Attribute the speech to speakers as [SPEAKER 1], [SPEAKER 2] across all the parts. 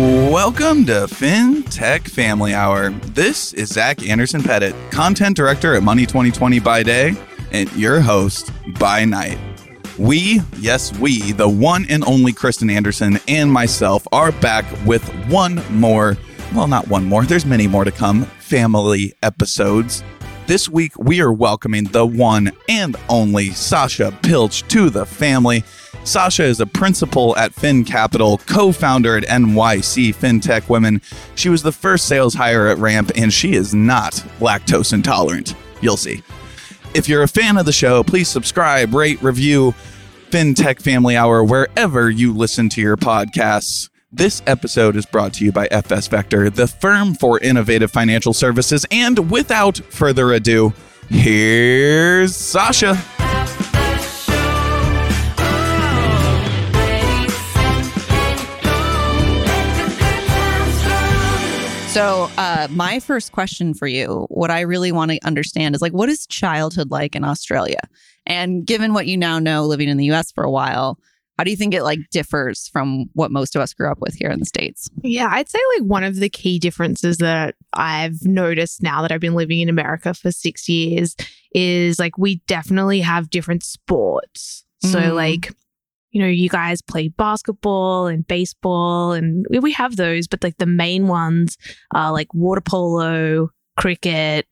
[SPEAKER 1] Welcome to FinTech Family Hour. This is Zach Anderson Pettit, content director at Money 2020 by day, and your host by night. We, yes, we, the one and only Kristen Anderson and myself, are back with one more, well, not one more, there's many more to come, family episodes. This week, we are welcoming the one and only Sasha Pilch to the family. Sasha is a principal at Fin Capital, co founder at NYC FinTech Women. She was the first sales hire at Ramp, and she is not lactose intolerant. You'll see. If you're a fan of the show, please subscribe, rate, review FinTech Family Hour wherever you listen to your podcasts. This episode is brought to you by FS Vector, the firm for innovative financial services. And without further ado, here's Sasha.
[SPEAKER 2] So, uh, my first question for you, what I really want to understand is like, what is childhood like in Australia? And given what you now know living in the US for a while, how do you think it like differs from what most of us grew up with here in the States?
[SPEAKER 3] Yeah, I'd say like one of the key differences that I've noticed now that I've been living in America for six years is like we definitely have different sports. So,
[SPEAKER 2] Mm.
[SPEAKER 3] like, you know, you guys play basketball and baseball, and we- we have those, but like the main ones are like water polo, cricket.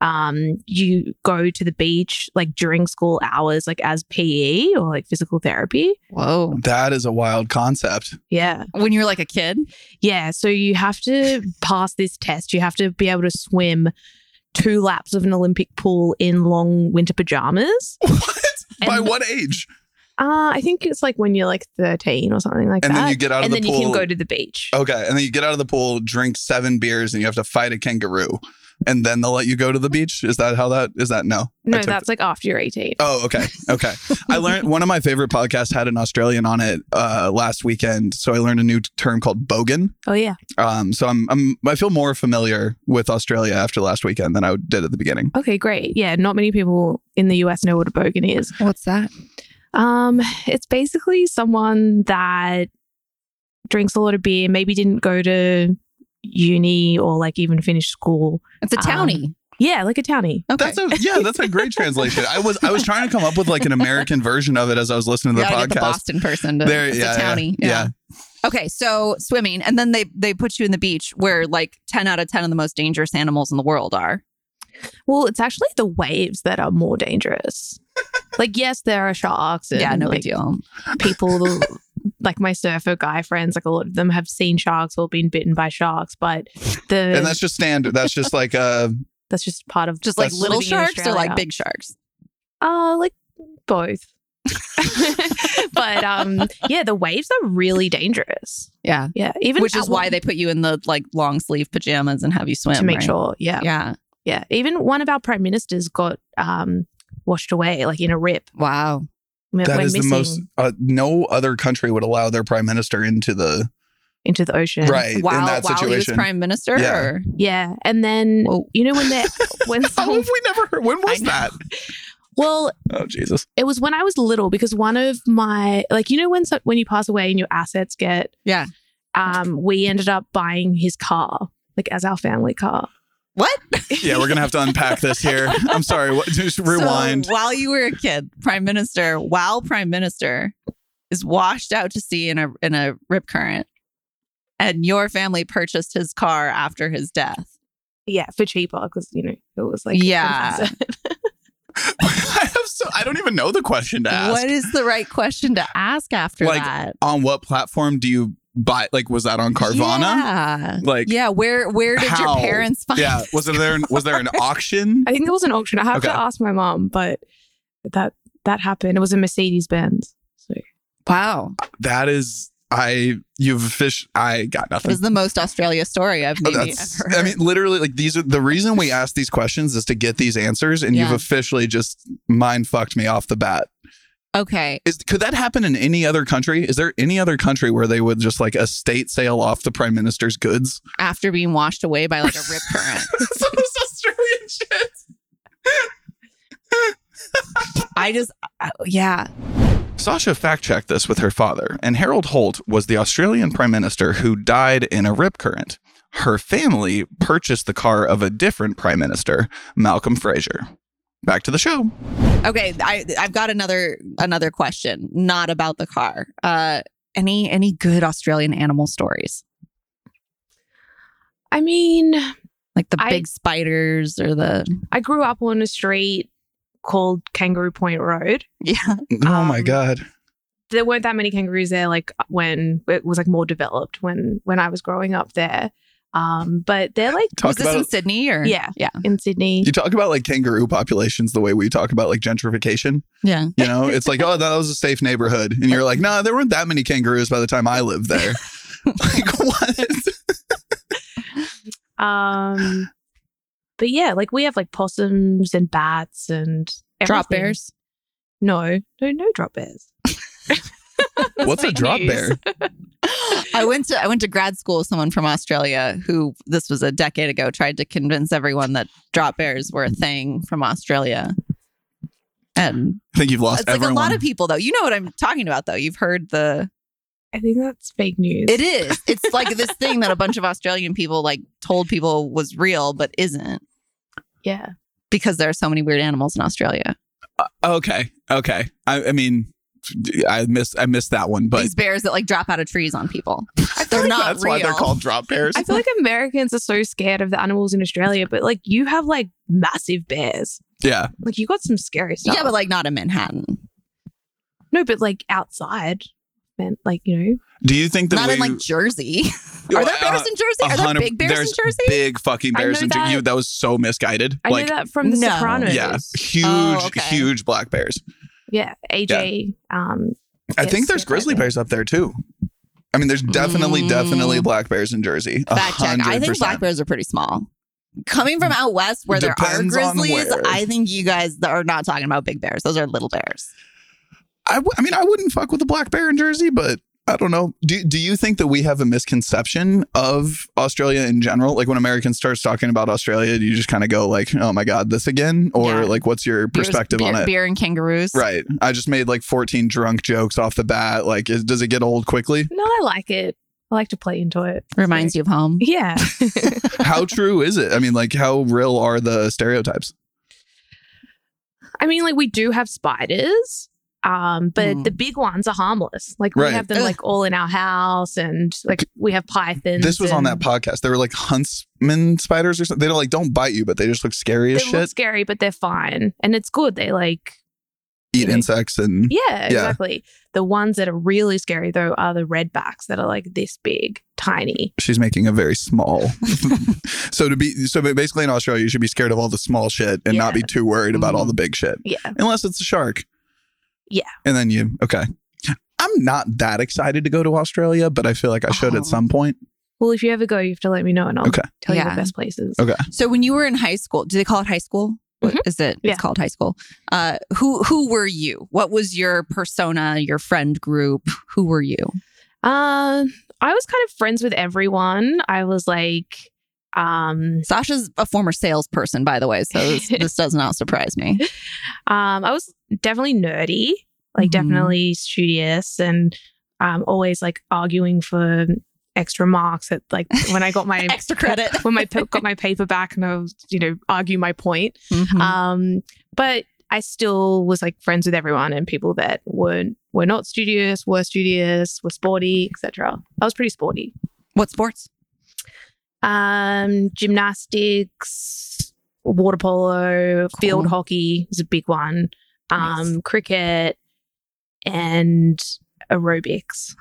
[SPEAKER 3] Um, you go to the beach like during school hours, like as PE or like physical therapy.
[SPEAKER 2] Whoa.
[SPEAKER 1] That is a wild concept.
[SPEAKER 3] Yeah.
[SPEAKER 2] When you were like a kid?
[SPEAKER 3] Yeah, so you have to pass this test. You have to be able to swim two laps of an Olympic pool in long winter pajamas.
[SPEAKER 1] What? By
[SPEAKER 3] And-
[SPEAKER 1] what age?
[SPEAKER 3] Uh, I think it's like when you're like 13 or something like
[SPEAKER 1] And
[SPEAKER 3] that.
[SPEAKER 1] then you get out of
[SPEAKER 3] and
[SPEAKER 1] the
[SPEAKER 3] then
[SPEAKER 1] pool. Oh,
[SPEAKER 3] you can go to the beach.
[SPEAKER 1] okay, and then you get out of the pool, drink seven beers, and you have to fight a kangaroo, and then they'll let you go to the beach. Is that how that is? That no, I
[SPEAKER 3] no,
[SPEAKER 1] took-
[SPEAKER 3] that's like after you're 18.
[SPEAKER 1] Oh, okay. Okay. I learned one of my favorite podcasts had an Australian on it uh, last weekend. So I learned a new t- term called bogan.
[SPEAKER 3] Oh, yeah.
[SPEAKER 1] Um, so I'm, I'm, I feel more familiar with Australia after last weekend than I did at the beginning.
[SPEAKER 3] Okay, great. Yeah, not many people in the US know what a bogan is.
[SPEAKER 2] What's that?
[SPEAKER 3] Um, it's basically someone that drinks a lot of beer, maybe didn't go to uni or like even finish school.
[SPEAKER 2] It's a
[SPEAKER 3] Um,
[SPEAKER 2] townie.
[SPEAKER 3] Yeah, like a townie.
[SPEAKER 2] okay.
[SPEAKER 1] That's a, yeah, that's a great translation. I was, I was trying to come up with like an American version of it as I was listening to the
[SPEAKER 2] Gotta get the
[SPEAKER 1] podcast.
[SPEAKER 2] Boston person to
[SPEAKER 1] There-
[SPEAKER 2] it's
[SPEAKER 1] yeah,
[SPEAKER 2] a
[SPEAKER 1] yeah,
[SPEAKER 2] townie.
[SPEAKER 1] yeah.
[SPEAKER 2] Okay, so swimming, and then they they put you in the beach where like ten out of ten of the most dangerous animals in the world are.
[SPEAKER 3] Well, it's actually the waves that are more dangerous. like, yes, there are sharks. And,
[SPEAKER 2] yeah, no
[SPEAKER 3] like,
[SPEAKER 2] big deal.
[SPEAKER 3] People, like my surfer guy friends, like a lot of them have seen sharks or been bitten by sharks, but the
[SPEAKER 1] And that's just standard. That's just like, uh,
[SPEAKER 3] that's just part of
[SPEAKER 2] Just like
[SPEAKER 1] That's-
[SPEAKER 2] little
[SPEAKER 3] living in
[SPEAKER 2] sharks or like
[SPEAKER 3] Australia.
[SPEAKER 2] big sharks.
[SPEAKER 3] Uh, like both. but um, yeah, the waves are really dangerous.
[SPEAKER 2] Yeah,
[SPEAKER 3] Yeah, even
[SPEAKER 2] which is
[SPEAKER 3] at
[SPEAKER 2] why
[SPEAKER 3] one-
[SPEAKER 2] they put you in the like long sleeve pajamas and have you swim
[SPEAKER 3] to make
[SPEAKER 2] right?
[SPEAKER 3] sure. Yeah,
[SPEAKER 2] Yeah.
[SPEAKER 3] yeah, Even one of our prime ministers got um washed away, like in a rip.
[SPEAKER 2] Wow.
[SPEAKER 3] We're,
[SPEAKER 1] that
[SPEAKER 3] we're
[SPEAKER 1] is the
[SPEAKER 3] missing
[SPEAKER 1] most, uh, no other country would allow their prime minister into the,
[SPEAKER 3] into the ocean.
[SPEAKER 1] right, in
[SPEAKER 2] While
[SPEAKER 1] that
[SPEAKER 2] while he was
[SPEAKER 1] situation.
[SPEAKER 2] prime minister.
[SPEAKER 1] Yeah.
[SPEAKER 2] Or?
[SPEAKER 3] Yeah, and then
[SPEAKER 2] Whoa.
[SPEAKER 3] you know when they when
[SPEAKER 1] How
[SPEAKER 3] some,
[SPEAKER 1] have we never heard? When was
[SPEAKER 2] know.
[SPEAKER 1] that?
[SPEAKER 3] well,
[SPEAKER 1] Oh, Jesus.
[SPEAKER 3] it was when I was little because one of my like you know when so, when you pass away and your assets get
[SPEAKER 2] Yeah.
[SPEAKER 3] um we ended up buying his car like as our family car.
[SPEAKER 2] What?
[SPEAKER 1] Yeah, we're gonna have to unpack this here. I'm sorry. What, just rewind.
[SPEAKER 2] So, while you were a kid, prime minister, while prime minister is washed out to sea in a in a rip current, and your family purchased his car after his death.
[SPEAKER 3] Yeah, for cheaper because you know it was like
[SPEAKER 2] Yeah.
[SPEAKER 3] an asset.
[SPEAKER 1] I have so I don't even know the question to ask.
[SPEAKER 2] What is the right question to ask after
[SPEAKER 1] Like,
[SPEAKER 2] that?
[SPEAKER 1] on what platform do you buy? Like, was that on Carvana?
[SPEAKER 2] Yeah.
[SPEAKER 1] Like, yeah.
[SPEAKER 2] yeah. Where where did your
[SPEAKER 1] how?
[SPEAKER 2] parents find?
[SPEAKER 1] Was there was there an auction?
[SPEAKER 3] I think it was an auction. I have to
[SPEAKER 1] Okay.
[SPEAKER 3] ask my mom, but that that happened. It was a Mercedes Benz. So
[SPEAKER 2] Wow.
[SPEAKER 1] That is, I you've fish. I got
[SPEAKER 2] It
[SPEAKER 1] nothing. Oh,
[SPEAKER 2] was the most Australia story I've maybe
[SPEAKER 1] That's,
[SPEAKER 2] ever.
[SPEAKER 1] I mean, literally, like these are the reason we ask these questions is to get these answers, and you've
[SPEAKER 2] Yeah.
[SPEAKER 1] officially just mind fucked me off the bat.
[SPEAKER 2] okay.
[SPEAKER 1] Is could that happen in any other country? Is there any other country where they would just like estate sale off the prime minister's goods?
[SPEAKER 2] After being washed away by like a rip current.
[SPEAKER 1] some of this Australian shit.
[SPEAKER 2] I just, I- uh, yeah.
[SPEAKER 1] Sasha fact checked this with her father, and Harold Holt was the Australian Prime Minister who died in a rip current. Her family purchased the car of a different Prime Minister, Malcolm Fraser. Back to the show.
[SPEAKER 2] Okay, I I've got another another question, not about the car. Uh, any any good Australian animal stories,
[SPEAKER 3] I mean,
[SPEAKER 2] like the
[SPEAKER 3] I-
[SPEAKER 2] big spiders or the
[SPEAKER 3] I grew up on a street called Kangaroo Point Road.
[SPEAKER 2] yeah.
[SPEAKER 1] Oh my
[SPEAKER 3] Um,
[SPEAKER 1] God.
[SPEAKER 3] There weren't that many kangaroos there, like uh, when it was like more developed when when I was growing up there. Um, but they're like
[SPEAKER 1] Talk
[SPEAKER 2] was this
[SPEAKER 1] about
[SPEAKER 2] in Sydney or
[SPEAKER 3] Yeah.
[SPEAKER 2] yeah
[SPEAKER 3] in Sydney.
[SPEAKER 1] you talk about like kangaroo populations the way we talk about like gentrification.
[SPEAKER 2] yeah?
[SPEAKER 1] You know, it's like, oh, that was a safe neighborhood. And you're like, nah, there weren't that many kangaroos by the time I lived there. like, what?
[SPEAKER 3] Um, but yeah, like we have like possums and bats and
[SPEAKER 2] Drop
[SPEAKER 3] everything.
[SPEAKER 2] bears.
[SPEAKER 3] No, no, no drop bears.
[SPEAKER 1] What's a
[SPEAKER 3] Fake
[SPEAKER 1] drop
[SPEAKER 3] news.
[SPEAKER 1] bear?
[SPEAKER 2] I went to I went to grad school with someone from Australia who this was a decade ago tried to convince everyone that drop bears were a thing from Australia. And
[SPEAKER 1] I think you've lost
[SPEAKER 2] it's like
[SPEAKER 1] everyone.
[SPEAKER 2] a lot of people though. You know what I'm talking about though. You've heard the
[SPEAKER 3] I think that's fake news.
[SPEAKER 2] It is. It's like this thing that a bunch of Australian people like told people was real but isn't
[SPEAKER 3] Yeah.
[SPEAKER 2] because there are so many weird animals in Australia.
[SPEAKER 1] okay. Okay. I, I mean, I missed I missed that one, but
[SPEAKER 2] These bears that like drop out of trees on people. They're not
[SPEAKER 1] that's why they're
[SPEAKER 2] real.
[SPEAKER 1] called drop bears.
[SPEAKER 3] I feel like Americans are so scared of the animals in Australia, but like you have like massive bears.
[SPEAKER 1] yeah.
[SPEAKER 3] Like you got some scary stuff.
[SPEAKER 2] Yeah, but like not in Manhattan.
[SPEAKER 3] no, but like outside, and like you know,
[SPEAKER 1] Do you think that
[SPEAKER 2] Not
[SPEAKER 1] we,
[SPEAKER 2] in like Jersey.
[SPEAKER 1] Well,
[SPEAKER 2] Are there
[SPEAKER 1] uh,
[SPEAKER 2] bears in Jersey? Are there
[SPEAKER 1] hundred-
[SPEAKER 2] big bears in
[SPEAKER 1] there's
[SPEAKER 2] Jersey?
[SPEAKER 1] big fucking
[SPEAKER 3] I
[SPEAKER 1] bears
[SPEAKER 3] know
[SPEAKER 1] in Jer-
[SPEAKER 3] that-
[SPEAKER 1] you that was so misguided.
[SPEAKER 3] I
[SPEAKER 1] like
[SPEAKER 3] know that from The
[SPEAKER 2] No.
[SPEAKER 3] Sopranos.
[SPEAKER 1] yeah, huge
[SPEAKER 2] Oh, okay.
[SPEAKER 1] huge black bears.
[SPEAKER 3] yeah. AJ, um,
[SPEAKER 1] I
[SPEAKER 3] Yes,
[SPEAKER 1] think there's
[SPEAKER 3] yes, I
[SPEAKER 1] grizzly
[SPEAKER 3] do.
[SPEAKER 1] bears up there too. I mean, there's definitely,
[SPEAKER 2] Mm.
[SPEAKER 1] definitely black bears in Jersey. A
[SPEAKER 2] Fact check. I think
[SPEAKER 1] 100%.
[SPEAKER 2] black bears are pretty small. Coming from out west where
[SPEAKER 1] Depends
[SPEAKER 2] there
[SPEAKER 1] on
[SPEAKER 2] are grizzlies,
[SPEAKER 1] where.
[SPEAKER 2] I think you guys are not talking about big bears. Those are little bears.
[SPEAKER 1] I, w- I mean, I wouldn't fuck with a black bear in Jersey, but I don't know. Do, do you think that we have a misconception of Australia in general? Like when Americans starts talking about Australia, do you just kind of go like, oh my God, this again? Or
[SPEAKER 2] Yeah.
[SPEAKER 1] like, what's your
[SPEAKER 2] Bears-
[SPEAKER 1] perspective
[SPEAKER 2] beer,
[SPEAKER 1] on it?
[SPEAKER 2] Beer and kangaroos.
[SPEAKER 1] Right. I just made like 14 drunk jokes off the bat. Like, is, does it get old quickly?
[SPEAKER 3] no, I like it. I like to play into it.
[SPEAKER 2] Reminds you of home.
[SPEAKER 3] Yeah.
[SPEAKER 1] How true is it? I mean, like, how real are the stereotypes?
[SPEAKER 3] I mean, like we do have spiders, um, but
[SPEAKER 2] Mm.
[SPEAKER 3] the big ones are harmless. Like we
[SPEAKER 1] Right.
[SPEAKER 3] have them
[SPEAKER 2] Ugh.
[SPEAKER 3] like all in our house, and like we have pythons.
[SPEAKER 1] This was on
[SPEAKER 3] and
[SPEAKER 1] that podcast. They were like huntsman spiders or something. They don't like don't bite you, but they just look scary
[SPEAKER 3] They
[SPEAKER 1] as
[SPEAKER 3] look
[SPEAKER 1] shit.
[SPEAKER 3] scary, but they're fine, and it's good. They like
[SPEAKER 1] Eat insects and
[SPEAKER 3] yeah, exactly. The ones that are really scary though are the redbacks that are like this big, tiny.
[SPEAKER 1] she's making a very small. so to be so basically in Australia, you should be scared of all the small shit and not be
[SPEAKER 3] Yeah.
[SPEAKER 1] too worried about all
[SPEAKER 2] Mhm.
[SPEAKER 1] the big shit,
[SPEAKER 3] Yeah,
[SPEAKER 1] unless it's a shark.
[SPEAKER 3] Yeah.
[SPEAKER 1] And then you okay. I'm not that excited to go to Australia, but I feel like I should
[SPEAKER 2] Oh.
[SPEAKER 1] at some point.
[SPEAKER 3] well, if you ever go, you have to let me know, and I'll
[SPEAKER 1] Okay.
[SPEAKER 3] tell you
[SPEAKER 2] Yeah.
[SPEAKER 3] the best places.
[SPEAKER 1] Okay.
[SPEAKER 2] So when you were in high school, do they call it high school? What
[SPEAKER 3] Mhm.
[SPEAKER 1] Mm-hmm.
[SPEAKER 2] is it?
[SPEAKER 3] Yeah.
[SPEAKER 2] It's called high school. Uh, who who were you? What was your persona? Your friend group? Who were you?
[SPEAKER 3] Um, I was kind of friends with everyone. I was like, um,
[SPEAKER 2] Sasha's a former salesperson, by the way, so this, this does not surprise me.
[SPEAKER 1] Uh,
[SPEAKER 3] Um, I was definitely nerdy, like
[SPEAKER 2] Mhm.
[SPEAKER 3] definitely studious, and um, always like arguing for extra marks at like when I got my
[SPEAKER 2] Extra credit.
[SPEAKER 3] when my pa- got my paper back, and I was you know argue my point.
[SPEAKER 2] Mhm.
[SPEAKER 3] Um, but I still was like friends with everyone and people that weren't were not studious, were studious, were sporty, etc. I was pretty sporty.
[SPEAKER 2] what sports?
[SPEAKER 3] Um, gymnastics, water polo, field
[SPEAKER 2] Cool.
[SPEAKER 3] hockey is a big one. Um,
[SPEAKER 2] Nice.
[SPEAKER 3] cricket and aerobics.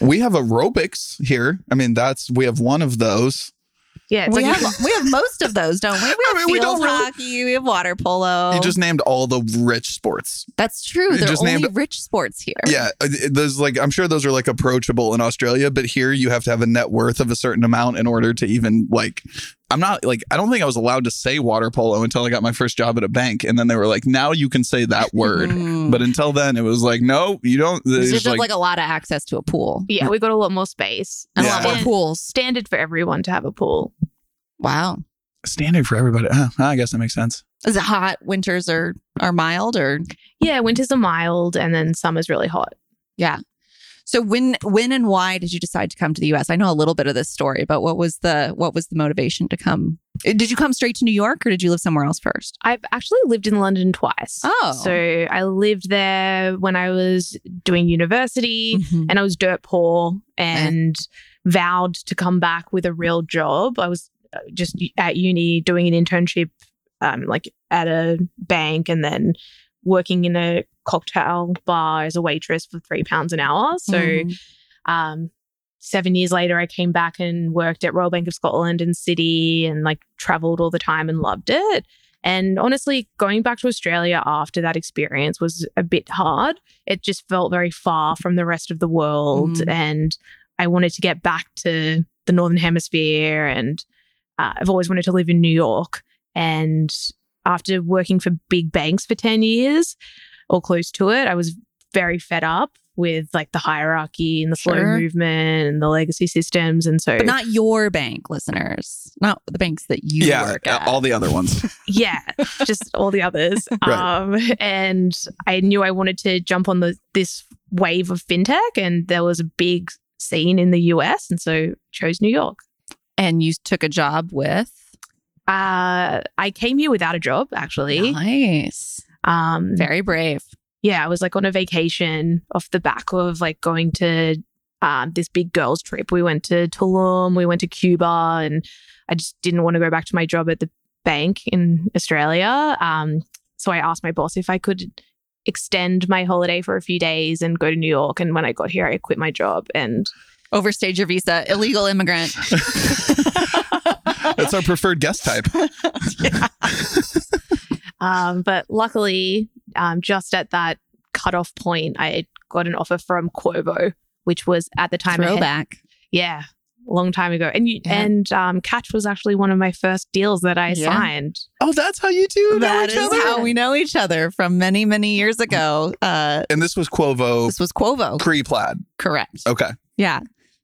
[SPEAKER 1] We have aerobics here. I mean, that's we have one of those.
[SPEAKER 3] Yeah, it's
[SPEAKER 2] we
[SPEAKER 3] like
[SPEAKER 2] have we have most of those, don't we? We
[SPEAKER 1] I
[SPEAKER 2] have
[SPEAKER 1] mean, we
[SPEAKER 2] field
[SPEAKER 1] don't really-
[SPEAKER 2] hockey, we have water polo.
[SPEAKER 3] Oh.
[SPEAKER 1] You just named all the rich sports.
[SPEAKER 2] That's true.
[SPEAKER 1] you
[SPEAKER 2] They're
[SPEAKER 1] just
[SPEAKER 2] only
[SPEAKER 1] named-
[SPEAKER 2] rich sports here.
[SPEAKER 1] Yeah, uh, those like I'm sure those are like approachable in Australia, but here you have to have a net worth of a certain amount in order to even like. I'm not like I don't think I was allowed to say water polo until I got my first job at a bank, and then they were like, "Now you can say that word."
[SPEAKER 2] Mm.
[SPEAKER 1] but until then, it was like, "No, you don't."
[SPEAKER 2] So
[SPEAKER 1] It's
[SPEAKER 2] there's
[SPEAKER 1] just
[SPEAKER 2] like,
[SPEAKER 1] like,
[SPEAKER 2] a lot of access to a pool
[SPEAKER 3] yeah, we got a lot more space
[SPEAKER 2] and a
[SPEAKER 1] Yeah.
[SPEAKER 2] lot more
[SPEAKER 3] Stan-
[SPEAKER 2] pools.
[SPEAKER 3] Standard for everyone to have a pool.
[SPEAKER 2] Wow.
[SPEAKER 1] standard for everybody. Uh, I guess that makes sense.
[SPEAKER 2] Is it hot? Winters are are mild or
[SPEAKER 3] Yeah, winters are mild and then summer's really hot.
[SPEAKER 2] so when when and why did you decide to come to the US? I know a little bit of this story, but what was the what was the motivation to come? Uh, Did you come straight to New York or did you live somewhere else first?
[SPEAKER 3] I've actually lived in London twice.
[SPEAKER 2] Oh.
[SPEAKER 3] So I lived there when I was doing university
[SPEAKER 2] Mhm.
[SPEAKER 3] and I was dirt poor and vowed to come back with a real job. I was uh, just u- at uni doing an internship um, like at a bank and then working in a cocktail bar as a waitress for three pounds an hour. So
[SPEAKER 2] Mhm.
[SPEAKER 3] um, seven years later, I came back and worked at Royal Bank of Scotland in City and like traveled all the time and loved it. And honestly, going back to Australia after that experience was a bit hard. It just felt very far from the rest of the world.
[SPEAKER 2] Mm.
[SPEAKER 3] And I wanted to get back to the Northern Hemisphere. And uh, I've always wanted to live in New York. And after working for big banks for 10 years or close to it, I was very fed up with like the hierarchy and the
[SPEAKER 2] Sure.
[SPEAKER 3] slow movement and the legacy systems. And so,
[SPEAKER 2] but not your bank, listeners. Not the banks that you
[SPEAKER 1] yeah, uh,
[SPEAKER 2] work at.
[SPEAKER 1] all the other ones.
[SPEAKER 3] yeah, just all the others.
[SPEAKER 1] Right.
[SPEAKER 3] Um, and I knew I wanted to jump on the this wave of fintech, and there was a big scene in the US, and so chose New York.
[SPEAKER 2] and you took a job with
[SPEAKER 3] Uh, I came here without a job, actually.
[SPEAKER 2] Nice.
[SPEAKER 3] Um,
[SPEAKER 2] Very brave.
[SPEAKER 3] yeah, I was like on a vacation off the back of like going to um, this big girls trip. We went to Tulum, we went to Cuba, and I just didn't want to go back to my job at the bank in Australia. Um, so I asked my boss if I could extend my holiday for a few days and go to New York. And when I got here, I quit my job. And
[SPEAKER 2] Overstayed your visa, illegal immigrant.
[SPEAKER 1] That's our preferred guest type.
[SPEAKER 3] um, but luckily, um, just at that cutoff point, I got an offer from Quovo, which was at the time a head-
[SPEAKER 2] Throwback.
[SPEAKER 3] Yeah, a long time ago. And you,
[SPEAKER 2] Yeah.
[SPEAKER 3] and um, Catch was actually one of my first deals that I
[SPEAKER 2] Yeah.
[SPEAKER 3] signed.
[SPEAKER 1] Oh, that's how you do know
[SPEAKER 2] That
[SPEAKER 1] each
[SPEAKER 2] is
[SPEAKER 1] other?
[SPEAKER 2] how we know each other from many, many years ago. Uh,
[SPEAKER 1] And this was Quovo
[SPEAKER 2] this was Quovo.
[SPEAKER 1] pre plaid.
[SPEAKER 2] Correct.
[SPEAKER 1] Okay.
[SPEAKER 2] Yeah.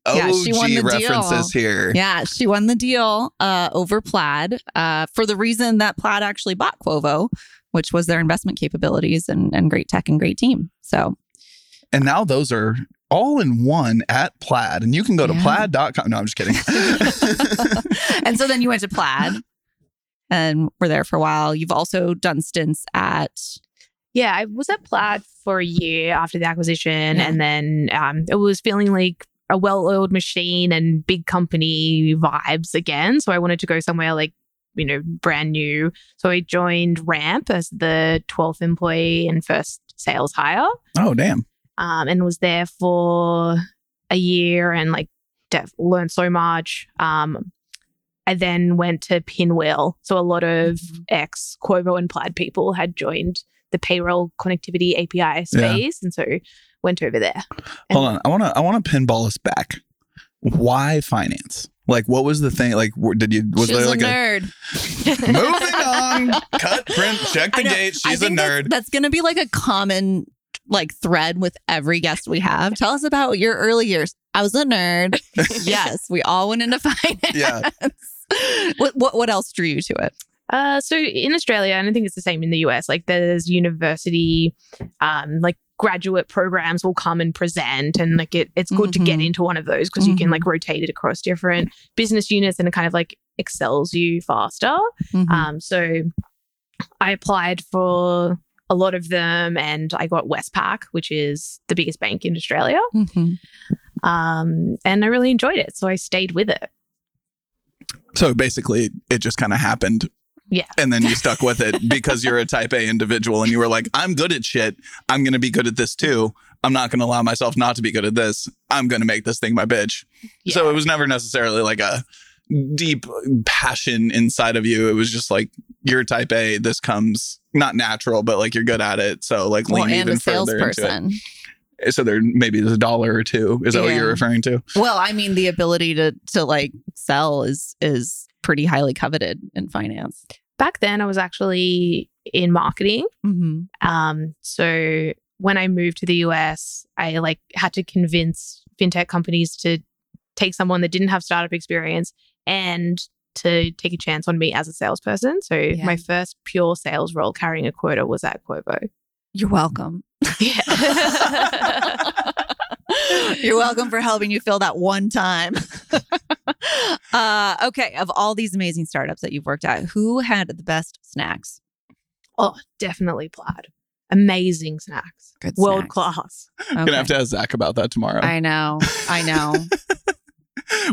[SPEAKER 2] Yeah, she won the
[SPEAKER 1] OG references here.
[SPEAKER 2] Yeah. She won the deal uh, over Plaid uh, for the reason that Plaid actually bought Quovo, which was their investment capabilities and, and great tech and great team. So
[SPEAKER 1] And now those are all in one at plaid. And you can go to
[SPEAKER 2] Yeah.
[SPEAKER 1] plaid.com. No, I'm just kidding.
[SPEAKER 2] and so then you went to Plaid and were there for a while. You've also done stints at
[SPEAKER 3] Yeah, I was at Plaid for a year after the acquisition,
[SPEAKER 2] Yeah.
[SPEAKER 3] and then um, it was feeling like a well-oiled machine and big company vibes again. So I wanted to go somewhere like you know brand new. So I joined Ramp as the twelfth employee and first sales hire.
[SPEAKER 1] oh, damn.
[SPEAKER 3] um, and was there for a year and like def- learned so much. Um, I then went to Pinwheel. So a lot of ex Quovo and Plaid people had joined the payroll connectivity API space. And so went over there. And-
[SPEAKER 1] Hold on. I want to I want to pinball us back. Why finance? Like what was the thing? Like wh- did you was
[SPEAKER 2] She
[SPEAKER 1] there
[SPEAKER 2] was
[SPEAKER 1] like
[SPEAKER 2] a
[SPEAKER 1] a,
[SPEAKER 2] nerd.
[SPEAKER 1] moving on? Cut print, check
[SPEAKER 2] I
[SPEAKER 1] the
[SPEAKER 2] know.
[SPEAKER 1] gate.
[SPEAKER 2] I
[SPEAKER 1] She's a
[SPEAKER 2] think that's-
[SPEAKER 1] nerd.
[SPEAKER 2] That's, gonna be like a common like thread with every guest we have. Tell us about your early years. I was a nerd. yes, we all went into finance.
[SPEAKER 1] Yeah.
[SPEAKER 2] What, what what else drew you to it?
[SPEAKER 3] Uh, so in Australia, and I think it's the same in the US, like there's university, um, like graduate programs will come and present, and like it, it's good to get
[SPEAKER 2] Mhm.
[SPEAKER 3] into one of those because you
[SPEAKER 2] Mhm.
[SPEAKER 3] can like rotate it across different business units and it kind of like excels you faster.
[SPEAKER 2] Mm-hmm.
[SPEAKER 3] Um, so I applied for a lot of them and I got Westpac, which is the biggest bank in Australia.
[SPEAKER 2] Mhm.
[SPEAKER 3] Um, and I really enjoyed it. So I stayed with it.
[SPEAKER 1] So basically it just kind of happened.
[SPEAKER 3] Yeah.
[SPEAKER 1] And then you stuck with it because you're a type A individual and you were like, I'm good at shit. I'm going to be good at this too. I'm not going to allow myself not to be good at this. I'm going to make this thing my bitch.
[SPEAKER 3] Yeah.
[SPEAKER 1] So it was never necessarily like a deep passion inside of you. It was just like you're type A. This comes not natural, but like you're good at it. So like lean
[SPEAKER 2] Well, and
[SPEAKER 1] even
[SPEAKER 2] a
[SPEAKER 1] further into
[SPEAKER 2] salesperson.
[SPEAKER 1] it. So there maybe there's a dollar or two. Is that what
[SPEAKER 2] Yeah.
[SPEAKER 1] you're referring to?
[SPEAKER 2] Well, I mean, the ability to to like sell is is pretty highly coveted in finance.
[SPEAKER 3] Back then, I was actually in marketing.
[SPEAKER 2] Mm-hmm.
[SPEAKER 3] Um, so when I moved to the US, I like had to convince fintech companies to take someone that didn't have startup experience and to take a chance on me as a salesperson. So
[SPEAKER 2] Yeah.
[SPEAKER 3] my first pure sales role carrying a quota was at Quovo.
[SPEAKER 2] You're welcome.
[SPEAKER 3] Yeah.
[SPEAKER 2] You're welcome for helping you fill that one time. uh, okay, of all these amazing startups that you've worked at, who had the best snacks?
[SPEAKER 3] oh, definitely plaid. Amazing snacks.
[SPEAKER 2] Good
[SPEAKER 3] World
[SPEAKER 2] snacks.
[SPEAKER 3] class.
[SPEAKER 1] I'm gonna have to ask Zach about that tomorrow.
[SPEAKER 2] I know. I know.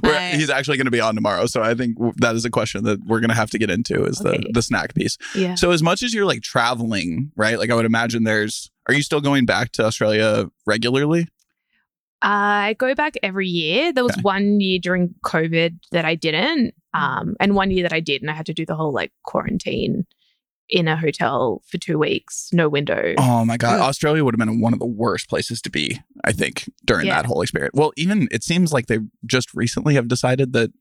[SPEAKER 1] We're-
[SPEAKER 2] I-
[SPEAKER 1] he's actually gonna be on tomorrow, so I think w- that is a question that we're gonna have to get into is
[SPEAKER 3] Okay.
[SPEAKER 1] the the snack piece.
[SPEAKER 3] Yeah.
[SPEAKER 1] So as much as you're like traveling, right? Like I would imagine there's. Are you still going back to Australia regularly?
[SPEAKER 3] I go back every year. There was
[SPEAKER 1] Okay. Mm.
[SPEAKER 3] one year during COVID that I didn't, um, and one year that I did, and I had to do the whole like quarantine in a hotel for two weeks, no window.
[SPEAKER 1] Oh my god,
[SPEAKER 2] Ugh.
[SPEAKER 1] Australia would have been one of the worst places to be. I think during
[SPEAKER 3] Yeah.
[SPEAKER 1] that whole experience. Well, even it seems like they just recently have decided that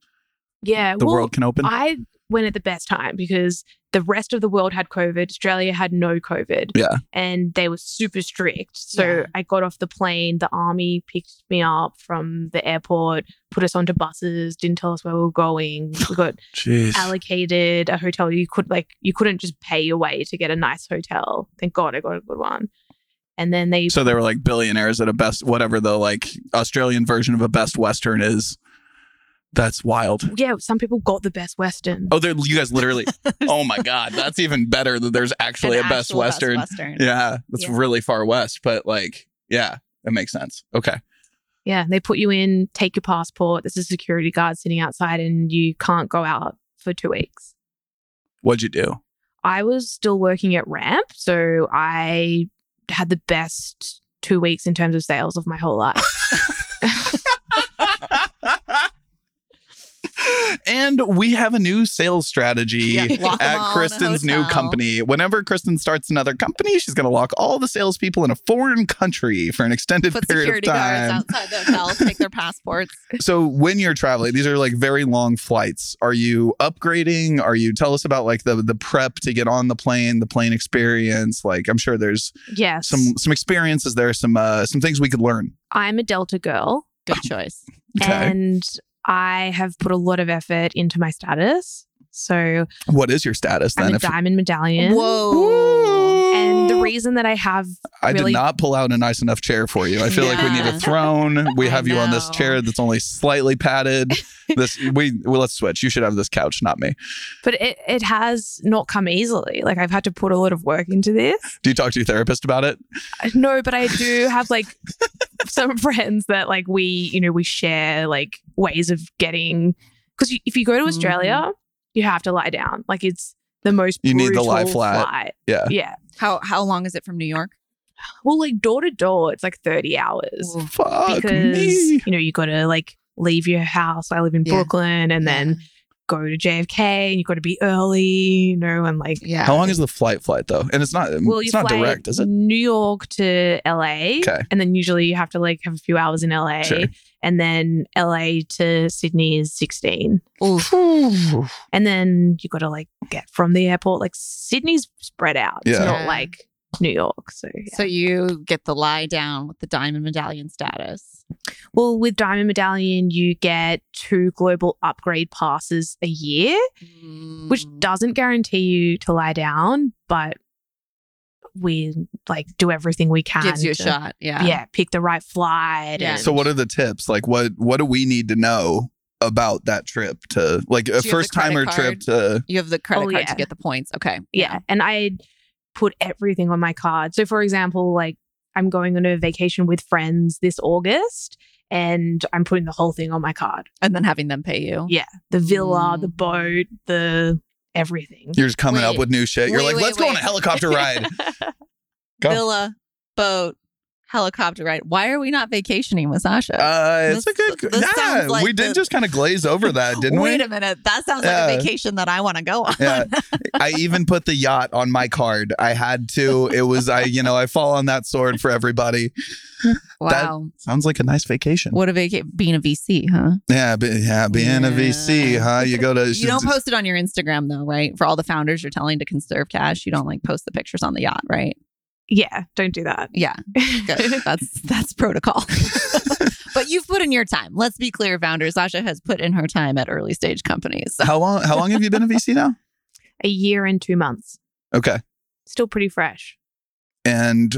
[SPEAKER 3] yeah,
[SPEAKER 1] the
[SPEAKER 3] well,
[SPEAKER 1] world can open.
[SPEAKER 3] I went at the best time because the rest of the world had COVID. Australia had no COVID.
[SPEAKER 1] Yeah.
[SPEAKER 3] And they were super strict. So
[SPEAKER 2] Yeah.
[SPEAKER 3] I got off the plane. The army picked me up from the airport, put us onto buses, didn't tell us where we were going. We got
[SPEAKER 1] Jeez.
[SPEAKER 3] allocated a hotel. You could like you couldn't just pay your way to get a nice hotel. Thank God I got a good one. And then they
[SPEAKER 1] So they were like billionaires at a best whatever the like Australian version of a best western is. That's wild.
[SPEAKER 3] yeah, some people got the best Western.
[SPEAKER 1] Oh, they're you guys literally. oh my god, that's even better that there's actually
[SPEAKER 2] An
[SPEAKER 1] a best
[SPEAKER 2] actual
[SPEAKER 1] western.
[SPEAKER 2] Western.
[SPEAKER 1] Yeah, that's
[SPEAKER 3] Yeah.
[SPEAKER 1] really far west, but like yeah, it makes sense. Okay.
[SPEAKER 3] Yeah, they put you in, take your passport. There's a security guard sitting outside, and you can't go out for two weeks.
[SPEAKER 1] What'd you do?
[SPEAKER 3] I was still working at Ramp, so I had the best two weeks in terms of sales of my whole life.
[SPEAKER 1] and we have a new sales strategy
[SPEAKER 2] Yeah, lock 'em all in
[SPEAKER 1] at
[SPEAKER 2] a
[SPEAKER 1] Kristen's new
[SPEAKER 2] hotel.
[SPEAKER 1] company. Whenever Kristen starts another company, she's going to lock all the salespeople in a foreign country for an extended
[SPEAKER 2] Put
[SPEAKER 1] period of
[SPEAKER 2] security guards
[SPEAKER 1] time.
[SPEAKER 2] outside the hotel, take their passports.
[SPEAKER 1] So when you're traveling, these are like very long flights. Are you upgrading? Are you tell us about like the the prep to get on the plane, the plane experience? Like I'm sure there's
[SPEAKER 3] Yes,
[SPEAKER 1] some some experiences there, some uh, some things we could learn.
[SPEAKER 3] I'm a Delta girl,
[SPEAKER 2] Good choice.
[SPEAKER 3] and I have put a lot of effort into my status. So
[SPEAKER 1] What is your status then?
[SPEAKER 3] I'm a diamond medallion.
[SPEAKER 2] Whoa.
[SPEAKER 3] And the reason that I have
[SPEAKER 1] I
[SPEAKER 3] really-
[SPEAKER 1] did not pull out a nice enough chair for you. I feel like we need
[SPEAKER 2] Yeah.
[SPEAKER 1] a throne. We
[SPEAKER 3] I
[SPEAKER 1] have you on this
[SPEAKER 3] know.
[SPEAKER 1] chair that's only slightly padded. This we well, let's switch. You should have this couch, not me.
[SPEAKER 3] but it, it has not come easily. Like I've had to put a lot of work into this.
[SPEAKER 1] Do you talk to your therapist about it?
[SPEAKER 3] No, but I do have like some friends that like we, you know, we share like ways of getting because if you go to Australia, you have to lie down. Like it's the most
[SPEAKER 1] Mm-hmm. You need to lie
[SPEAKER 3] brutal
[SPEAKER 1] flat.
[SPEAKER 3] flight.
[SPEAKER 1] Yeah.
[SPEAKER 3] yeah.
[SPEAKER 2] How how long is it from New York?
[SPEAKER 3] Well, like door to door, it's like thirty hours
[SPEAKER 2] Ooh.
[SPEAKER 1] Fuck
[SPEAKER 3] because
[SPEAKER 1] me.
[SPEAKER 3] you know you got to like leave your house. I live in
[SPEAKER 2] Yeah.
[SPEAKER 3] Brooklyn, and then go to JFK, and you got to be early, you know, and like
[SPEAKER 2] yeah.
[SPEAKER 1] How long is the flight flight though? And it's not
[SPEAKER 3] Well, you
[SPEAKER 1] Mm, it's not
[SPEAKER 3] fly
[SPEAKER 1] direct, is it?
[SPEAKER 3] New York to LA,
[SPEAKER 1] Okay.
[SPEAKER 3] and then usually you have to like have a few hours in LA,
[SPEAKER 1] Sure.
[SPEAKER 3] and then LA to Sydney is sixteen,
[SPEAKER 2] Ooh.
[SPEAKER 3] and then you got to like get from the airport. Like Sydney's spread out; it's
[SPEAKER 1] Yeah.
[SPEAKER 3] not
[SPEAKER 2] Yeah.
[SPEAKER 3] like New York. So, yeah.
[SPEAKER 2] So you get the lie down with the diamond medallion status.
[SPEAKER 3] well, with Diamond Medallion, you get two global upgrade passes a year, which
[SPEAKER 2] Mm.
[SPEAKER 3] doesn't guarantee you to lie down, but we like do everything we can
[SPEAKER 2] gives you a
[SPEAKER 3] to-
[SPEAKER 2] shot. Yeah.
[SPEAKER 3] Yeah, pick the right flight.
[SPEAKER 2] Yeah.
[SPEAKER 3] and-
[SPEAKER 1] So what are the tips? Like what what do we need to know about that trip to like a
[SPEAKER 2] the
[SPEAKER 1] first timer trip
[SPEAKER 2] credit
[SPEAKER 1] to
[SPEAKER 2] You have the credit
[SPEAKER 3] Oh,
[SPEAKER 2] card
[SPEAKER 3] yeah.
[SPEAKER 2] to get the points. Okay.
[SPEAKER 3] Yeah. And I put everything on my card. So, for example, like I'm going on a vacation with friends this August and I'm putting the whole thing on my card
[SPEAKER 2] And then having them pay you.
[SPEAKER 3] Yeah. the villa,
[SPEAKER 2] Mm.
[SPEAKER 3] the boat, the everything.
[SPEAKER 1] you're just coming up
[SPEAKER 2] Wait.
[SPEAKER 1] with new shit. You're
[SPEAKER 2] Wait,
[SPEAKER 1] like,
[SPEAKER 2] wait,
[SPEAKER 1] let's go on a
[SPEAKER 2] wait.
[SPEAKER 1] helicopter ride. Go.
[SPEAKER 2] Villa, uh, boat, helicopter ride. Why are we not vacationing with Sasha?
[SPEAKER 1] Uh, it's
[SPEAKER 2] This-
[SPEAKER 1] a good.
[SPEAKER 2] this
[SPEAKER 1] yeah,
[SPEAKER 2] sounds like
[SPEAKER 1] we did
[SPEAKER 2] the-
[SPEAKER 1] just kind of glaze over that, didn't
[SPEAKER 2] Wait
[SPEAKER 1] we?
[SPEAKER 2] a minute. That sounds like
[SPEAKER 1] Yeah.
[SPEAKER 2] a vacation that I want to go on.
[SPEAKER 1] Yeah. I even put the yacht on my card. I had to. It was I, you know, I fall on that sword for everybody.
[SPEAKER 2] wow.
[SPEAKER 1] Sounds like a nice vacation.
[SPEAKER 2] what a vacation. Being a VC, huh?
[SPEAKER 1] Yeah, be, yeah, being a
[SPEAKER 2] Yeah.
[SPEAKER 1] VC, huh? You go to
[SPEAKER 2] You don't post it on your Instagram, though, right? For all the founders you're telling to conserve cash, you don't like post the pictures on the yacht, right?
[SPEAKER 3] yeah, don't do that.
[SPEAKER 2] Yeah, good. that's that's protocol. but you've put in your time. Let's be clear, founder Sasha has put in her time at early stage companies. So
[SPEAKER 1] How long? How long have you been a VC now?
[SPEAKER 3] A year and two months,
[SPEAKER 1] Okay,
[SPEAKER 3] still pretty fresh.
[SPEAKER 1] and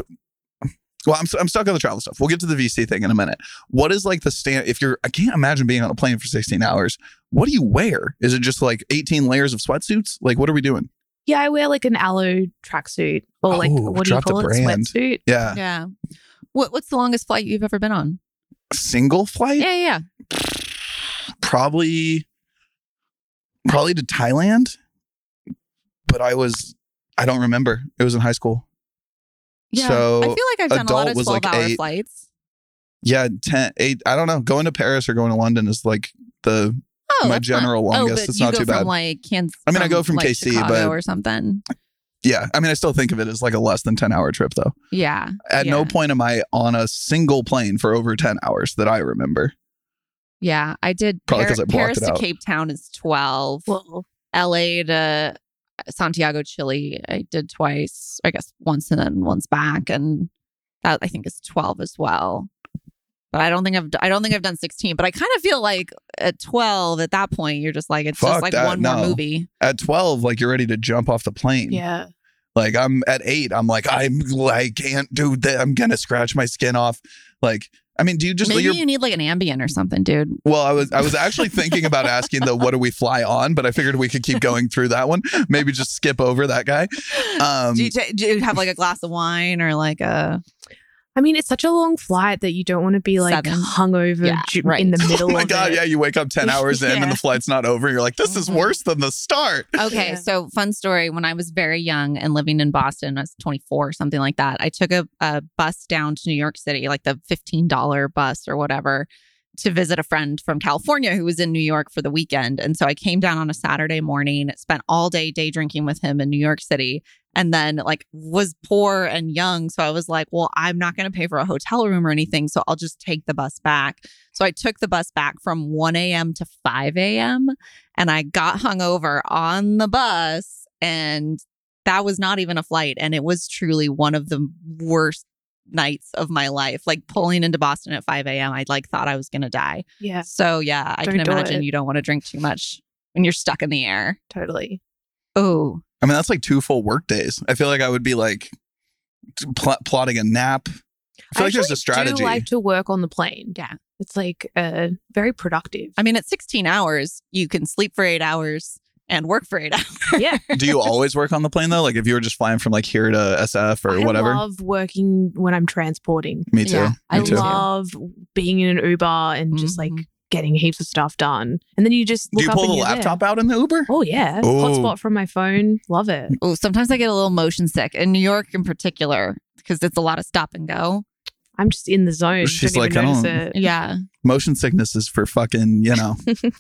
[SPEAKER 1] well, I'm I'm stuck on the travel stuff. We'll get to the VC thing in a minute. What is like the stand? If you're, I can't imagine being on a plane for 16 hours. What do you wear? Is it just like 18 layers of sweatsuits? Like, what are we doing?
[SPEAKER 3] Yeah, I wear like an aloe tracksuit or like
[SPEAKER 1] Oh,
[SPEAKER 3] what do you
[SPEAKER 1] drop the
[SPEAKER 3] call it?
[SPEAKER 1] brand.
[SPEAKER 3] Sweatsuit.
[SPEAKER 1] Yeah,
[SPEAKER 2] yeah, what what's the longest flight you've ever been on?
[SPEAKER 1] single flight,
[SPEAKER 2] Yeah, yeah.
[SPEAKER 1] probably, probably to Thailand. But I was, I don't remember. It was in high school.
[SPEAKER 2] Yeah.
[SPEAKER 1] So,
[SPEAKER 2] I feel like I've done a lot
[SPEAKER 1] adult
[SPEAKER 2] of
[SPEAKER 1] was,
[SPEAKER 2] 12
[SPEAKER 1] like,
[SPEAKER 2] hour
[SPEAKER 1] eight.
[SPEAKER 2] flights.
[SPEAKER 1] Yeah, 10, 8, I don't know. Going to Paris or going to London is like the
[SPEAKER 2] Oh,
[SPEAKER 1] my
[SPEAKER 2] that's not-
[SPEAKER 1] general
[SPEAKER 2] oh,
[SPEAKER 1] longest.
[SPEAKER 2] but
[SPEAKER 1] it's
[SPEAKER 2] you
[SPEAKER 1] not
[SPEAKER 2] go
[SPEAKER 1] too
[SPEAKER 2] from,
[SPEAKER 1] bad.
[SPEAKER 2] Like Kansas.
[SPEAKER 1] I mean, I go from
[SPEAKER 2] like,
[SPEAKER 1] KC,
[SPEAKER 2] Chicago
[SPEAKER 1] but-
[SPEAKER 2] or something.
[SPEAKER 1] yeah. I mean, I still think of it as like a less than 10 hour trip though.
[SPEAKER 2] Yeah.
[SPEAKER 1] At no
[SPEAKER 2] Yeah.
[SPEAKER 1] point am I on a single plane for over 10 hours that I remember.
[SPEAKER 2] Yeah, I did.
[SPEAKER 1] Probably
[SPEAKER 2] Par-
[SPEAKER 1] 'cause I blocked
[SPEAKER 2] Paris
[SPEAKER 1] it
[SPEAKER 2] to
[SPEAKER 1] out.
[SPEAKER 2] Cape Town is twelve.
[SPEAKER 3] Well,
[SPEAKER 2] LA to Santiago, Chile, I did twice. I guess once and then once back, and that I think is twelve as well. But I don't think I've d- I don't think I've done sixteen. But I kind of feel like at twelve, at that point, you're just like it's
[SPEAKER 1] Fuck
[SPEAKER 2] just like
[SPEAKER 1] that,
[SPEAKER 2] one
[SPEAKER 1] no.
[SPEAKER 2] more movie.
[SPEAKER 1] At 12, like you're ready to jump off the plane.
[SPEAKER 3] yeah.
[SPEAKER 1] Like I'm at eight, I'm like, I'm I can't do that. I'm gonna scratch my skin off. Like, I mean, do you just
[SPEAKER 2] Maybe
[SPEAKER 1] you're-
[SPEAKER 2] you need like an Ambien or something, dude.
[SPEAKER 1] Well, I was I was actually thinking about asking the what do we fly on, but I figured we could keep going through that one. Maybe just skip over that guy. Um,
[SPEAKER 2] do, you ta- do you have like a glass of wine or like a
[SPEAKER 3] I mean, it's such a long flight that you don't want to be like
[SPEAKER 2] Seven.
[SPEAKER 3] hungover
[SPEAKER 2] Yeah,
[SPEAKER 3] ju-
[SPEAKER 2] right.
[SPEAKER 3] in the middle
[SPEAKER 1] oh my
[SPEAKER 3] of
[SPEAKER 1] god,
[SPEAKER 3] it.
[SPEAKER 1] yeah, you wake up ten hours in
[SPEAKER 3] Yeah.
[SPEAKER 1] and the flight's not over. You're like, this is
[SPEAKER 2] Mhm.
[SPEAKER 1] worse than the start.
[SPEAKER 2] Okay,
[SPEAKER 3] Yeah.
[SPEAKER 2] so fun story. When I was very young and living in Boston, I was 24 or something like that. I took a, a bus down to New York City, like the $15 bus or whatever, to visit a friend from California who was in New York for the weekend. And so I came down on a Saturday morning, spent all day day drinking with him in New York City, and then like was poor and young. So I was like, well, I'm not going to pay for a hotel room or anything. So I'll just take the bus back. So I took the bus back from 1 a.m. to 5 a.m and I got hungover on the bus and that was not even a flight and it was truly one of the worst nights of my life like pulling into boston at 5 a.m i like thought i was gonna die
[SPEAKER 3] Yeah,
[SPEAKER 2] so yeah i
[SPEAKER 3] Don't
[SPEAKER 2] can
[SPEAKER 3] do
[SPEAKER 2] imagine
[SPEAKER 3] it.
[SPEAKER 2] you don't want to drink too much when you're stuck in the air
[SPEAKER 3] totally.
[SPEAKER 2] oh
[SPEAKER 1] I mean, that's like two full work days. I feel like I would be like pl- plotting a nap. I feel like there's
[SPEAKER 3] actually
[SPEAKER 1] a strategy.
[SPEAKER 3] do like to work on the plane.
[SPEAKER 2] Yeah.
[SPEAKER 3] It's like uh, very productive.
[SPEAKER 2] i mean at 16 hours you can sleep for eight hours and work for eight hours
[SPEAKER 3] yeah.
[SPEAKER 1] do you always work on the plane though? Like if you were just flying from like here to SF or
[SPEAKER 3] I
[SPEAKER 1] whatever.
[SPEAKER 3] love working when I'm transporting.
[SPEAKER 1] me too.
[SPEAKER 2] Yeah,
[SPEAKER 1] me
[SPEAKER 3] I
[SPEAKER 1] too.
[SPEAKER 3] love being in an Uber and just like
[SPEAKER 2] Mhm.
[SPEAKER 3] getting heaps of stuff done. And then you just look
[SPEAKER 1] do you
[SPEAKER 3] up
[SPEAKER 1] pull the
[SPEAKER 3] and you're there.
[SPEAKER 1] laptop out in the Uber?
[SPEAKER 3] Oh yeah,
[SPEAKER 1] Oh.
[SPEAKER 3] hotspot from my phone. Love it.
[SPEAKER 2] oh sometimes i get a little motion sick in new york in particular because it's a lot of stop and go
[SPEAKER 3] I'm just in the zone.
[SPEAKER 1] She's
[SPEAKER 3] don't even
[SPEAKER 1] like, I
[SPEAKER 3] notice
[SPEAKER 1] don't-
[SPEAKER 3] it.
[SPEAKER 2] yeah
[SPEAKER 1] Motion sickness is for fucking you know.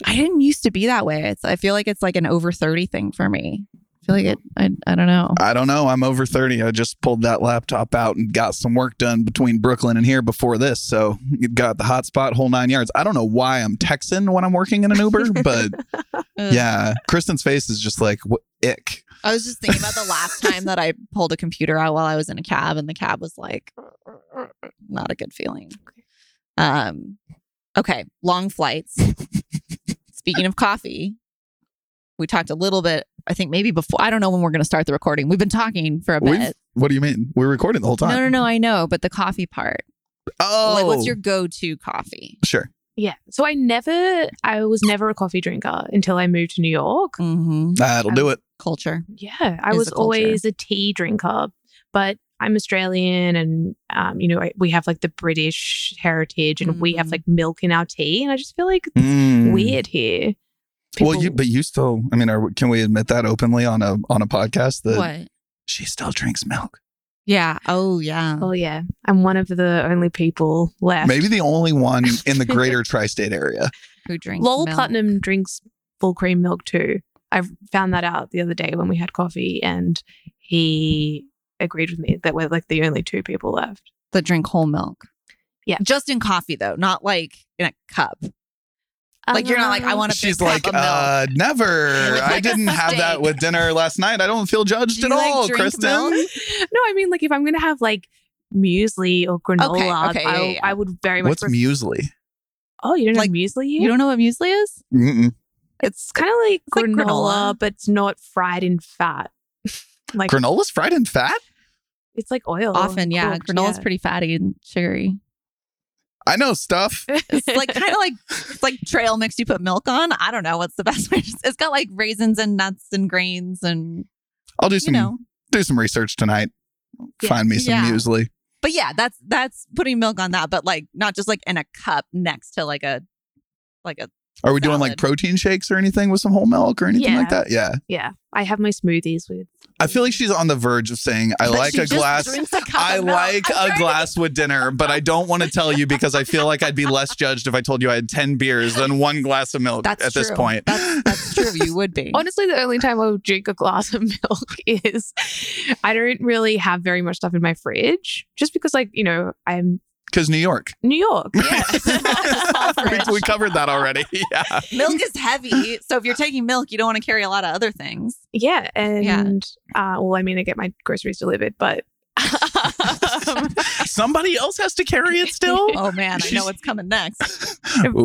[SPEAKER 2] I didn't used to be that way. It's I feel like it's like an over 30 thing for me. I feel like it I, I don't know.
[SPEAKER 1] I don't know. I'm over 30. I just pulled that laptop out and got some work done between Brooklyn and here before this. So you got the hotspot, whole nine yards. I don't know why I'm Texan when I'm working in an Uber, but yeah, Kristen's face is just like, "Wh- ick.
[SPEAKER 2] Uh, I was just thinking about the last time that I pulled a computer out while I was in a cab and the cab was like not a good feeling. Um okay, long flights. Speaking of coffee, we talked a little bit I think maybe before I don't know when we're going to start the recording. We've been talking for a
[SPEAKER 1] We've-
[SPEAKER 2] bit.
[SPEAKER 1] What do you mean? We're recording the whole time.
[SPEAKER 2] No, no, no, I know, but the coffee part.
[SPEAKER 1] Oh,
[SPEAKER 2] Like what's your go-to coffee?
[SPEAKER 1] sure.
[SPEAKER 3] Yeah. So I never, I was never a coffee drinker until I moved to New York.
[SPEAKER 2] Mhm.
[SPEAKER 1] That'll do it.
[SPEAKER 2] Culture.
[SPEAKER 3] Yeah, I
[SPEAKER 2] Is
[SPEAKER 3] was
[SPEAKER 2] a culture.
[SPEAKER 3] always a tea drinker, but I'm Australian, and um, you know I, we have like the British heritage, and we have
[SPEAKER 2] Mhm.
[SPEAKER 3] like milk in our tea, and I just feel like it's
[SPEAKER 1] Mm.
[SPEAKER 3] weird here.
[SPEAKER 1] Well, you but you still. I mean, are, can we admit that openly on a on a podcast that
[SPEAKER 2] what?
[SPEAKER 1] she still drinks milk?
[SPEAKER 2] Yeah. Oh, yeah.
[SPEAKER 3] Oh yeah, I'm one of the only people left.
[SPEAKER 1] Maybe the only one in the greater tri-state area.
[SPEAKER 2] Who drinks?
[SPEAKER 3] Lowell
[SPEAKER 2] milk?
[SPEAKER 3] Putnam drinks full cream milk too. I found that out the other day when we had coffee, and he agreed with me that we're like the only two people left.
[SPEAKER 2] that drink whole milk.
[SPEAKER 3] Yeah.
[SPEAKER 2] Just in coffee though, not like in a cup. Like you're not like I
[SPEAKER 3] Um,
[SPEAKER 2] want to.
[SPEAKER 1] She's like, uh, never.
[SPEAKER 2] With,
[SPEAKER 1] I
[SPEAKER 2] like, a
[SPEAKER 1] didn't have that
[SPEAKER 2] steak.
[SPEAKER 1] with dinner last night. I don't feel judged
[SPEAKER 2] Do
[SPEAKER 1] at
[SPEAKER 2] you, like,
[SPEAKER 1] all,
[SPEAKER 2] drink
[SPEAKER 1] Kristen.
[SPEAKER 2] milk?
[SPEAKER 3] No, I mean like if I'm gonna have like muesli or granola,
[SPEAKER 2] okay,
[SPEAKER 3] I,
[SPEAKER 2] yeah, yeah.
[SPEAKER 3] I would very much.
[SPEAKER 1] What's
[SPEAKER 3] pref-
[SPEAKER 1] muesli?
[SPEAKER 3] oh, you don't
[SPEAKER 2] Like,
[SPEAKER 3] have muesli here?
[SPEAKER 2] you don't know what muesli is?
[SPEAKER 1] Mm-mm.
[SPEAKER 3] it's kind of like
[SPEAKER 2] like
[SPEAKER 3] granola,
[SPEAKER 2] granola.
[SPEAKER 3] but it's not fried in fat. like
[SPEAKER 1] Granola's fried in fat.
[SPEAKER 3] it's like oil.
[SPEAKER 2] Often,
[SPEAKER 3] and
[SPEAKER 2] yeah.
[SPEAKER 3] cooked,
[SPEAKER 2] Granola's
[SPEAKER 3] yeah.
[SPEAKER 2] pretty fatty and sugary.
[SPEAKER 1] I know stuff.
[SPEAKER 2] It's like kind of like it's like trail mix you put milk on. I don't know what's the best way. to- It's got like raisins and nuts and grains and
[SPEAKER 1] I'll do
[SPEAKER 2] you
[SPEAKER 1] some
[SPEAKER 2] know.
[SPEAKER 1] do some research tonight.
[SPEAKER 3] Yeah.
[SPEAKER 1] Find me some
[SPEAKER 2] Yeah.
[SPEAKER 1] muesli.
[SPEAKER 2] But yeah, that's that's putting milk on that, but like not just like in a cup next to like a like a
[SPEAKER 1] Are we doing like
[SPEAKER 2] Salad.
[SPEAKER 1] protein shakes or anything with some whole milk or anything like
[SPEAKER 3] Yeah.
[SPEAKER 1] that? Yeah.
[SPEAKER 3] yeah. I have my smoothies with.
[SPEAKER 1] I feel like she's on the verge of saying, I
[SPEAKER 2] But
[SPEAKER 1] like
[SPEAKER 2] she
[SPEAKER 1] a
[SPEAKER 2] just
[SPEAKER 1] glass.
[SPEAKER 2] drinks a cup
[SPEAKER 1] I
[SPEAKER 2] of milk.
[SPEAKER 1] like a
[SPEAKER 2] I'm trying to-
[SPEAKER 1] glass with dinner, but I don't want to tell you because I feel like I'd be less judged if I told you I had 10 beers than one glass of milk
[SPEAKER 2] That's
[SPEAKER 1] at this
[SPEAKER 2] true.
[SPEAKER 1] point.
[SPEAKER 2] That's that's true. You would be.
[SPEAKER 3] Honestly, the only time I would drink a glass of milk is I don't really have very much stuff in my fridge, just because like you know I'm
[SPEAKER 1] Because New York.
[SPEAKER 3] New York.
[SPEAKER 2] Mm-hmm.
[SPEAKER 1] we,
[SPEAKER 2] fridge.
[SPEAKER 1] we covered that already. Yeah.
[SPEAKER 2] milk is heavy, so if you're taking milk, you don't want to carry a lot of other things.
[SPEAKER 3] Yeah, and
[SPEAKER 2] Yeah.
[SPEAKER 3] Uh, well, I mean, I get my groceries delivered, but
[SPEAKER 1] Somebody else has to carry it still.
[SPEAKER 2] Oh man, I know what's coming next. Oh.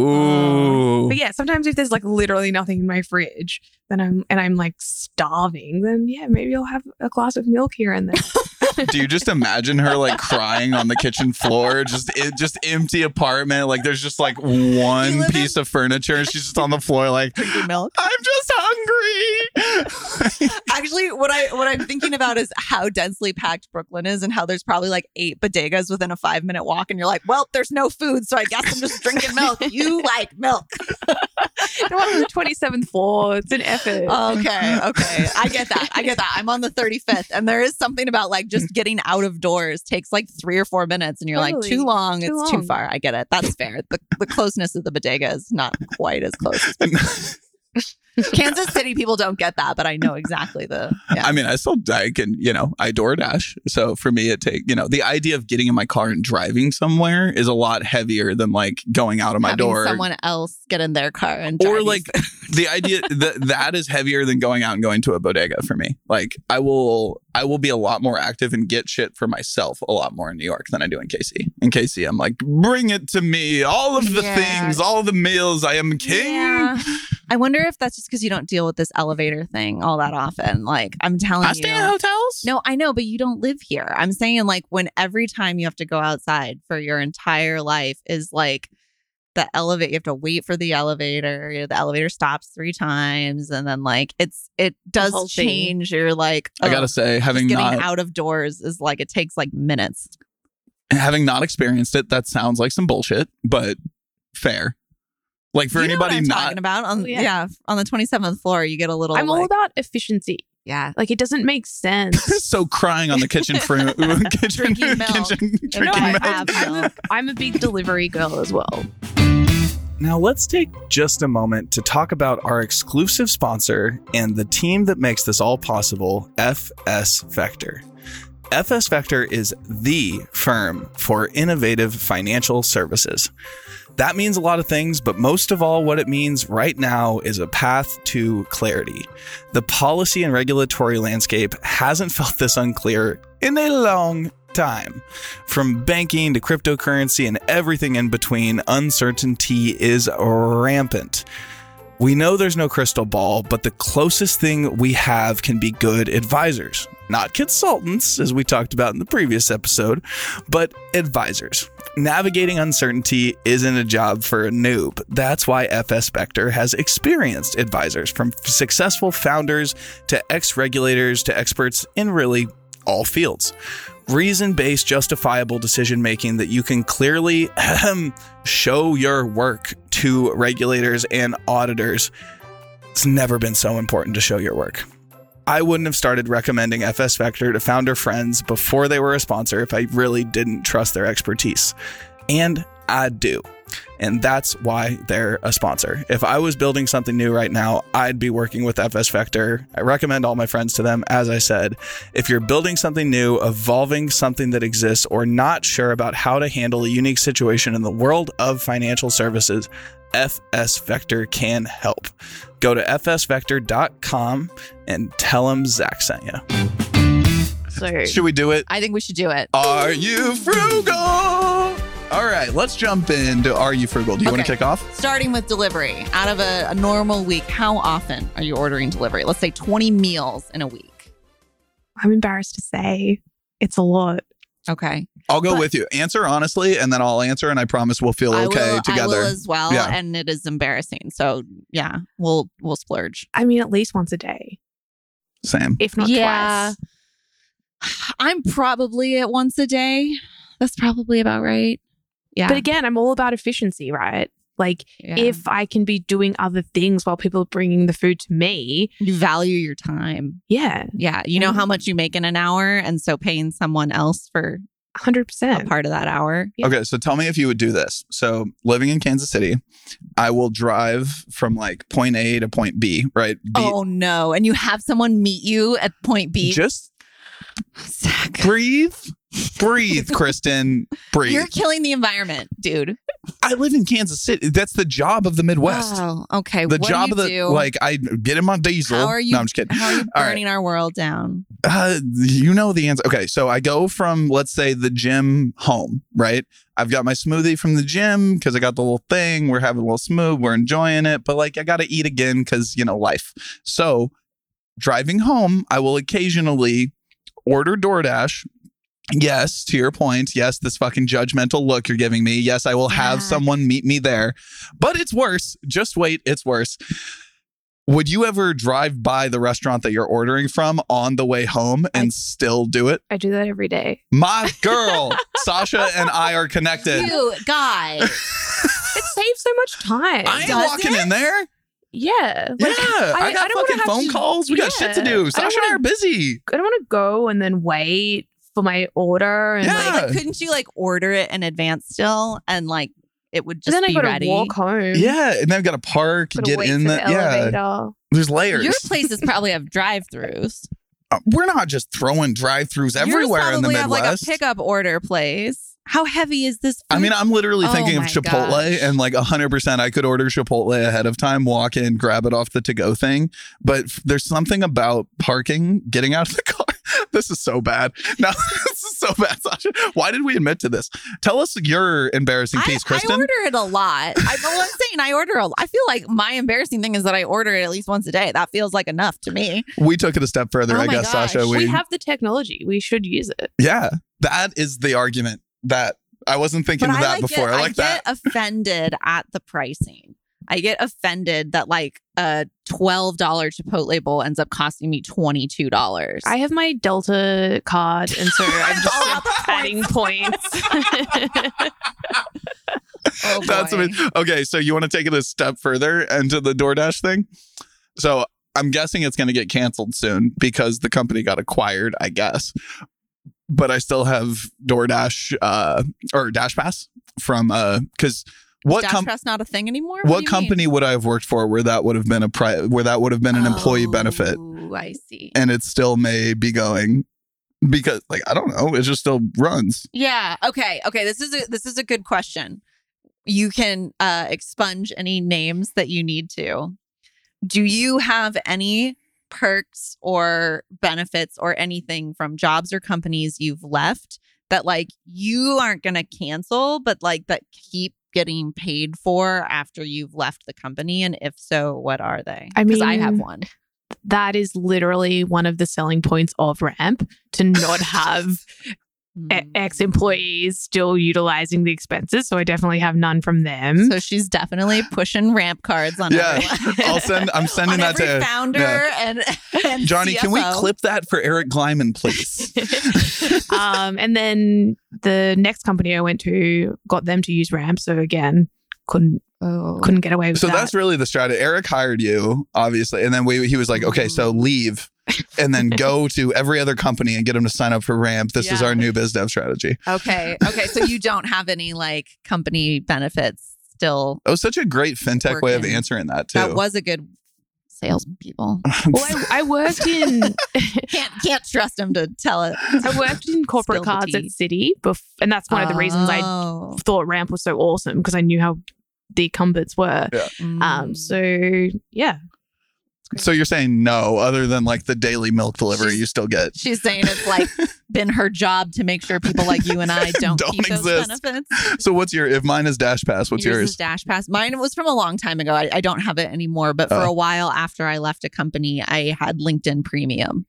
[SPEAKER 1] Ooh.
[SPEAKER 3] but yeah, sometimes if there's like literally nothing in my fridge, then I'm and I'm like starving, then yeah, maybe I'll have a glass of milk here and there.
[SPEAKER 1] Do you just imagine her like crying on the kitchen floor, just it, just empty apartment? Like there's just like
[SPEAKER 2] You
[SPEAKER 1] one
[SPEAKER 2] live
[SPEAKER 1] piece of furniture, and she's just on the floor, like
[SPEAKER 2] Drinking milk.
[SPEAKER 1] I'm just hungry.
[SPEAKER 2] Actually, what I what I'm thinking about is how densely packed Brooklyn is, and how there's probably like eight bodegas within a five minute walk, and you're like, well, there's no food, so I guess I'm just drinking milk. You like milk?
[SPEAKER 3] I'm on the 27th floor. It's an effort.
[SPEAKER 2] Oh, Okay, Um, okay, I get that. I get that. I'm on the 35th, and there is something about like just getting out of doors takes like three or four minutes, and you're like
[SPEAKER 3] Totally.
[SPEAKER 2] too long.
[SPEAKER 3] Too
[SPEAKER 2] it's too
[SPEAKER 3] long.
[SPEAKER 2] far. I get it. That's fair. The the closeness of the bodega is not quite as close. as Kansas City people don't get that, but I know exactly the. Yeah.
[SPEAKER 1] I mean, I still I can you know I DoorDash, so for me it take you know the idea of getting in my car and driving somewhere is a lot heavier than like going out of my
[SPEAKER 2] having
[SPEAKER 1] door.
[SPEAKER 2] someone else get in their car and
[SPEAKER 1] or
[SPEAKER 2] drive
[SPEAKER 1] like
[SPEAKER 2] you.
[SPEAKER 1] the idea that that is heavier than going out and going to a bodega for me. Like I will I will be a lot more active and get shit for myself a lot more in New York than I do in KC. In KC, I'm like, bring it to me, all of the
[SPEAKER 2] Yeah.
[SPEAKER 1] things, all the meals. I am king.
[SPEAKER 2] Yeah. I wonder if that's just because you don't deal with this elevator thing all that often. Like I'm telling
[SPEAKER 1] I
[SPEAKER 2] you,
[SPEAKER 1] stay in hotels.
[SPEAKER 2] no, I know, but you don't live here. I'm saying like when every time you have to go outside for your entire life is like the elevate. You have to wait for the elevator. You know, the elevator stops three times, and then like it's it
[SPEAKER 3] whole
[SPEAKER 2] does
[SPEAKER 3] thing.
[SPEAKER 2] change. You're like
[SPEAKER 1] I gotta
[SPEAKER 2] ugh,
[SPEAKER 1] say,
[SPEAKER 2] Oh, just
[SPEAKER 1] having
[SPEAKER 2] getting
[SPEAKER 1] not
[SPEAKER 2] out of doors is like it takes like minutes.
[SPEAKER 1] having not experienced it, that sounds like some bullshit, but fair. Like for
[SPEAKER 2] You know what
[SPEAKER 1] anybody
[SPEAKER 2] I'm
[SPEAKER 1] not
[SPEAKER 2] talking about on yeah.
[SPEAKER 3] Oh, Yeah.
[SPEAKER 2] on the 27th floor you get a little
[SPEAKER 3] I'm all
[SPEAKER 2] like-
[SPEAKER 3] about efficiency.
[SPEAKER 2] yeah
[SPEAKER 3] Like it doesn't make sense.
[SPEAKER 1] so crying on the kitchen fruit, kitchen,
[SPEAKER 2] Drinking milk.
[SPEAKER 1] kitchen,
[SPEAKER 2] And
[SPEAKER 1] drinking
[SPEAKER 2] I
[SPEAKER 1] milk.
[SPEAKER 2] have milk.
[SPEAKER 3] I'm a big delivery girl as well.
[SPEAKER 4] Now, let's take just a moment to talk about our exclusive sponsor and the team that makes this all possible, FS Vector. FS Vector is the firm for innovative financial services. That means a lot of things, but most of all, what it means right now is a path to clarity. The policy and regulatory landscape hasn't felt this unclear in a long time. From banking to cryptocurrency and everything in between, uncertainty is rampant. We know there's no crystal ball, but the closest thing we have can be good advisors. Not consultants, as we talked about in the previous episode, but advisors. Navigating uncertainty isn't a job for a noob. That's why FS Spectre has experienced advisors from successful founders to ex regulators to experts in really all fields reason based, justifiable decision making that you can clearly show your work to regulators and auditors. It's never been so important to show your work. I wouldn't have started recommending FS Vector to founder friends before they were a sponsor if I really didn't trust their expertise. And I do. And that's why they're a sponsor. If I was building something new right now, I'd be working with FS Vector. I recommend all my friends to them. As I said, if you're building something new, evolving something that exists, or not sure about how to handle a unique situation in the world of financial services, FS Vector can help. Go to fsvector.com and tell them Zach sent you.
[SPEAKER 2] So
[SPEAKER 1] Should we do it?
[SPEAKER 2] I think we should do it.
[SPEAKER 1] Are you frugal? All right, let's jump into Are You Frugal? Do you want to
[SPEAKER 2] Okay.
[SPEAKER 1] kick off?
[SPEAKER 2] Starting with delivery, out of a, a normal week, how often are you ordering delivery? Let's say 20 meals in a week.
[SPEAKER 3] I'm embarrassed to say it's a lot.
[SPEAKER 2] Okay.
[SPEAKER 1] I'll go
[SPEAKER 2] But-
[SPEAKER 1] with you. Answer honestly, and then I'll answer, and I promise we'll feel okay
[SPEAKER 2] I will, I
[SPEAKER 1] together.
[SPEAKER 2] will as well,
[SPEAKER 1] Yeah.
[SPEAKER 2] and it is embarrassing. So yeah, we'll we'll splurge.
[SPEAKER 3] I mean, at least once a day,
[SPEAKER 1] Same.
[SPEAKER 3] if not
[SPEAKER 2] Yeah.
[SPEAKER 3] twice.
[SPEAKER 2] I'm probably at once a day. That's probably about right. Yeah.
[SPEAKER 3] But again, I'm all about efficiency, right? Like
[SPEAKER 2] yeah.
[SPEAKER 3] if I can be doing other things while people are bringing the food to me,
[SPEAKER 2] you value your time.
[SPEAKER 3] yeah,
[SPEAKER 2] Yeah. You know how much you make in an hour. And so paying someone else for
[SPEAKER 3] 100%.
[SPEAKER 2] a part of that hour.
[SPEAKER 3] Yeah.
[SPEAKER 1] Okay, so tell me if you would do this. So, living in Kansas City, I will drive from like point A to point B, right? B-
[SPEAKER 2] Oh no. And you have someone meet you at point B.
[SPEAKER 1] Just
[SPEAKER 2] Zach.
[SPEAKER 1] breathe, breathe, Kristen, breathe.
[SPEAKER 2] You're killing the environment, dude.
[SPEAKER 1] I live in Kansas City. That's the job of the Midwest.
[SPEAKER 2] Wow. Okay.
[SPEAKER 1] the
[SPEAKER 2] what do
[SPEAKER 1] job
[SPEAKER 2] you
[SPEAKER 1] of the
[SPEAKER 2] do?
[SPEAKER 1] like, I get in my diesel.
[SPEAKER 2] How are you-
[SPEAKER 1] no, I'm just kidding.
[SPEAKER 2] How are you
[SPEAKER 1] All right.
[SPEAKER 2] burning our world down?
[SPEAKER 1] Uh, you know the answer. Okay, so I go from let's say the gym home, right? I've got my smoothie from the gym because I got the little thing. We're having a little smooth. We're enjoying it, but like I got to eat again because you know life. So driving home, I will occasionally order DoorDash. Yes, to your point. Yes, this fucking judgmental look you're giving me. Yes, I will have
[SPEAKER 2] Yeah.
[SPEAKER 1] someone meet me there. But it's worse. Just wait, it's worse. Would you ever drive by the restaurant that you're ordering from on the way home and
[SPEAKER 3] I-
[SPEAKER 1] still do it?
[SPEAKER 3] I do that every day.
[SPEAKER 1] My girl, Sasha and I are connected.
[SPEAKER 2] You guy.
[SPEAKER 3] It saves so much time.
[SPEAKER 1] I am
[SPEAKER 2] Does
[SPEAKER 1] walking
[SPEAKER 2] it?
[SPEAKER 1] in there.
[SPEAKER 3] yeah. Like,
[SPEAKER 1] yeah, I,
[SPEAKER 3] I
[SPEAKER 1] got
[SPEAKER 3] don't wanna
[SPEAKER 1] fucking
[SPEAKER 3] have
[SPEAKER 1] phone
[SPEAKER 3] to-
[SPEAKER 1] calls. We got shit to
[SPEAKER 3] yeah, I
[SPEAKER 1] do.
[SPEAKER 3] don't
[SPEAKER 1] Sasha and I
[SPEAKER 3] wanna-
[SPEAKER 1] are busy.
[SPEAKER 3] I don't want to go and then wait for my order and
[SPEAKER 1] Yeah.
[SPEAKER 3] like
[SPEAKER 2] Like, couldn't you like order it in advance still and like it would just
[SPEAKER 3] then I
[SPEAKER 2] be
[SPEAKER 3] got
[SPEAKER 2] ready?
[SPEAKER 3] to walk home.
[SPEAKER 1] Yeah, and then I've got to park,
[SPEAKER 3] Gotta
[SPEAKER 1] get
[SPEAKER 3] wait
[SPEAKER 1] in
[SPEAKER 3] for
[SPEAKER 1] the, yeah.
[SPEAKER 3] elevator.
[SPEAKER 1] There's layers.
[SPEAKER 2] Your places probably have drive-throughs.
[SPEAKER 1] Uh, We're not just throwing drive-throughs everywhere
[SPEAKER 2] Yours
[SPEAKER 1] in the
[SPEAKER 2] probably have like a
[SPEAKER 1] Midwest.
[SPEAKER 2] pickup order place. How heavy is this?
[SPEAKER 1] I mean,
[SPEAKER 2] food?
[SPEAKER 1] I'm literally
[SPEAKER 2] Oh
[SPEAKER 1] thinking of
[SPEAKER 2] my
[SPEAKER 1] Chipotle
[SPEAKER 2] gosh.
[SPEAKER 1] and like 100% I could order Chipotle ahead of time, walk in, grab it off the to go thing. But f- there's something about parking, getting out of the car. This is so bad. Now, this is so bad, Sasha. Why did we admit to this? Tell us your embarrassing
[SPEAKER 2] I,
[SPEAKER 1] piece, Kristen.
[SPEAKER 2] I order it a lot. I know what I'm saying. I order a lot. I feel like my embarrassing thing is that I order it at least once a day. That feels like enough to me.
[SPEAKER 1] we took it a step further,
[SPEAKER 2] Oh
[SPEAKER 1] I
[SPEAKER 2] my
[SPEAKER 1] guess,
[SPEAKER 2] gosh.
[SPEAKER 1] Sasha.
[SPEAKER 2] We
[SPEAKER 1] We,
[SPEAKER 3] We have the technology. We should use it.
[SPEAKER 1] yeah, that is the argument that I wasn't thinking
[SPEAKER 2] but
[SPEAKER 1] of
[SPEAKER 2] I
[SPEAKER 1] that
[SPEAKER 2] like
[SPEAKER 1] before.
[SPEAKER 2] Get,
[SPEAKER 1] I like that.
[SPEAKER 2] get offended at the pricing. I get offended that like a twelve dollar Chipotle bowl ends up costing me twenty two dollars.
[SPEAKER 3] I have my Delta card, and so I'm just
[SPEAKER 1] Oh,
[SPEAKER 3] like, adding points.
[SPEAKER 2] oh,
[SPEAKER 1] That's
[SPEAKER 2] boy.
[SPEAKER 1] amazing. Okay, so you want to take it a step further into the DoorDash thing? So I'm guessing it's going to get canceled soon because the company got acquired, I guess. But I still have DoorDash uh, or Dash Pass from because what
[SPEAKER 2] Dash
[SPEAKER 1] com-
[SPEAKER 2] Pass not a thing anymore.
[SPEAKER 1] what
[SPEAKER 2] do you mean?
[SPEAKER 1] company would I have worked for where that would have been a pri- where that would have been an employee benefit
[SPEAKER 2] Oh, I see.
[SPEAKER 1] and it still may be going because like I don't know it just still runs.
[SPEAKER 2] Yeah. Okay. Okay. This is a this is a good question. You can uh, expunge any names that you need to. Do you have any perks or benefits or anything from jobs or companies you've left that like you aren't going to cancel, but like that keep getting paid for after you've left the company? And if so, what are they?
[SPEAKER 3] I
[SPEAKER 2] 'Cause I
[SPEAKER 3] mean- e-,
[SPEAKER 2] have one.
[SPEAKER 3] that is literally one of the selling points of Ramp to not have
[SPEAKER 2] Hmm.
[SPEAKER 3] e- ex employees still utilizing the expenses. So I definitely have none from them.
[SPEAKER 2] So she's definitely pushing ramp cards on
[SPEAKER 1] Yeah.
[SPEAKER 2] everyone.
[SPEAKER 1] I'll send I'm sending
[SPEAKER 2] on
[SPEAKER 1] that
[SPEAKER 2] every
[SPEAKER 1] to
[SPEAKER 2] founder and, and
[SPEAKER 1] Johnny, can we
[SPEAKER 2] CFO.
[SPEAKER 1] clip that for Eric Glyman, please?
[SPEAKER 3] um, and then the next company I went to got them to use Ramp. So again, couldn't
[SPEAKER 2] Oh.
[SPEAKER 3] couldn't get away with
[SPEAKER 1] so
[SPEAKER 3] that.
[SPEAKER 1] that's really the strategy. Eric hired you, obviously, and then we, he was like, okay, so
[SPEAKER 2] Mm-hmm.
[SPEAKER 1] leave, and then go to every other company and get them to sign up for Ramp. This is
[SPEAKER 2] Yeah.
[SPEAKER 1] our new biz dev strategy.
[SPEAKER 2] Okay. Okay. So you don't have any like company benefits still
[SPEAKER 1] That was such a great fintech way of
[SPEAKER 2] Working.
[SPEAKER 1] answering that too.
[SPEAKER 2] that was a good salespeople.
[SPEAKER 3] Well, I, I worked in
[SPEAKER 2] Can't can't trust them to tell it.
[SPEAKER 3] I worked in corporate
[SPEAKER 2] Spill the
[SPEAKER 3] cards at
[SPEAKER 2] tea.
[SPEAKER 3] City, bef- and that's one of the reasons I
[SPEAKER 2] Oh.
[SPEAKER 3] thought Ramp was so awesome because I knew how the incumbents were. Um,
[SPEAKER 2] Mm.
[SPEAKER 3] so yeah,
[SPEAKER 1] so you're saying no, other than like the daily milk delivery
[SPEAKER 2] She's-
[SPEAKER 1] you still get.
[SPEAKER 2] She's saying it's like been her job to make sure people like you and I don't,
[SPEAKER 1] Don't
[SPEAKER 2] keep those
[SPEAKER 1] exist.
[SPEAKER 2] benefits.
[SPEAKER 1] So what's your if mine is Dash Pass, what's yours?
[SPEAKER 2] is Dash Pass. Mine was from a long time ago. I, I don't have it anymore. But for
[SPEAKER 1] Oh.
[SPEAKER 2] a while after I left a company, I had LinkedIn Premium,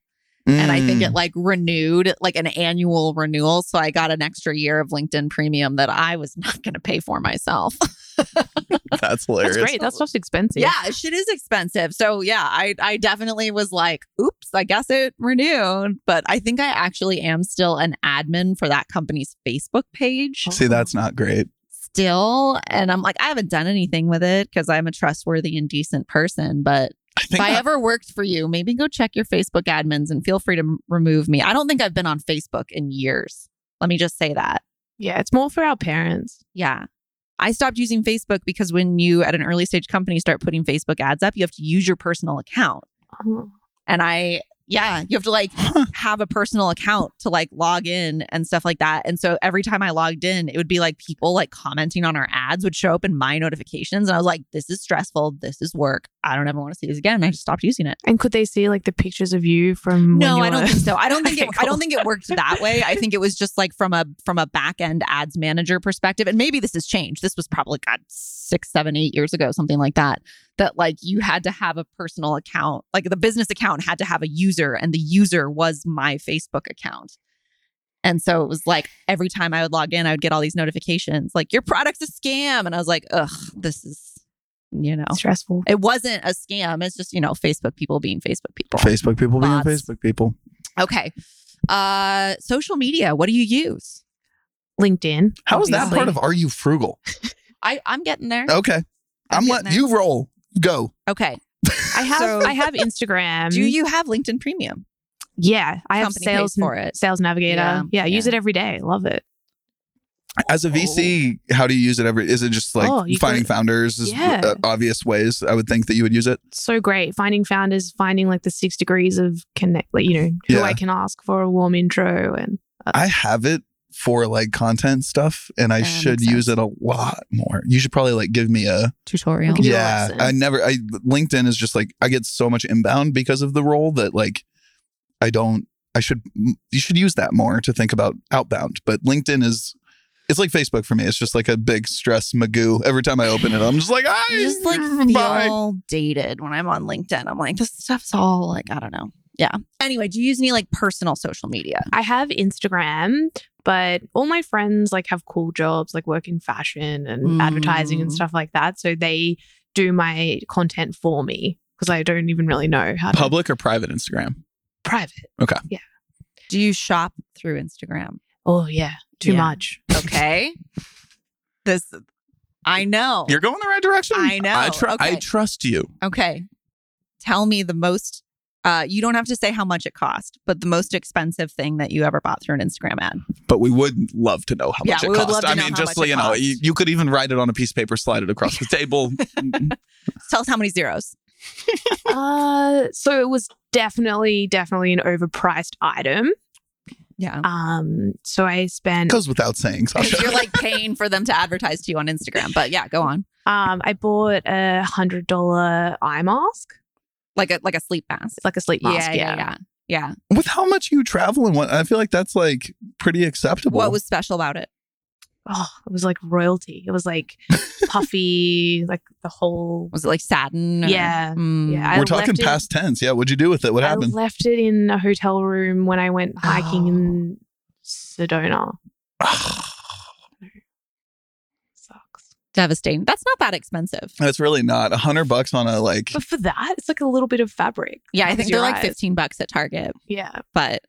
[SPEAKER 2] and I think
[SPEAKER 1] Mm.
[SPEAKER 2] it like renewed, like an annual renewal. So I got an extra year of LinkedIn Premium that I was not going to pay for myself.
[SPEAKER 1] that's hilarious.
[SPEAKER 3] that's great. That stuff's expensive.
[SPEAKER 2] Yeah, shit is expensive. So yeah, I I definitely was like, oops, I guess it renewed. But I think I actually am still an admin for that company's Facebook page
[SPEAKER 1] See, that's
[SPEAKER 2] Uh-huh.
[SPEAKER 1] not great.
[SPEAKER 2] still. And I'm like, I haven't done anything with it because I'm a trustworthy and decent person. But
[SPEAKER 1] I think
[SPEAKER 2] if I
[SPEAKER 1] that-
[SPEAKER 2] ever worked for you, maybe go check your Facebook admins and feel free to m- remove me. I don't think I've been on Facebook in years. Let me just say that.
[SPEAKER 3] yeah. It's more for our parents.
[SPEAKER 2] Yeah. I stopped using Facebook because when you at an early stage company start putting Facebook ads up, you have to use your personal account.
[SPEAKER 3] Oh.
[SPEAKER 2] And I, yeah, you have to like have a personal account to like log in and stuff like that. And so every time I logged in, it would be like people like commenting on our ads would show up in my notifications. And I was like, this is stressful. This is work. I don't ever want to see this again. I just stopped using it.
[SPEAKER 3] And could they see like the pictures of you from? when
[SPEAKER 2] No,
[SPEAKER 3] you
[SPEAKER 2] I don't
[SPEAKER 3] were-
[SPEAKER 2] think so. I don't think it,
[SPEAKER 3] Okay,
[SPEAKER 2] I don't
[SPEAKER 3] cool.
[SPEAKER 2] think it worked that way. I think it was just like from a from a back end ads manager perspective, and maybe this has changed. This was probably God six, seven, eight years ago, something like that. That like you had to have a personal account, like the business account had to have a user, and the user was my Facebook account. And so it was like every time I would log in, I would get all these notifications like your product's a scam, and I was like, ugh, this is, you know,
[SPEAKER 3] Stressful.
[SPEAKER 2] it wasn't a scam. It's just you know Facebook people being Facebook people.
[SPEAKER 1] Facebook people being
[SPEAKER 2] Bots.
[SPEAKER 1] Facebook people.
[SPEAKER 2] Okay. Uh social media, what do you use?
[SPEAKER 3] LinkedIn.
[SPEAKER 1] How is that
[SPEAKER 3] obviously.
[SPEAKER 1] part of Are You Frugal?
[SPEAKER 2] I I'm getting there.
[SPEAKER 1] Okay. I'm
[SPEAKER 2] getting
[SPEAKER 1] letting
[SPEAKER 2] there.
[SPEAKER 1] you roll. Go.
[SPEAKER 2] Okay.
[SPEAKER 3] I have
[SPEAKER 2] So-
[SPEAKER 3] I have Instagram.
[SPEAKER 2] Do you have LinkedIn Premium?
[SPEAKER 3] Yeah, I have
[SPEAKER 2] Company pays
[SPEAKER 3] sales
[SPEAKER 2] for it.
[SPEAKER 3] Sales Navigator.
[SPEAKER 2] Yeah,
[SPEAKER 3] Yeah, use
[SPEAKER 2] yeah.
[SPEAKER 3] it every day. Love it.
[SPEAKER 1] As a VC, how do you use it every is it just like
[SPEAKER 3] Oh, you
[SPEAKER 1] finding
[SPEAKER 3] could-
[SPEAKER 1] founders is
[SPEAKER 3] Yeah.
[SPEAKER 1] uh, obvious ways I would think that you would use it?
[SPEAKER 3] so great finding founders, finding like the six degrees of connect, like you know who
[SPEAKER 1] Yeah.
[SPEAKER 3] I can ask for a warm intro and
[SPEAKER 1] I have it for like content stuff and I
[SPEAKER 2] Yeah,
[SPEAKER 1] should
[SPEAKER 2] makes sense.
[SPEAKER 1] use it a lot more. You should probably like give me a
[SPEAKER 2] Tutorial.
[SPEAKER 3] Give you a
[SPEAKER 1] Yeah.
[SPEAKER 3] lesson.
[SPEAKER 1] I never I LinkedIn is just like I get so much inbound because of the role that like I don't I should you should use that more to think about outbound. But LinkedIn is it's like Facebook for me. It's just like a big stress magoo. Every time I open it, I'm just like, I
[SPEAKER 2] I just like
[SPEAKER 1] bye.
[SPEAKER 2] feel dated when I'm on LinkedIn. I'm like, this stuff's all like, I don't know. Yeah. Anyway, do you use any like personal social media?
[SPEAKER 3] I have Instagram, but all my friends like have cool jobs, like work in fashion and
[SPEAKER 2] Mm.
[SPEAKER 3] advertising and stuff like that. So they do my content for me because I don't even really know how to
[SPEAKER 4] Public or private Instagram?
[SPEAKER 3] private.
[SPEAKER 2] Do you shop through Instagram?
[SPEAKER 3] Oh yeah, too
[SPEAKER 2] Yeah.
[SPEAKER 3] much.
[SPEAKER 2] Okay. this I know.
[SPEAKER 1] You're going the right direction.
[SPEAKER 2] I know.
[SPEAKER 1] I, tr- I
[SPEAKER 2] Okay.
[SPEAKER 1] trust you.
[SPEAKER 2] Okay. Tell me the most uh you don't have to say how much it cost, but the most expensive thing that you ever bought through an Instagram ad.
[SPEAKER 1] But we would love to know how
[SPEAKER 2] Yeah,
[SPEAKER 1] much it
[SPEAKER 2] we would
[SPEAKER 1] costs.
[SPEAKER 2] love to
[SPEAKER 1] I
[SPEAKER 2] know
[SPEAKER 1] mean,
[SPEAKER 2] how
[SPEAKER 1] just
[SPEAKER 2] much it
[SPEAKER 1] you know,
[SPEAKER 2] costs.
[SPEAKER 1] you, you could even write it on a piece of paper, slide it across the table.
[SPEAKER 2] Tell us how many zeros.
[SPEAKER 3] uh, so it was definitely, definitely an overpriced item.
[SPEAKER 2] Yeah.
[SPEAKER 3] Um, so I spent
[SPEAKER 1] Goes without saying, Sasha.
[SPEAKER 2] Because you're like paying for them to advertise to you on Instagram. But yeah, go on.
[SPEAKER 3] Um, I bought a hundred dollar eye mask.
[SPEAKER 2] Like a like a sleep mask.
[SPEAKER 3] It's like a sleep mask. Yeah,
[SPEAKER 2] yeah. Yeah.
[SPEAKER 1] With how much you travel and what, I feel like that's like pretty acceptable.
[SPEAKER 2] What was special about it?
[SPEAKER 3] Oh, it was like royalty. It was like puffy, like the whole.
[SPEAKER 2] Was it like satin? or-
[SPEAKER 3] Yeah.
[SPEAKER 2] Mm.
[SPEAKER 3] Yeah, I
[SPEAKER 1] We're talking
[SPEAKER 3] left it-
[SPEAKER 1] past tense. Yeah. What'd you do with it? What
[SPEAKER 3] I
[SPEAKER 1] happened?
[SPEAKER 3] left it in a hotel room when I went hiking
[SPEAKER 2] Oh.
[SPEAKER 3] in Sedona. Sucks.
[SPEAKER 2] Devastating. That's not that expensive.
[SPEAKER 1] That's really not a hundred bucks on a like.
[SPEAKER 3] But for that, it's like a little bit of fabric.
[SPEAKER 2] Yeah, I
[SPEAKER 3] Covers
[SPEAKER 2] think
[SPEAKER 3] your
[SPEAKER 2] they're like
[SPEAKER 3] eyes.
[SPEAKER 2] 15 bucks at Target,
[SPEAKER 3] Yeah,
[SPEAKER 2] but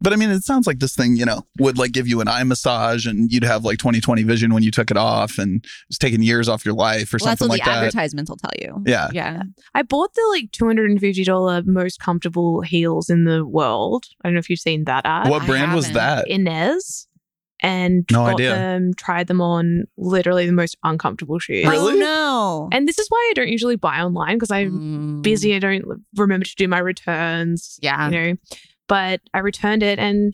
[SPEAKER 1] But I mean, it sounds like this thing, you know, would like give you an eye massage, and you'd have like 20/20 vision when you took it off, and it's taking years off your life or
[SPEAKER 2] well, that's
[SPEAKER 1] something
[SPEAKER 2] what
[SPEAKER 1] like
[SPEAKER 2] the
[SPEAKER 1] that.
[SPEAKER 2] advertisements will tell you.
[SPEAKER 1] Yeah.
[SPEAKER 2] Yeah.
[SPEAKER 3] I bought the like two hundred and fifty dollar most comfortable heels in the world. I don't know if you've seen that ad.
[SPEAKER 1] What
[SPEAKER 2] I
[SPEAKER 1] brand was
[SPEAKER 2] haven't.
[SPEAKER 1] that?
[SPEAKER 3] Inez. and
[SPEAKER 1] No
[SPEAKER 3] got
[SPEAKER 1] idea.
[SPEAKER 3] them, tried them on literally the most uncomfortable shoes.
[SPEAKER 1] Really?
[SPEAKER 2] Oh, no.
[SPEAKER 3] And this is why I don't usually buy online because I'm
[SPEAKER 2] Mm.
[SPEAKER 3] busy. I don't l- remember to do my returns,
[SPEAKER 2] Yeah.
[SPEAKER 3] you know. But I returned it and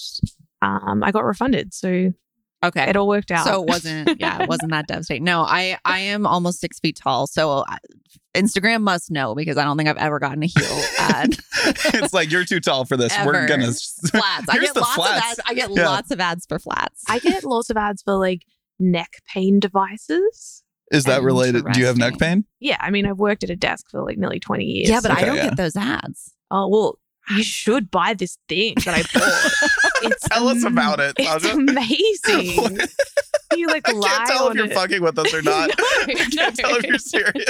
[SPEAKER 3] um, I got refunded. So
[SPEAKER 2] Okay.
[SPEAKER 3] it all worked out.
[SPEAKER 2] Eh, So it wasn't, yeah, it wasn't that devastating. No, I I am almost six feet tall, so I- Instagram must know because I don't think I've ever gotten a heel ad.
[SPEAKER 1] it's like you're too tall for this. We're
[SPEAKER 2] Ever.
[SPEAKER 1] gonna.
[SPEAKER 2] flats. I
[SPEAKER 1] Here's
[SPEAKER 2] get
[SPEAKER 1] the
[SPEAKER 2] lots
[SPEAKER 1] flats.
[SPEAKER 2] of ads. I get
[SPEAKER 1] Yeah.
[SPEAKER 2] lots of ads for flats.
[SPEAKER 3] I get lots of ads for like neck pain devices.
[SPEAKER 1] Is that related? Do you have neck
[SPEAKER 2] Interesting.
[SPEAKER 1] pain?
[SPEAKER 3] Yeah, I mean, I've worked at a desk for like nearly 20 years.
[SPEAKER 2] yeah, but
[SPEAKER 1] Okay,
[SPEAKER 2] I don't
[SPEAKER 1] yeah.
[SPEAKER 2] get those ads.
[SPEAKER 3] Oh, well, you should buy this thing that I bought. It's
[SPEAKER 1] Tell us
[SPEAKER 3] am-
[SPEAKER 1] about it,
[SPEAKER 3] It's
[SPEAKER 1] Sasha.
[SPEAKER 3] amazing. you like
[SPEAKER 1] I
[SPEAKER 3] lie
[SPEAKER 1] can't tell if
[SPEAKER 3] on
[SPEAKER 1] you're
[SPEAKER 3] it.
[SPEAKER 1] fucking with us or not.
[SPEAKER 3] No,
[SPEAKER 1] I can't
[SPEAKER 3] no.
[SPEAKER 1] tell if you're serious.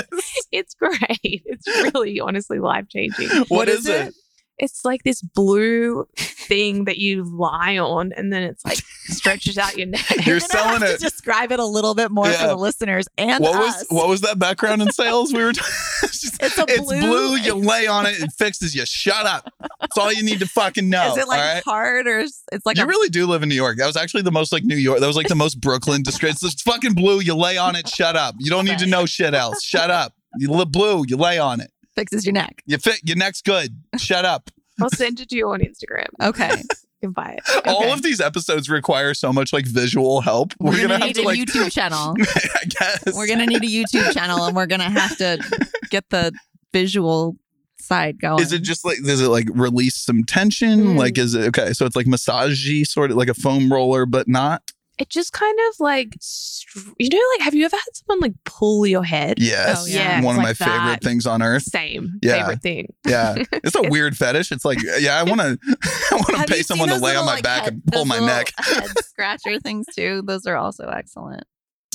[SPEAKER 3] It's great. It's really honestly life changing.
[SPEAKER 1] what is, it?
[SPEAKER 3] It's like this blue thing that you lie on and then it's like stretches out your neck.
[SPEAKER 1] You're
[SPEAKER 2] You're gonna
[SPEAKER 1] selling
[SPEAKER 2] have
[SPEAKER 1] it.
[SPEAKER 2] To describe it a little bit more for
[SPEAKER 1] Yeah.
[SPEAKER 2] the listeners and
[SPEAKER 1] What
[SPEAKER 2] us.
[SPEAKER 1] was what was that background in sales we were? T-
[SPEAKER 2] It's a
[SPEAKER 1] It's
[SPEAKER 2] blue-
[SPEAKER 1] blue. You lay on it. It fixes you. Shut up. That's all you need to fucking know.
[SPEAKER 2] Is it like
[SPEAKER 1] all right?
[SPEAKER 2] hard or is- it's like
[SPEAKER 1] you
[SPEAKER 2] a,
[SPEAKER 1] really do live in New York. That was actually the most like New York. That was like the most Brooklyn district. It's fucking blue. You lay on it. Shut up. You don't need to know shit else. Shut up. You li- blue. You lay on it.
[SPEAKER 2] fixes your neck?
[SPEAKER 1] You fit. Your neck's good. Shut up.
[SPEAKER 3] I'll send it to you on Instagram.
[SPEAKER 2] Okay.
[SPEAKER 3] You can buy it.
[SPEAKER 1] All
[SPEAKER 2] Okay.
[SPEAKER 1] of these episodes require so much like visual help. We're,
[SPEAKER 2] We're
[SPEAKER 1] gonna,
[SPEAKER 2] gonna
[SPEAKER 1] have
[SPEAKER 2] need
[SPEAKER 1] to
[SPEAKER 2] a
[SPEAKER 1] like.
[SPEAKER 2] YouTube channel.
[SPEAKER 1] I guess
[SPEAKER 2] We're gonna need a YouTube channel and we're gonna have to get the visual side going.
[SPEAKER 1] Is it just like does it like release some tension?
[SPEAKER 2] Hmm.
[SPEAKER 3] Mm.
[SPEAKER 1] Like is it okay? So it's like massagey, sort of like a foam roller, but not.
[SPEAKER 3] It just kind of like, str- you know, like, have you ever had someone like pull your head?
[SPEAKER 1] Yes,
[SPEAKER 2] Oh, yeah.
[SPEAKER 1] one of
[SPEAKER 3] It's
[SPEAKER 1] my
[SPEAKER 3] like
[SPEAKER 1] favorite
[SPEAKER 3] that.
[SPEAKER 1] things on earth.
[SPEAKER 3] Same
[SPEAKER 1] Yeah.
[SPEAKER 3] favorite thing.
[SPEAKER 1] Yeah, it's a weird fetish. It's like yeah, I want to, I want to
[SPEAKER 2] Have you
[SPEAKER 1] pay
[SPEAKER 2] seen
[SPEAKER 1] someone to
[SPEAKER 2] those
[SPEAKER 1] lay on
[SPEAKER 2] little,
[SPEAKER 1] my
[SPEAKER 2] like,
[SPEAKER 1] back
[SPEAKER 2] head-
[SPEAKER 1] and pull
[SPEAKER 2] those
[SPEAKER 1] my
[SPEAKER 2] little
[SPEAKER 1] neck.
[SPEAKER 2] head scratcher things too. Those are also excellent.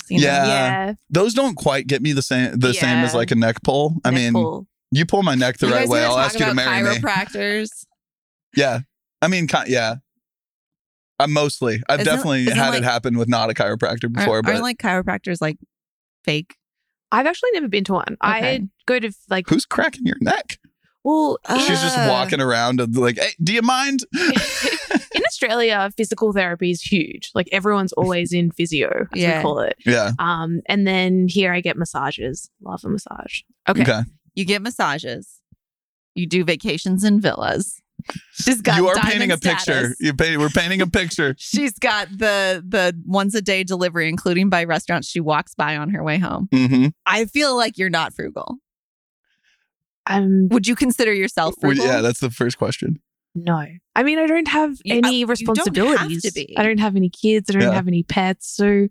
[SPEAKER 2] Seen
[SPEAKER 1] Yeah,
[SPEAKER 2] them.
[SPEAKER 3] yeah.
[SPEAKER 1] Those don't quite get me the same, the same as
[SPEAKER 3] Yeah.
[SPEAKER 1] like a neck pull. I
[SPEAKER 3] neck
[SPEAKER 1] mean,
[SPEAKER 3] pull.
[SPEAKER 1] you pull my neck the
[SPEAKER 2] You
[SPEAKER 1] right
[SPEAKER 2] guys
[SPEAKER 1] way,
[SPEAKER 2] need
[SPEAKER 1] I'll
[SPEAKER 2] talk
[SPEAKER 1] ask you to
[SPEAKER 2] about
[SPEAKER 1] marry me.
[SPEAKER 2] chiropractors.
[SPEAKER 1] Yeah, I mean, ki- yeah. I'm mostly. I've
[SPEAKER 2] Isn't-
[SPEAKER 1] definitely
[SPEAKER 2] isn't,
[SPEAKER 1] had
[SPEAKER 2] like-
[SPEAKER 1] it happen with not a chiropractor
[SPEAKER 2] Aren't-
[SPEAKER 1] before, but
[SPEAKER 2] aren't like chiropractors like fake?
[SPEAKER 3] I've actually never been to one.
[SPEAKER 2] Okay.
[SPEAKER 3] I go to like,
[SPEAKER 1] who's cracking your neck?
[SPEAKER 3] well,
[SPEAKER 1] She's just
[SPEAKER 2] Ah.
[SPEAKER 1] walking around and like, hey, do you mind?
[SPEAKER 3] in Australia, physical therapy is huge. Like everyone's always in physio, as
[SPEAKER 2] Yeah.
[SPEAKER 3] we call it.
[SPEAKER 1] Yeah.
[SPEAKER 3] Um, and then here I get massages. Love a massage.
[SPEAKER 2] Okay.
[SPEAKER 1] Okay.
[SPEAKER 2] You get massages. You do vacations in villas. She's got
[SPEAKER 1] you are
[SPEAKER 2] diamond
[SPEAKER 1] painting a
[SPEAKER 2] status.
[SPEAKER 1] picture. You paint, we're painting a picture.
[SPEAKER 2] She's got the the once a day delivery, including by restaurants she walks by on her way home.
[SPEAKER 1] Mm-hmm.
[SPEAKER 2] I feel like you're not frugal.
[SPEAKER 3] Um,
[SPEAKER 2] Would you consider yourself frugal?
[SPEAKER 1] yeah, that's the first question.
[SPEAKER 3] no, I mean I don't have
[SPEAKER 2] You- I-
[SPEAKER 3] any
[SPEAKER 2] you don't have to
[SPEAKER 3] responsibilities.
[SPEAKER 2] be.
[SPEAKER 3] I don't have any kids. I don't
[SPEAKER 1] Yeah.
[SPEAKER 3] have any pets, so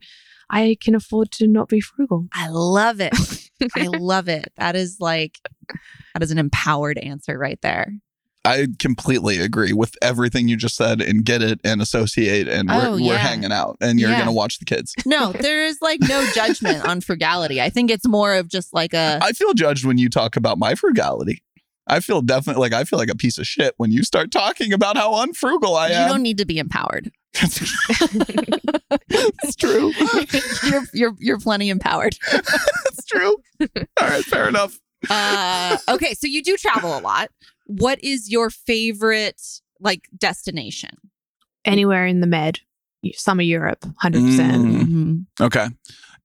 [SPEAKER 3] I can afford to not be frugal.
[SPEAKER 2] I love it. I love it. That is like that is an empowered answer right there.
[SPEAKER 1] I completely agree with everything you just said and get it and associate and we're,
[SPEAKER 2] Oh,
[SPEAKER 1] we're
[SPEAKER 2] yeah.
[SPEAKER 1] hanging out and you're
[SPEAKER 2] Yeah.
[SPEAKER 1] going to watch the kids.
[SPEAKER 2] No, there is like no judgment on frugality. I think it's more of just like a
[SPEAKER 1] I feel judged when you talk about my frugality. I feel definitely like I feel like a piece of shit when you start talking about how unfrugal I uh,
[SPEAKER 2] you
[SPEAKER 1] am.
[SPEAKER 2] don't need to be empowered.
[SPEAKER 1] it's true.
[SPEAKER 2] you're you're you're plenty empowered.
[SPEAKER 1] It's true. All right, fair enough.
[SPEAKER 2] Uh, okay, so you do travel a lot. What is your favorite like destination?
[SPEAKER 3] Anywhere in the Med, summer Europe, hundred
[SPEAKER 1] Mm.
[SPEAKER 3] percent.
[SPEAKER 1] Okay.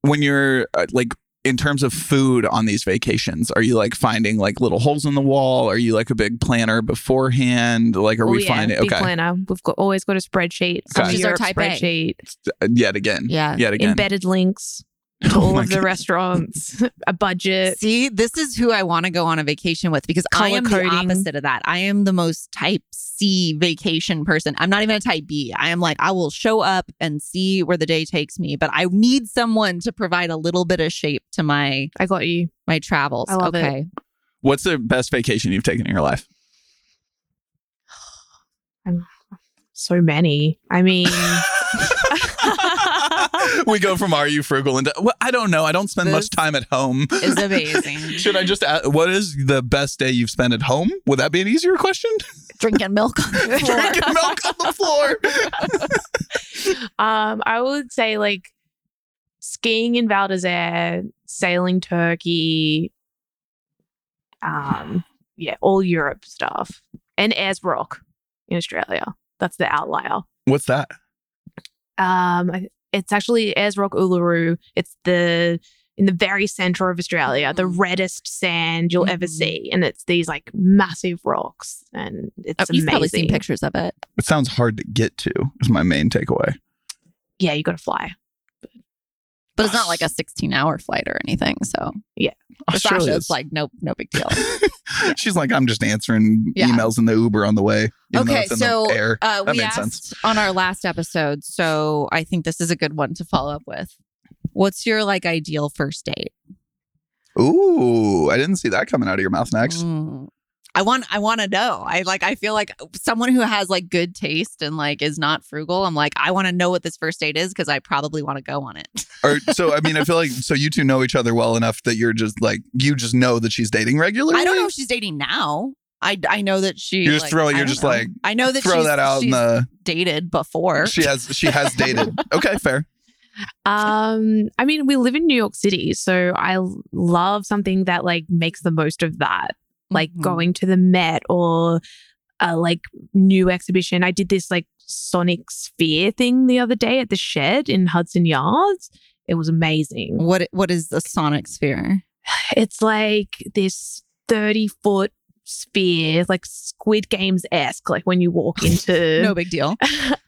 [SPEAKER 1] When you're uh, like in terms of food on these vacations, are you like finding like little holes in the wall? Are you like a big planner beforehand? Like, are
[SPEAKER 3] Oh,
[SPEAKER 1] we
[SPEAKER 3] yeah,
[SPEAKER 1] finding
[SPEAKER 3] big
[SPEAKER 1] okay?
[SPEAKER 3] planner. We've got always got a spreadsheet. Summer
[SPEAKER 1] Which
[SPEAKER 2] is our
[SPEAKER 3] Europe
[SPEAKER 2] type A.
[SPEAKER 3] spreadsheet.
[SPEAKER 1] Uh, Yet again.
[SPEAKER 2] Yeah.
[SPEAKER 1] Yet again.
[SPEAKER 3] Embedded links to
[SPEAKER 1] Oh
[SPEAKER 3] all
[SPEAKER 1] my
[SPEAKER 3] of the
[SPEAKER 1] God.
[SPEAKER 3] restaurants, a budget.
[SPEAKER 2] See, this is who I want to go on a vacation with because I
[SPEAKER 3] Color
[SPEAKER 2] am
[SPEAKER 3] coding.
[SPEAKER 2] the opposite of that. I am the most type C vacation person. I'm not even a type B. I am like, I will show up and see where the day takes me, but I need someone to provide a little bit of shape to my
[SPEAKER 3] I got you.
[SPEAKER 2] my travels.
[SPEAKER 3] I love it.
[SPEAKER 2] okay.
[SPEAKER 1] What's the best vacation you've taken in your life?
[SPEAKER 3] So many. I mean,
[SPEAKER 1] we go from are you frugal and well, I don't know. I don't spend much
[SPEAKER 2] This-
[SPEAKER 1] time at home.
[SPEAKER 2] It's amazing.
[SPEAKER 1] Should I just ask, what is the best day you've spent at home? Would that be an easier question?
[SPEAKER 2] Drinking milk on the floor.
[SPEAKER 1] Drinking milk on the floor.
[SPEAKER 3] um, I would say like skiing in Val d'Isere, sailing Turkey, um, yeah, all Europe stuff, and Ayers Rock in Australia. That's the outlier.
[SPEAKER 1] What's that?
[SPEAKER 3] um, I- it's actually airs rock Uluru. It's the in the very center of Australia, the
[SPEAKER 2] Mhm.
[SPEAKER 3] reddest sand you'll ever
[SPEAKER 2] Mhm.
[SPEAKER 3] see, and it's these like massive rocks, and it's
[SPEAKER 2] Oh,
[SPEAKER 3] amazing.
[SPEAKER 2] you've probably seen pictures of it.
[SPEAKER 1] It sounds hard to get to, is my main takeaway.
[SPEAKER 3] Yeah, you got to fly.
[SPEAKER 2] But it's not like a 16 hour flight or anything. So for Sasha, it's
[SPEAKER 1] Australia's-
[SPEAKER 2] like, nope, no big deal.
[SPEAKER 1] She's like, I'm just answering
[SPEAKER 2] Yeah.
[SPEAKER 1] emails in the Uber on the way. Even though
[SPEAKER 2] Okay,
[SPEAKER 1] it's in
[SPEAKER 2] so,
[SPEAKER 1] the air.
[SPEAKER 2] Uh,
[SPEAKER 1] That
[SPEAKER 2] we
[SPEAKER 1] made
[SPEAKER 2] asked
[SPEAKER 1] sense.
[SPEAKER 2] on our last episode. So I think this is a good one to follow up with. What's your like ideal first date?
[SPEAKER 1] Ooh, I didn't see that coming out of your mouth next.
[SPEAKER 2] Mm. I want I want to know. I like I feel like someone who has like good taste and like is not frugal. I'm like I want to know what this first date is because I probably want to go on it.
[SPEAKER 1] Or so I mean, I feel like so you two know each other well enough that you're just like you just know that she's dating regularly.
[SPEAKER 2] I don't know if she's dating now. I, I know that she
[SPEAKER 1] You're just
[SPEAKER 2] like,
[SPEAKER 1] throwing-
[SPEAKER 2] I
[SPEAKER 1] you're
[SPEAKER 2] don't
[SPEAKER 1] just
[SPEAKER 2] know.
[SPEAKER 1] like,
[SPEAKER 2] I know that
[SPEAKER 1] throw
[SPEAKER 2] she's,
[SPEAKER 1] that out in
[SPEAKER 2] she's
[SPEAKER 1] the
[SPEAKER 2] dated before.
[SPEAKER 1] she has she has dated. Okay, fair.
[SPEAKER 3] Um, I mean, we live in New York City, so I l- love something that like makes the most of that. like
[SPEAKER 2] Mhm.
[SPEAKER 3] going to the Met or a like new exhibition. I did this like Sonic Sphere thing the other day at the shed in Hudson Yards. It was amazing.
[SPEAKER 2] What what is the sonic sphere?
[SPEAKER 3] It's like this 30 foot sphere, like Squid Games esque, like when you walk into.
[SPEAKER 2] No big deal.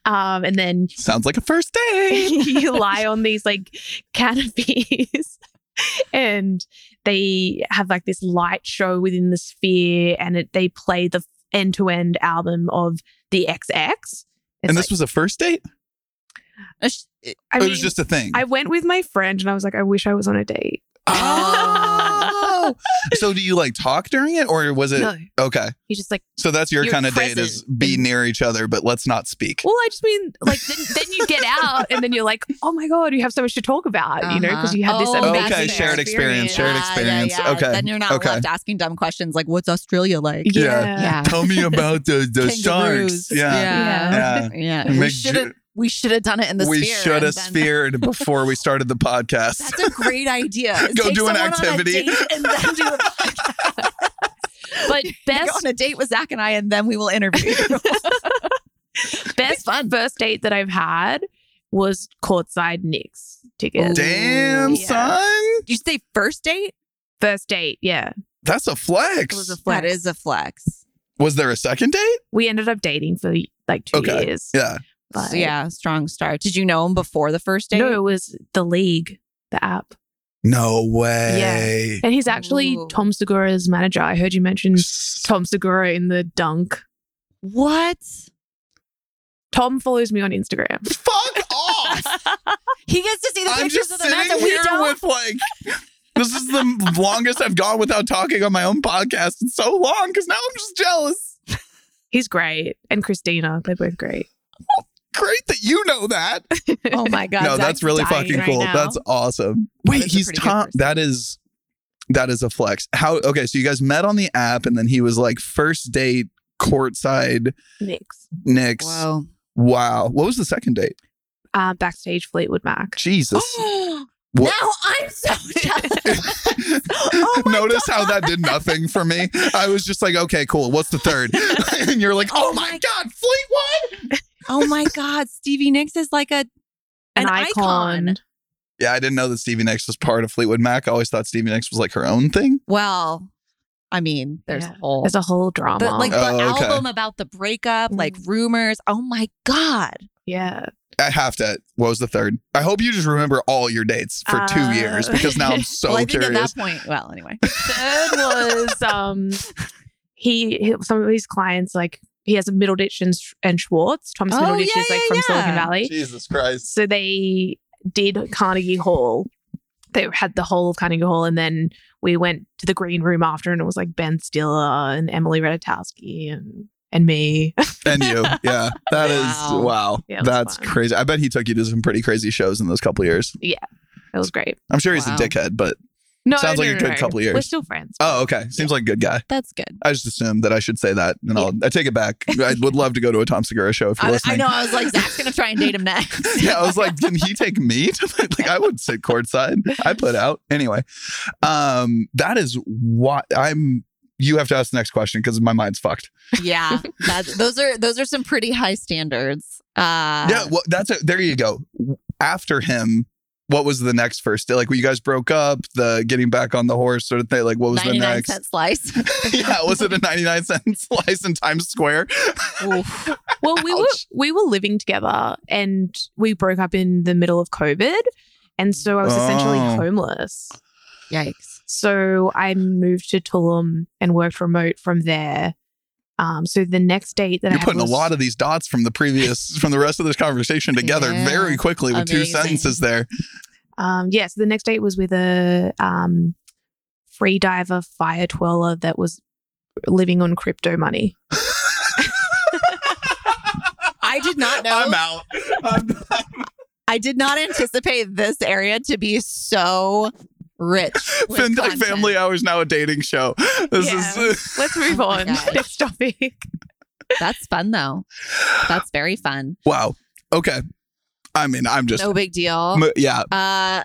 [SPEAKER 3] um, and then
[SPEAKER 1] Sounds like a first date.
[SPEAKER 3] you lie on these like canopies and they have like this light show within the sphere and it, they play the end to end album of the XX. It's
[SPEAKER 1] and this
[SPEAKER 3] like-
[SPEAKER 1] was a first date.
[SPEAKER 2] Uh, sh- it-
[SPEAKER 3] I
[SPEAKER 1] it
[SPEAKER 3] mean,
[SPEAKER 1] was just a thing.
[SPEAKER 3] I went with my friend and I was like, I wish I was on a date.
[SPEAKER 1] oh, so do you like talk during it, or was it
[SPEAKER 3] no,
[SPEAKER 1] okay?
[SPEAKER 3] you just like,
[SPEAKER 1] So that's your
[SPEAKER 3] You're
[SPEAKER 1] kind of date
[SPEAKER 3] present
[SPEAKER 1] is be
[SPEAKER 3] and-
[SPEAKER 1] near each other, but let's not speak.
[SPEAKER 3] well, I just mean like, then, then you get out and then you're like, oh my God, you have so much to talk about, you know, because you had this
[SPEAKER 2] Uh-huh. Oh,
[SPEAKER 3] amazing
[SPEAKER 2] that's
[SPEAKER 1] okay, shared experience, shared
[SPEAKER 2] Yeah, yeah,
[SPEAKER 1] experience.
[SPEAKER 2] yeah.
[SPEAKER 1] Okay,
[SPEAKER 2] Then you're not
[SPEAKER 1] okay.
[SPEAKER 2] left asking dumb questions like what's Australia like?
[SPEAKER 1] Yeah.
[SPEAKER 3] yeah.
[SPEAKER 2] Yeah.
[SPEAKER 1] Tell me about the the sharks.
[SPEAKER 2] Kangaroos.
[SPEAKER 1] Yeah, yeah.
[SPEAKER 2] Yeah. Yeah. We
[SPEAKER 1] Make
[SPEAKER 2] should
[SPEAKER 1] ju-
[SPEAKER 2] have we should have done it in the
[SPEAKER 1] we
[SPEAKER 2] sphere.
[SPEAKER 1] should have
[SPEAKER 2] and then-
[SPEAKER 1] speared before we started the podcast.
[SPEAKER 2] That's a great idea.
[SPEAKER 1] Go
[SPEAKER 2] Take
[SPEAKER 1] do an
[SPEAKER 2] someone on a
[SPEAKER 1] activity.
[SPEAKER 2] date and then do a
[SPEAKER 3] But
[SPEAKER 2] Go
[SPEAKER 3] best
[SPEAKER 2] on a date with Zach and I, and then we will interview. you.
[SPEAKER 3] best first date that I've had was courtside Knicks
[SPEAKER 1] Oh.
[SPEAKER 3] tickets.
[SPEAKER 1] Damn,
[SPEAKER 3] Yeah.
[SPEAKER 1] son.
[SPEAKER 2] you say first date?
[SPEAKER 3] First date, yeah.
[SPEAKER 1] That's a
[SPEAKER 3] It was
[SPEAKER 1] flex.
[SPEAKER 3] a
[SPEAKER 2] That
[SPEAKER 3] flex.
[SPEAKER 2] is a flex.
[SPEAKER 1] was there a second date?
[SPEAKER 3] we ended up dating for like two
[SPEAKER 1] Okay.
[SPEAKER 3] years.
[SPEAKER 1] Yeah.
[SPEAKER 3] but-
[SPEAKER 2] So, yeah, strong start. Did you know him before the first date?
[SPEAKER 3] No, it was the league, the app.
[SPEAKER 1] No way.
[SPEAKER 3] And he's actually
[SPEAKER 2] Ooh.
[SPEAKER 3] Tom Segura's manager. I heard you mention Tom Segura in the dunk.
[SPEAKER 2] What?
[SPEAKER 3] Tom follows me on Instagram.
[SPEAKER 1] Fuck off.
[SPEAKER 2] He gets to see the
[SPEAKER 1] I'm
[SPEAKER 2] pictures
[SPEAKER 1] just
[SPEAKER 2] of the men
[SPEAKER 1] sitting
[SPEAKER 2] that we
[SPEAKER 1] here
[SPEAKER 2] don't.
[SPEAKER 1] with like. This is the longest I've gone without talking on my own podcast in so long because now I'm just jealous.
[SPEAKER 3] He's great. And Christina, they're both great.
[SPEAKER 1] Great that you know that.
[SPEAKER 2] oh my god!
[SPEAKER 1] no,
[SPEAKER 2] Zach's
[SPEAKER 1] that's really
[SPEAKER 2] dying
[SPEAKER 1] fucking
[SPEAKER 2] right
[SPEAKER 1] cool.
[SPEAKER 2] now.
[SPEAKER 1] That's awesome.
[SPEAKER 2] That
[SPEAKER 1] Wait,
[SPEAKER 2] is a
[SPEAKER 1] he's
[SPEAKER 2] pretty good
[SPEAKER 1] Tom.
[SPEAKER 2] person.
[SPEAKER 1] That is that is a flex. How okay, so you guys met on the app and then he was like first date courtside
[SPEAKER 3] Knicks.
[SPEAKER 1] Knicks.
[SPEAKER 2] Whoa.
[SPEAKER 1] Wow. What was the second date?
[SPEAKER 3] Uh, backstage Fleetwood Mac.
[SPEAKER 1] Jesus.
[SPEAKER 2] now
[SPEAKER 1] What-
[SPEAKER 2] I'm so jealous. Oh my
[SPEAKER 1] Notice how that did nothing for me. I was just like, okay, cool. What's the third? and you're like, oh,
[SPEAKER 2] Oh
[SPEAKER 1] my
[SPEAKER 2] my-
[SPEAKER 1] God, Fleetwood.
[SPEAKER 2] oh my god! Stevie Nicks is like a an, icon.
[SPEAKER 1] Yeah, I didn't know that Stevie Nicks was part of Fleetwood Mac. I always thought Stevie Nicks was like her own thing.
[SPEAKER 2] Well, I mean, there's
[SPEAKER 3] Yeah.
[SPEAKER 2] a whole
[SPEAKER 3] There's a whole drama.
[SPEAKER 2] but like the
[SPEAKER 1] Oh, okay.
[SPEAKER 2] album about the breakup, like
[SPEAKER 3] Mm.
[SPEAKER 2] rumors. Oh my god!
[SPEAKER 3] yeah.
[SPEAKER 1] I have to. What was the third? I hope you just remember all your dates for two
[SPEAKER 3] Uh,
[SPEAKER 1] years because now I'm so
[SPEAKER 2] Oh. well, I think
[SPEAKER 1] curious.
[SPEAKER 2] at that point, well, anyway,
[SPEAKER 3] third was um he, he- some of his clients like he has a Middleditch and, and Schwartz. Thomas
[SPEAKER 2] Oh,
[SPEAKER 3] Middleditch
[SPEAKER 2] yeah,
[SPEAKER 3] is like
[SPEAKER 2] yeah,
[SPEAKER 3] from
[SPEAKER 2] yeah.
[SPEAKER 3] Silicon Valley.
[SPEAKER 1] Jesus Christ.
[SPEAKER 3] So they did Carnegie Hall. They had the whole of Carnegie Hall, and then we went to the green room after, and it was like Ben Stiller and Emily Ratajkowski and and me.
[SPEAKER 1] And you. Yeah. that is wow.
[SPEAKER 2] Wow.
[SPEAKER 3] Yeah, it was
[SPEAKER 1] That's
[SPEAKER 3] fun.
[SPEAKER 1] crazy. I bet he took you to some pretty crazy shows in those couple years.
[SPEAKER 3] It was great.
[SPEAKER 1] I'm sure he's
[SPEAKER 2] Wow.
[SPEAKER 1] a dickhead, but
[SPEAKER 3] No,
[SPEAKER 1] Sounds like
[SPEAKER 3] no,
[SPEAKER 1] a
[SPEAKER 3] no,
[SPEAKER 1] good
[SPEAKER 3] no.
[SPEAKER 1] couple years.
[SPEAKER 3] We're still friends.
[SPEAKER 1] oh, okay. Seems like a good guy.
[SPEAKER 2] that's good.
[SPEAKER 1] I just assumed that I should say that, and I'll I take it back. I would love to go to a Tom Segura show if you're
[SPEAKER 2] I,
[SPEAKER 1] listening.
[SPEAKER 2] I know. I was like, Zach's gonna try and date him next.
[SPEAKER 1] yeah, I was like, can he take me? To the-" like, I would sit courtside. I put out anyway. Um, that is what I'm. You have to ask the next question because my mind's fucked.
[SPEAKER 2] yeah. That's, those are those are some pretty high standards. Uh,
[SPEAKER 1] yeah, well, that's it. There you go. After him, what was the next first day? Like, when you guys broke up, the getting back on the horse sort of thing. Like, what was the
[SPEAKER 2] 99
[SPEAKER 1] next?
[SPEAKER 2] cent slice.
[SPEAKER 1] yeah, was it a 99 cent slice in Times Square?
[SPEAKER 2] Oof.
[SPEAKER 3] Well, we were
[SPEAKER 1] Ouch.
[SPEAKER 3] we were living together, and we broke up in the middle of COVID, and so I was essentially
[SPEAKER 1] Oh.
[SPEAKER 3] homeless.
[SPEAKER 2] Yikes.
[SPEAKER 3] So I moved to Tulum and worked remote from there. Um, so the next date that I
[SPEAKER 1] You're
[SPEAKER 3] had
[SPEAKER 1] putting
[SPEAKER 3] was-
[SPEAKER 1] a lot of these dots from the previous, from the rest of this conversation together
[SPEAKER 2] Yeah.
[SPEAKER 1] very quickly with two
[SPEAKER 2] Amazing.
[SPEAKER 1] sentences there.
[SPEAKER 3] Um, yeah, so the next date was with a um, free diver fire twirler that was living on crypto money.
[SPEAKER 2] I did not know.
[SPEAKER 1] I'm out. I'm not-
[SPEAKER 2] I did not anticipate this area to be so rich. with
[SPEAKER 1] FinTech
[SPEAKER 2] content.
[SPEAKER 1] Family Hours now a dating show. This
[SPEAKER 3] Yeah.
[SPEAKER 1] is
[SPEAKER 3] Let's move
[SPEAKER 2] Oh my
[SPEAKER 3] on.
[SPEAKER 2] gosh.
[SPEAKER 3] Next topic.
[SPEAKER 2] That's fun though. That's very fun.
[SPEAKER 1] wow. Okay. I mean, I'm just
[SPEAKER 2] No big deal.
[SPEAKER 1] m- yeah.
[SPEAKER 2] Uh,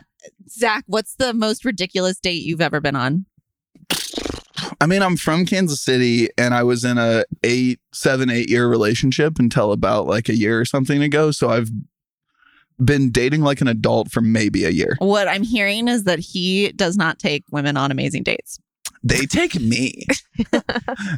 [SPEAKER 2] Zach, what's the most ridiculous date you've ever been on?
[SPEAKER 1] I mean, I'm from Kansas City, and I was in a eight, seven, eight year relationship until about like a year or something ago. So I've been dating like an adult for maybe a year.
[SPEAKER 2] What I'm hearing is that he does not take women on amazing dates.
[SPEAKER 1] They take me.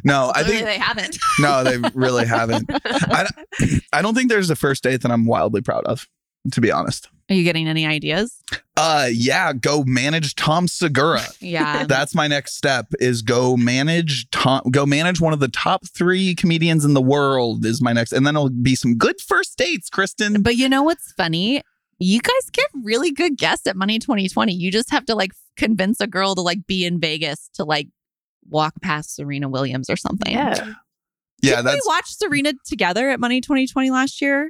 [SPEAKER 1] no, Oh, I
[SPEAKER 2] Clearly
[SPEAKER 1] think
[SPEAKER 2] they haven't.
[SPEAKER 1] no, they really haven't. I, don't- I don't think there's a first date that I'm wildly proud of, to be honest.
[SPEAKER 2] Are you getting any ideas?
[SPEAKER 1] Uh, yeah, go manage Tom Segura.
[SPEAKER 2] Yeah.
[SPEAKER 1] That's my next step is go manage Tom, go manage one of the top three comedians in the world is my next, and then it'll be some good first dates, Kristen.
[SPEAKER 2] But you know what's funny? You guys get really good guests at Money 2020. You just have to like convince a girl to like be in Vegas to like walk past Serena Williams or something.
[SPEAKER 3] Yeah.
[SPEAKER 1] Yeah,
[SPEAKER 2] Didn't
[SPEAKER 1] that's
[SPEAKER 2] we watched Serena together at Money 2020 last year.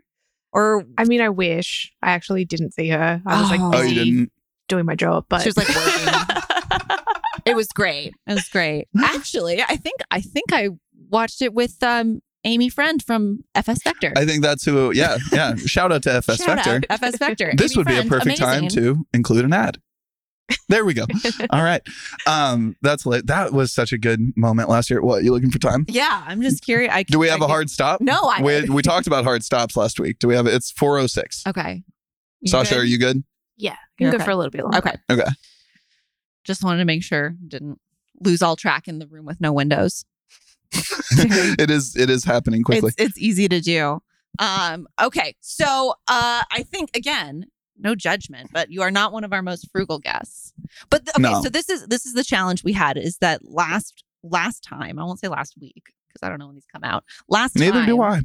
[SPEAKER 2] Or
[SPEAKER 3] I mean, I wish. I actually didn't see her. I was
[SPEAKER 2] Oh.
[SPEAKER 3] like
[SPEAKER 1] oh,
[SPEAKER 3] busy
[SPEAKER 1] you didn't.
[SPEAKER 3] doing my job, but
[SPEAKER 2] she was like working. it was great. It was great. Actually, I think I think I watched it with um Amy Friend from FS Vector.
[SPEAKER 1] I think that's who. Yeah, yeah. Shout out to FS
[SPEAKER 2] Shout out,
[SPEAKER 1] Vector.
[SPEAKER 2] FS Vector.
[SPEAKER 1] This
[SPEAKER 2] Amy
[SPEAKER 1] would be a
[SPEAKER 2] Friend,
[SPEAKER 1] perfect time
[SPEAKER 2] amazing.
[SPEAKER 1] to include an ad. There we go. All right, um, that's lit. That was such a good moment last year. What you looking for time?
[SPEAKER 2] Yeah, I'm just curious. I,
[SPEAKER 1] Do we have
[SPEAKER 2] a
[SPEAKER 1] a hard stop?
[SPEAKER 2] No, I.
[SPEAKER 1] We, we talked about hard stops last week. Do we have it's four oh six?
[SPEAKER 2] okay. You
[SPEAKER 1] Sasha,
[SPEAKER 2] good?
[SPEAKER 1] are you good?
[SPEAKER 3] yeah, you can
[SPEAKER 2] Okay.
[SPEAKER 3] go for a little bit longer.
[SPEAKER 2] Okay.
[SPEAKER 1] Okay.
[SPEAKER 2] Just wanted to make sure didn't lose all track in the room with no windows.
[SPEAKER 1] it is it is happening quickly.
[SPEAKER 2] It's, it's easy to do. Um, okay. So uh, I think, again, no judgment, but you are not one of our most frugal guests. But th- okay,
[SPEAKER 1] No.
[SPEAKER 2] so this is this is the challenge we had is that last last time, I won't say last week because I don't know when these come out. Last
[SPEAKER 1] Neither
[SPEAKER 2] time,
[SPEAKER 1] do I.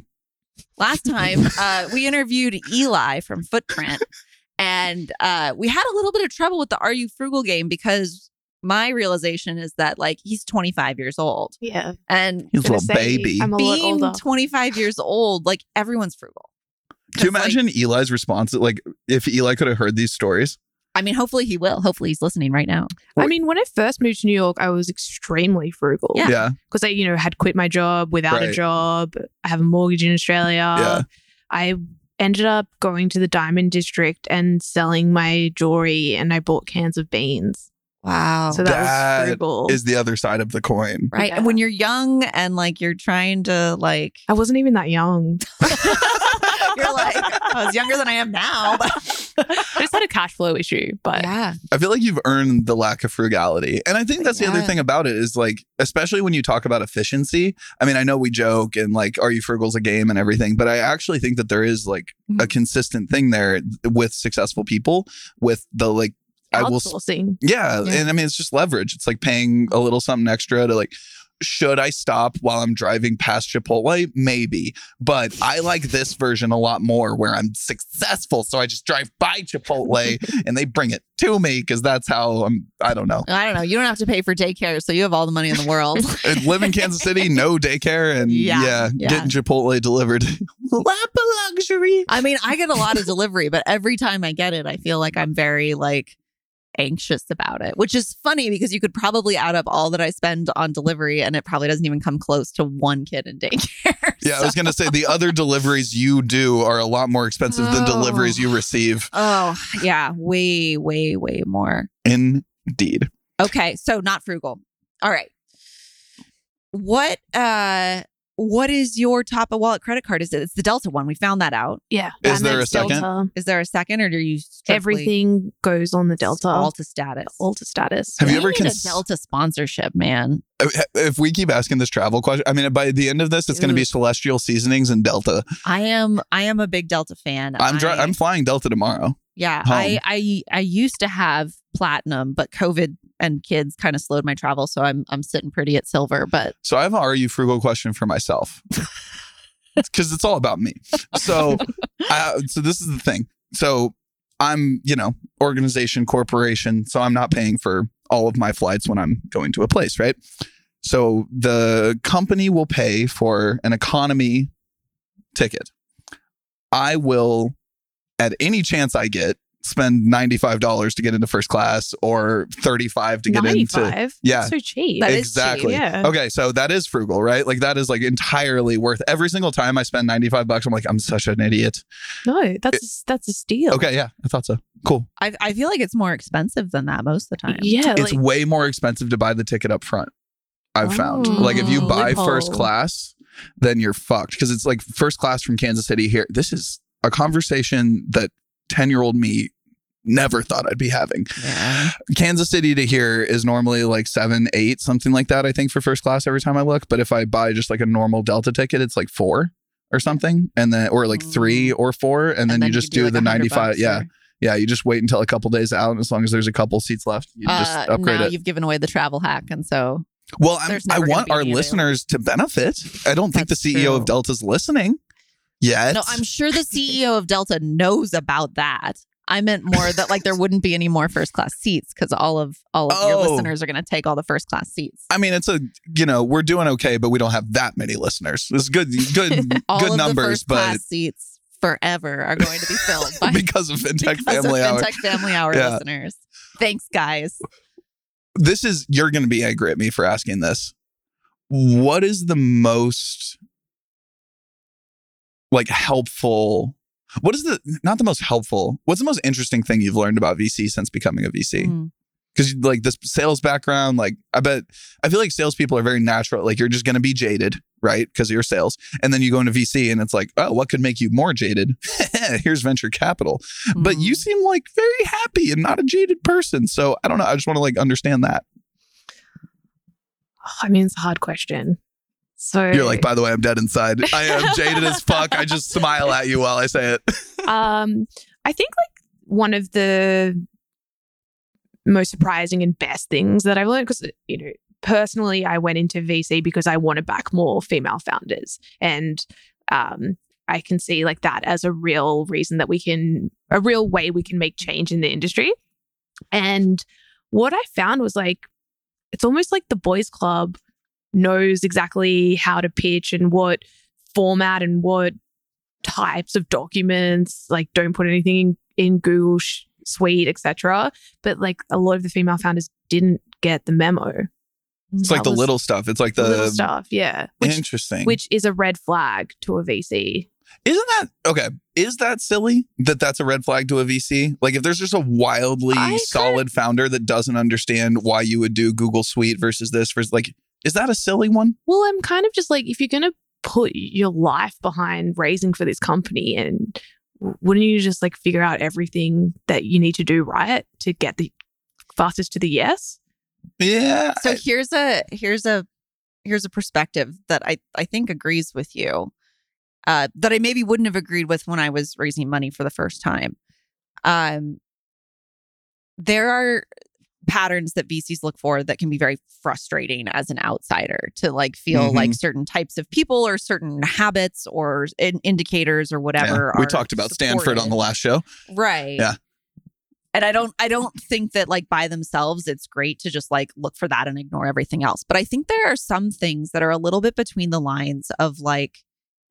[SPEAKER 2] last time uh, we interviewed Eli from Footprint, and uh, we had a little bit of trouble with the Are You Frugal game because my realization is that like he's 25 years old,
[SPEAKER 3] Yeah.
[SPEAKER 2] and
[SPEAKER 1] He's a
[SPEAKER 3] Gonna
[SPEAKER 1] little
[SPEAKER 3] say,
[SPEAKER 1] baby.
[SPEAKER 3] I'm a lot
[SPEAKER 2] being
[SPEAKER 3] older.
[SPEAKER 2] 25 years old, like everyone's frugal.
[SPEAKER 1] Do you
[SPEAKER 2] 'Cause, like,
[SPEAKER 1] imagine Eli's response? Like, if Eli could have heard these stories,
[SPEAKER 2] I mean, hopefully he will. Hopefully he's listening right now.
[SPEAKER 3] I mean, when I first moved to New York, I was extremely frugal.
[SPEAKER 2] Yeah.
[SPEAKER 1] yeah,
[SPEAKER 3] because I, you know, had quit my job without a
[SPEAKER 1] Right.
[SPEAKER 3] job. I have a mortgage in Australia.
[SPEAKER 1] Yeah.
[SPEAKER 3] I ended up going to the diamond district and selling my jewelry, and I bought cans of beans.
[SPEAKER 2] Wow.
[SPEAKER 3] So that,
[SPEAKER 1] That
[SPEAKER 3] was frugal.
[SPEAKER 1] is the other side of the coin.
[SPEAKER 2] right. And when you're young and like you're trying to like.
[SPEAKER 3] I wasn't even that young.
[SPEAKER 2] You're like, I was younger than I am now. But
[SPEAKER 3] I just had a cash flow issue, but
[SPEAKER 2] yeah.
[SPEAKER 1] I feel like you've earned the lack of frugality, and I think that's the other
[SPEAKER 2] Yeah.
[SPEAKER 1] thing about it is like, especially when you talk about efficiency. I mean, I know we joke and like, "Are you frugal's a game?" and everything, but I actually think that there is like a consistent thing there with successful people with the like. I will
[SPEAKER 3] outsourcing.
[SPEAKER 1] Yeah,
[SPEAKER 2] Yeah.
[SPEAKER 1] And I mean, it's just leverage. It's like paying a little something extra to like, should I stop while I'm driving past Chipotle? Maybe. But I like this version a lot more where I'm successful. So I just drive by Chipotle and they bring it to me because that's how I'm, I don't know.
[SPEAKER 2] I don't know. You don't have to pay for daycare, so you have all the money in the world.
[SPEAKER 1] And live in Kansas City, no daycare. And yeah,
[SPEAKER 2] Yeah, yeah.
[SPEAKER 1] getting Chipotle delivered. Lap of luxury.
[SPEAKER 2] I mean, I get a lot of delivery, but every time I get it, I feel like I'm very like anxious about it, which is funny because you could probably add up all that I spend on delivery and it probably doesn't even come close to one kid in daycare.
[SPEAKER 1] Yeah, I
[SPEAKER 2] So-
[SPEAKER 1] was going to say the other deliveries you do are a lot more expensive than
[SPEAKER 2] Oh.
[SPEAKER 1] deliveries you receive.
[SPEAKER 2] oh, yeah, way way way more.
[SPEAKER 1] Indeed.
[SPEAKER 2] Okay, so not frugal. All right. What uh what is your top of wallet credit card? Is it? It's the Delta one. We found that out.
[SPEAKER 3] Yeah.
[SPEAKER 1] Is
[SPEAKER 3] And
[SPEAKER 1] there
[SPEAKER 3] that's
[SPEAKER 1] a second?
[SPEAKER 3] Delta.
[SPEAKER 2] Is there a second, or do you strictly
[SPEAKER 3] Everything goes on the
[SPEAKER 2] just
[SPEAKER 3] Delta.
[SPEAKER 2] all to status?
[SPEAKER 3] all to status.
[SPEAKER 1] Have you
[SPEAKER 2] We
[SPEAKER 1] ever
[SPEAKER 2] need
[SPEAKER 1] cons-
[SPEAKER 2] a Delta sponsorship, man?
[SPEAKER 1] If we keep asking this travel question, I mean, by the end of this, it's going to be
[SPEAKER 2] Dude.
[SPEAKER 1] Celestial Seasonings and Delta.
[SPEAKER 2] I am. I am a big Delta fan.
[SPEAKER 1] I'm dri-
[SPEAKER 2] I-
[SPEAKER 1] I'm flying Delta tomorrow.
[SPEAKER 2] Yeah,
[SPEAKER 1] home.
[SPEAKER 2] I, I I used to have platinum, but COVID and kids kind of slowed my travel, so I'm I'm sitting pretty at silver. But
[SPEAKER 1] So I have an "Are you frugal?" question for myself because it's all about me. So, I, so this is the thing. So I'm, you know, organization, corporation. So I'm not paying for all of my flights when I'm going to a place, right? So the company will pay for an economy ticket. I will, at any chance I get, spend ninety five dollars to get into first class or thirty five to get into.
[SPEAKER 3] 95.
[SPEAKER 1] yeah.
[SPEAKER 3] So cheap.
[SPEAKER 2] That is cheap,
[SPEAKER 1] exactly.
[SPEAKER 3] yeah.
[SPEAKER 1] Okay, so that is frugal, right? Like that is like entirely worth every single time I spend 95 bucks. I'm like, I'm such an idiot.
[SPEAKER 3] No, that's that's a steal.
[SPEAKER 1] Okay, yeah, I thought so. Cool.
[SPEAKER 2] I I feel like it's more expensive than that most of the time.
[SPEAKER 3] Yeah.
[SPEAKER 1] It's
[SPEAKER 3] like,
[SPEAKER 1] way more expensive to buy the ticket up front. I've found.
[SPEAKER 3] Oh,
[SPEAKER 1] Like if you buy
[SPEAKER 3] loophole.
[SPEAKER 1] first class, then you're fucked because it's like first class from Kansas City here. This is a conversation that 10-year-old me never thought I'd be having.
[SPEAKER 2] Yeah.
[SPEAKER 1] Kansas City to here is normally like seven, eight, something like that, I think, for first class every time I look. But if I buy just like a normal Delta ticket, it's like four or something. And then, or like
[SPEAKER 2] Mm.
[SPEAKER 1] three or four. And, then, you just
[SPEAKER 2] could
[SPEAKER 1] do,
[SPEAKER 2] like
[SPEAKER 1] the
[SPEAKER 2] 100
[SPEAKER 1] 95.
[SPEAKER 2] bucks
[SPEAKER 1] Yeah.
[SPEAKER 2] or-
[SPEAKER 1] Yeah. You just wait until a couple days out. And as long as there's a couple seats left, you
[SPEAKER 2] Uh,
[SPEAKER 1] just upgrade
[SPEAKER 2] now
[SPEAKER 1] it.
[SPEAKER 2] you've given away the travel hack, and so
[SPEAKER 1] Well, I'm,
[SPEAKER 2] there's
[SPEAKER 1] I
[SPEAKER 2] never gonna
[SPEAKER 1] want
[SPEAKER 2] be
[SPEAKER 1] our
[SPEAKER 2] any available.
[SPEAKER 1] listeners to benefit. I don't think the
[SPEAKER 2] That's
[SPEAKER 1] CEO of
[SPEAKER 2] true.
[SPEAKER 1] Delta's listening yet.
[SPEAKER 2] no, I'm sure the CEO of Delta knows about that. I meant more that like there wouldn't be any more first class seats because all of all of your
[SPEAKER 1] Oh.
[SPEAKER 2] listeners are going to take all the first class seats.
[SPEAKER 1] I mean, it's a you know we're doing okay, but we don't have that many listeners. It's good, good,
[SPEAKER 2] All
[SPEAKER 1] good
[SPEAKER 2] of the
[SPEAKER 1] numbers,
[SPEAKER 2] first
[SPEAKER 1] but
[SPEAKER 2] class seats forever are going to be filled by
[SPEAKER 1] because of FinTech
[SPEAKER 2] because of
[SPEAKER 1] Family Hour.
[SPEAKER 2] FinTech Family Hour
[SPEAKER 1] Yeah.
[SPEAKER 2] listeners. Thanks, guys.
[SPEAKER 1] This is, you're going to be angry at me for asking this. What is the most like helpful? What is the, not the most helpful, what's the most interesting thing you've learned about VC since becoming a VC?
[SPEAKER 2] Mm.
[SPEAKER 1] Because like this sales background, like I bet, I feel like salespeople are very natural. Like you're just going to be jaded, right? Because of your sales. And then you go into VC and it's like, oh, what could make you more jaded? Here's venture capital. but you
[SPEAKER 2] Mm.
[SPEAKER 1] seem like very happy and not a jaded person. So I don't know. I just want to like understand that.
[SPEAKER 3] I mean, it's a hard question. So
[SPEAKER 1] You're like, by the way, I'm dead inside. I am jaded as fuck. I just smile at you while I say it.
[SPEAKER 3] um, I think like one of the most surprising and best things that I've learned because you know personally I went into VC because I want to back more female founders and um, I can see like that as a real reason that we can a real way we can make change in the industry and what I found was like it's almost like the boys club knows exactly how to pitch and what format and what types of documents like don't put anything in, in google sh- suite etc but like a lot of the female founders didn't get the memo
[SPEAKER 1] It's like
[SPEAKER 3] That
[SPEAKER 1] the
[SPEAKER 3] was
[SPEAKER 1] little stuff. It's like the
[SPEAKER 3] little stuff yeah which
[SPEAKER 1] interesting.
[SPEAKER 3] which is a red flag to a vc
[SPEAKER 1] isn't that okay? Is that silly that that's a red flag to a VC? Like if there's just a wildly
[SPEAKER 3] I kind
[SPEAKER 1] solid founder that doesn't understand why you would do Google Suite versus this versus like, is that a silly one?
[SPEAKER 3] well i'm kind of just like if you're gonna put your life behind raising for this company and w- wouldn't you just like figure out everything that you need to do right to get the fastest to the yes
[SPEAKER 1] Yeah.
[SPEAKER 2] so here's a here's a here's a perspective that I I think agrees with you. Uh, that I maybe wouldn't have agreed with when I was raising money for the first time. Um, there are patterns that VCs look for that can be very frustrating as an outsider to like feel
[SPEAKER 1] Mhm.
[SPEAKER 2] like certain types of people or certain habits or in- indicators or
[SPEAKER 1] Yeah.
[SPEAKER 2] whatever.
[SPEAKER 1] we
[SPEAKER 2] are
[SPEAKER 1] talked about Stanford on
[SPEAKER 2] supported.
[SPEAKER 1] the last show.
[SPEAKER 2] Right.
[SPEAKER 1] Yeah.
[SPEAKER 2] And I don't I don't think that like by themselves it's great to just like look for that and ignore everything else. But I think there are some things that are a little bit between the lines of like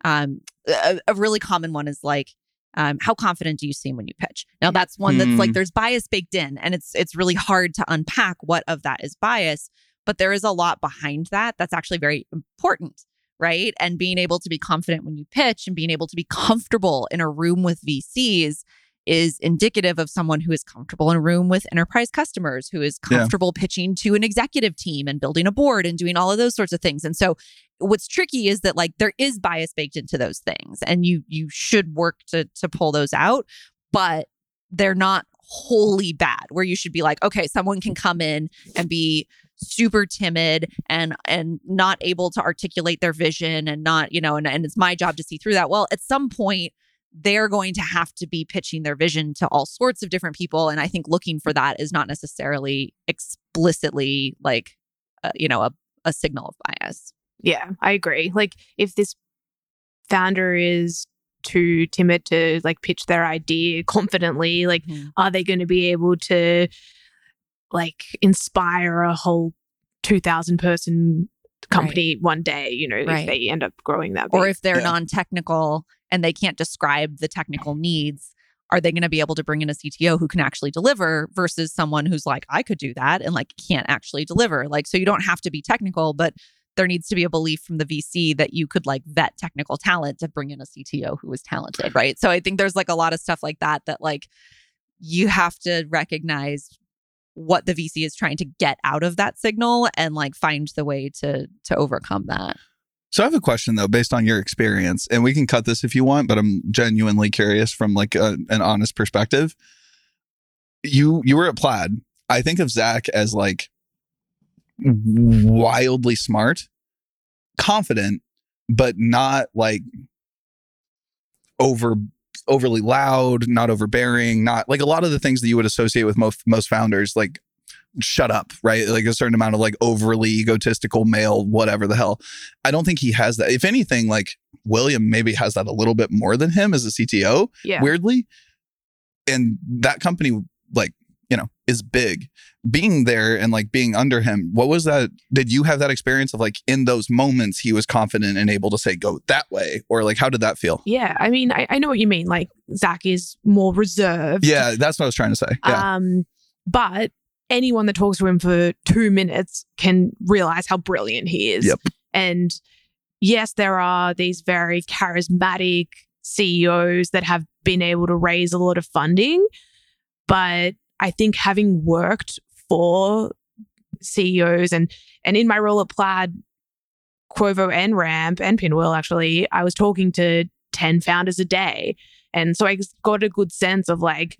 [SPEAKER 2] um a, a really common one is like um, how confident do you seem when you pitch? Now that's one that's
[SPEAKER 1] Hmm.
[SPEAKER 2] like there's bias baked in, and it's it's really hard to unpack what of that is bias, but there is a lot behind that that's actually very important, right? And being able to be confident when you pitch and being able to be comfortable in a room with VCs is indicative of someone who is comfortable in a room with enterprise customers, who is
[SPEAKER 1] Yeah.
[SPEAKER 2] comfortable pitching to an executive team and building a board and doing all of those sorts of things. And so what's tricky is that like there is bias baked into those things and you you should work to to pull those out but they're not wholly bad where you should be like okay someone can come in and be super timid and and not able to articulate their vision and not you know and, and it's my job to see through that well at some point they're going to have to be pitching their vision to all sorts of different people and i think looking for that is not necessarily explicitly like uh, you know a, a signal of bias
[SPEAKER 3] Yeah, I agree. Like if this founder is too timid to like pitch their idea confidently, like are they going to be able to like inspire a whole 2000 person company one day, you know,
[SPEAKER 2] Right.
[SPEAKER 3] if they end up growing that
[SPEAKER 2] or
[SPEAKER 3] big?
[SPEAKER 2] if they're
[SPEAKER 4] Yeah.
[SPEAKER 2] non-technical and they can't describe the technical needs are they going to be able to bring in a CTO who can actually deliver versus someone who's like I could do that and like can't actually deliver like so you don't have to be technical but there needs to be a belief from the VC that you could like vet technical talent to bring in a CTO who is talented right so I think there's like a lot of stuff like that that like you have to recognize what the VC is trying to get out of that signal and like find the way to to overcome that
[SPEAKER 1] So I have a question though, based on your experience, and we can cut this if you want, but I'm genuinely curious from like a, an honest perspective. You you were at Plaid. I think of Zach as like wildly smart, confident, but not like over overly loud, not overbearing, not like a lot of the things that you would associate with most most founders, like shut up, right? Like a certain amount of like overly egotistical male, whatever the hell. I don't think he has that. If anything, like William maybe has that a little bit more than him as a CTO,
[SPEAKER 3] yeah.
[SPEAKER 1] weirdly. And that company, like, you know, is big. Being there and like being under him, what was that? Did you have that experience of like in those moments he was confident and able to say, go that way? Or like, how did that feel?
[SPEAKER 3] Yeah, I mean, I, I know what you mean. Like Zach is more reserved.
[SPEAKER 1] Yeah, that's what I was trying to say. Yeah.
[SPEAKER 3] Um, but anyone that talks to him for two minutes can realize how brilliant he is.
[SPEAKER 1] Yep.
[SPEAKER 3] And yes, there are these very charismatic CEOs that have been able to raise a lot of funding, but I think having worked for CEOs E and and in my role at Plaid, Quovo and Ramp and Pinwheel actually, I was talking to 10 founders a day. And so I got a good sense of like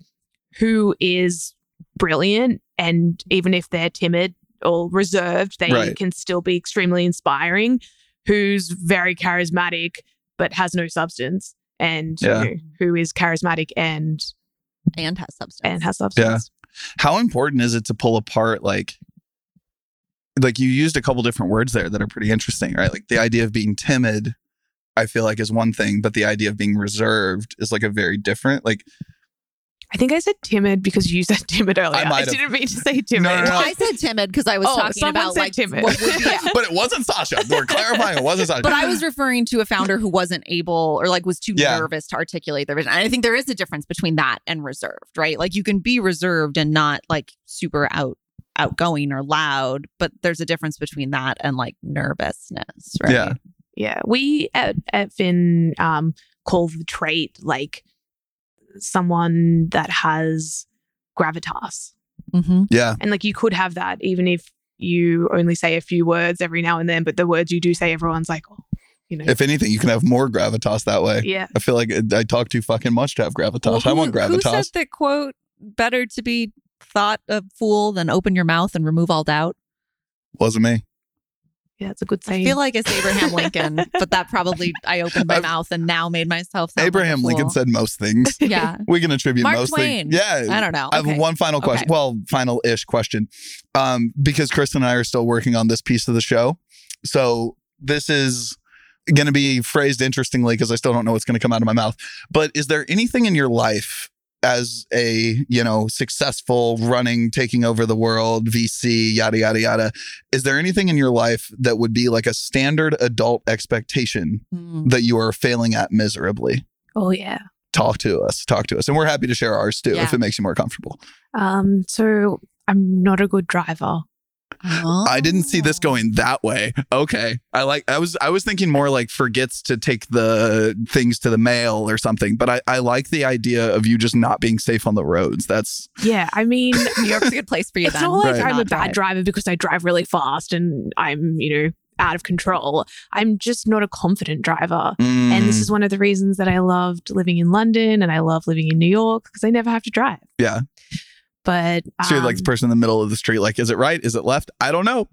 [SPEAKER 3] who is brilliant and even if they're timid or reserved they
[SPEAKER 1] Right.
[SPEAKER 3] can still be extremely inspiring who's very charismatic but has no substance and you
[SPEAKER 1] Yeah.
[SPEAKER 3] know, who is charismatic and
[SPEAKER 2] and has substance
[SPEAKER 3] and has substance
[SPEAKER 1] how important is it to pull apart like like you used a couple different words there that are pretty interesting right like the idea of being timid i feel like is one thing but the idea of being reserved is like a very different like
[SPEAKER 3] i think i said timid because you said timid earlier i,
[SPEAKER 1] might have.
[SPEAKER 3] didn't mean to say timid
[SPEAKER 1] no, no.
[SPEAKER 2] Well, I said timid because I was
[SPEAKER 3] Oh,
[SPEAKER 2] talking
[SPEAKER 3] someone
[SPEAKER 2] about
[SPEAKER 3] said
[SPEAKER 2] like
[SPEAKER 3] timid.
[SPEAKER 2] what would be.
[SPEAKER 1] but it wasn't sasha we're clarifying it wasn't sasha
[SPEAKER 2] But I was referring to a founder who wasn't able or like was too
[SPEAKER 1] Yeah.
[SPEAKER 2] nervous to articulate their vision. And I think there is a difference between that and reserved, right? Like you can be reserved and not like super out outgoing or loud, but there's a difference between that and like nervousness, right?
[SPEAKER 1] Yeah.
[SPEAKER 3] yeah we at, at finn um, call the trait like someone that has gravitas
[SPEAKER 2] Mm-hmm.
[SPEAKER 1] yeah
[SPEAKER 3] And like you could have that even if you only say a few words every now and then, but the words you do say, everyone's like, oh, you know,
[SPEAKER 1] if anything you can have more gravitas that way
[SPEAKER 3] yeah.
[SPEAKER 1] i feel like uh, i talk too fucking much to have gravitas i want
[SPEAKER 2] Who
[SPEAKER 1] gravitas
[SPEAKER 2] said the quote, better to be thought a fool than open your mouth and remove all doubt?
[SPEAKER 1] wasn't me
[SPEAKER 2] Oh
[SPEAKER 3] Yeah, that's a good
[SPEAKER 2] I
[SPEAKER 3] saying.
[SPEAKER 2] feel like it's Abraham Lincoln, but that probably I opened my
[SPEAKER 1] I've-
[SPEAKER 2] mouth and now made myself sound like a
[SPEAKER 1] abraham lincoln
[SPEAKER 2] fool.
[SPEAKER 1] said most things
[SPEAKER 2] Yeah.
[SPEAKER 1] we can attribute
[SPEAKER 2] Mark
[SPEAKER 1] most
[SPEAKER 2] Twain.
[SPEAKER 1] things yeah
[SPEAKER 2] I don't know.
[SPEAKER 1] I have
[SPEAKER 2] Okay.
[SPEAKER 1] one final question.
[SPEAKER 2] Okay.
[SPEAKER 1] Well, final ish question. Um, because Kristen and I are still working on this piece of the show. So this is going to be phrased interestingly because I still don't know what's going to come out of my mouth. But is there anything in your life as a, you know, successful running, taking over the world, VC, yada, yada, yada? Is there anything in your life that would be like a standard adult expectation
[SPEAKER 2] Hmm.
[SPEAKER 1] that you are failing at miserably?
[SPEAKER 3] oh, yeah.
[SPEAKER 1] Talk to us. Talk to us. And we're happy to share ours too if
[SPEAKER 2] Yeah.
[SPEAKER 1] it makes you more comfortable.
[SPEAKER 3] Um, so I'm not a good driver.
[SPEAKER 1] I didn't see
[SPEAKER 3] Oh.
[SPEAKER 1] this going that way. Okay. I like I was I was thinking more like forgets to take the things to the mail or something, but I, I like the idea of you just not being safe on the roads. That's
[SPEAKER 3] Yeah. I mean,
[SPEAKER 2] New York's a good place for you.
[SPEAKER 3] it's
[SPEAKER 2] then.
[SPEAKER 3] not like
[SPEAKER 1] Right.
[SPEAKER 3] I'm a bad driver because I drive really fast and I'm, you know, out of control. I'm just not a confident driver.
[SPEAKER 1] Mm,
[SPEAKER 3] And this is one of the reasons that I loved living in London and I love living in New York because I never have to drive.
[SPEAKER 1] Yeah.
[SPEAKER 3] But
[SPEAKER 1] so you're like the
[SPEAKER 3] um,
[SPEAKER 1] person in the middle of the street. Like, is it right? Is it left? I don't know.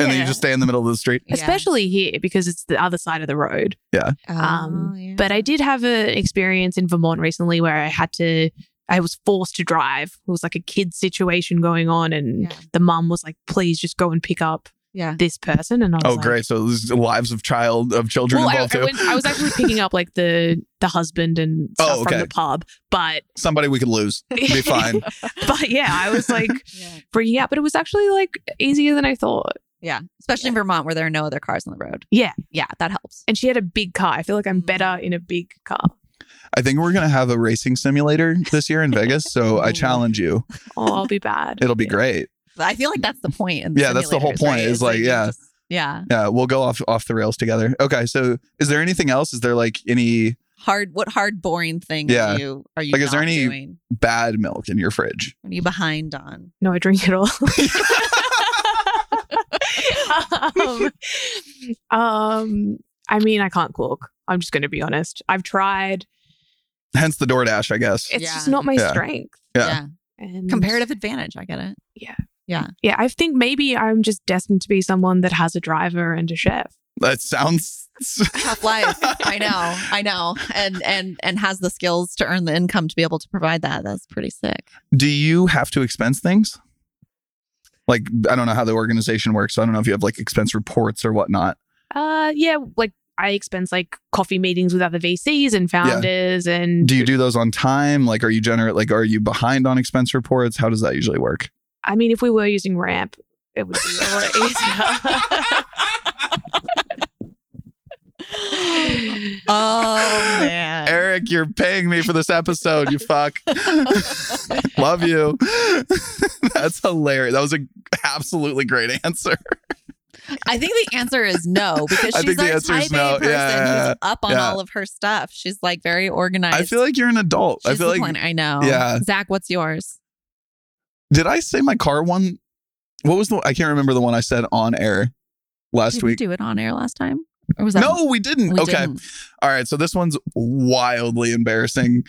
[SPEAKER 1] And then you
[SPEAKER 3] Yeah.
[SPEAKER 1] just stay in the middle of the street.
[SPEAKER 3] especially here because it's the other side of the road.
[SPEAKER 2] Oh,
[SPEAKER 3] Um, But I did have an experience in Vermont recently where I had to, I was forced to drive. It was like a kid situation going on, and
[SPEAKER 2] Yeah.
[SPEAKER 3] the mum was like, "Please just go and pick up
[SPEAKER 2] Yeah.
[SPEAKER 3] this person." And I was
[SPEAKER 1] Oh,
[SPEAKER 3] like,
[SPEAKER 1] great. So there's lives of child of children
[SPEAKER 3] Well, I,
[SPEAKER 1] involved
[SPEAKER 3] I,
[SPEAKER 1] too.
[SPEAKER 3] went, I was actually picking up like the the husband and
[SPEAKER 1] Oh,
[SPEAKER 3] stuff
[SPEAKER 1] okay.
[SPEAKER 3] from the pub, but
[SPEAKER 1] Somebody we could lose. Be fine.
[SPEAKER 3] but yeah, I was like
[SPEAKER 2] Yeah.
[SPEAKER 3] bringing out, but it was actually like easier than I thought.
[SPEAKER 2] Yeah. Especially in Vermont where there are no other cars on the road.
[SPEAKER 3] Yeah.
[SPEAKER 2] Yeah. That helps.
[SPEAKER 3] And she had a big car. I feel like I'm
[SPEAKER 2] Mm.
[SPEAKER 3] better in a big car.
[SPEAKER 1] I think we're gonna have a racing simulator this year in Vegas. So I
[SPEAKER 2] Ooh.
[SPEAKER 1] challenge you.
[SPEAKER 3] Oh, I'll be bad.
[SPEAKER 1] It'll be great.
[SPEAKER 2] But I feel like that's the point. In
[SPEAKER 1] Yeah, that's the whole
[SPEAKER 2] simulators,
[SPEAKER 1] point,
[SPEAKER 2] right?
[SPEAKER 1] is
[SPEAKER 2] It's
[SPEAKER 1] like,
[SPEAKER 2] you
[SPEAKER 1] yeah.
[SPEAKER 2] just- yeah.
[SPEAKER 1] Yeah, uh, we'll go off off the rails together. Okay. So is there anything else? Is there like any
[SPEAKER 2] Hard. What hard, boring thing
[SPEAKER 1] Yeah.
[SPEAKER 2] are you are you
[SPEAKER 1] Like, is there
[SPEAKER 2] not
[SPEAKER 1] any-
[SPEAKER 2] doing?
[SPEAKER 1] bad milk in your fridge?
[SPEAKER 2] What are you behind on?
[SPEAKER 3] No, I drink it all. um, um, I mean, I can't cook. I'm just going to be honest. I've tried.
[SPEAKER 1] Hence the DoorDash, I guess.
[SPEAKER 3] It's
[SPEAKER 2] Yeah.
[SPEAKER 3] just not my
[SPEAKER 1] Yeah.
[SPEAKER 3] strength.
[SPEAKER 1] Yeah.
[SPEAKER 3] And
[SPEAKER 2] Comparative advantage. I get it.
[SPEAKER 3] Yeah, I think maybe I'm just destined to be someone that has a driver and a chef.
[SPEAKER 1] That sounds
[SPEAKER 2] Tough life. I know. I know. And and and has the skills to earn the income to be able to provide that. That's pretty sick.
[SPEAKER 1] Do you have to expense things? Like I don't know how the organization works, so I don't know if you have like expense reports or whatnot.
[SPEAKER 3] Uh, yeah, like I expense like coffee meetings with other VCs and founders, and
[SPEAKER 1] Do you do those on time? Like are you generate like are you behind on expense reports? How does that usually work?
[SPEAKER 3] I mean, if we were using Ramp, it would be a lot
[SPEAKER 2] Um,
[SPEAKER 3] easier.
[SPEAKER 2] Oh man.
[SPEAKER 1] Eric, you're paying me for this episode, you fuck. Love you. That's hilarious. That was an absolutely great answer.
[SPEAKER 2] I think the answer is no because
[SPEAKER 1] I
[SPEAKER 2] she's
[SPEAKER 1] think the
[SPEAKER 2] a
[SPEAKER 1] answer is
[SPEAKER 2] type A
[SPEAKER 1] no.
[SPEAKER 2] person
[SPEAKER 1] Yeah, yeah, yeah.
[SPEAKER 2] who's up on
[SPEAKER 1] Yeah.
[SPEAKER 2] all of her stuff. She's like very organized.
[SPEAKER 1] I feel like you're an adult.
[SPEAKER 2] She's
[SPEAKER 1] I feel like
[SPEAKER 2] disciplined. I know.
[SPEAKER 1] Yeah.
[SPEAKER 2] Zach, what's yours?
[SPEAKER 1] did I say my car one? What was the I can't remember the one I said on air last
[SPEAKER 2] Did
[SPEAKER 1] week.
[SPEAKER 2] we do it on air last time? Or was that
[SPEAKER 1] No, we didn't.
[SPEAKER 2] We
[SPEAKER 1] okay.
[SPEAKER 2] didn't.
[SPEAKER 1] All right. So this one's wildly embarrassing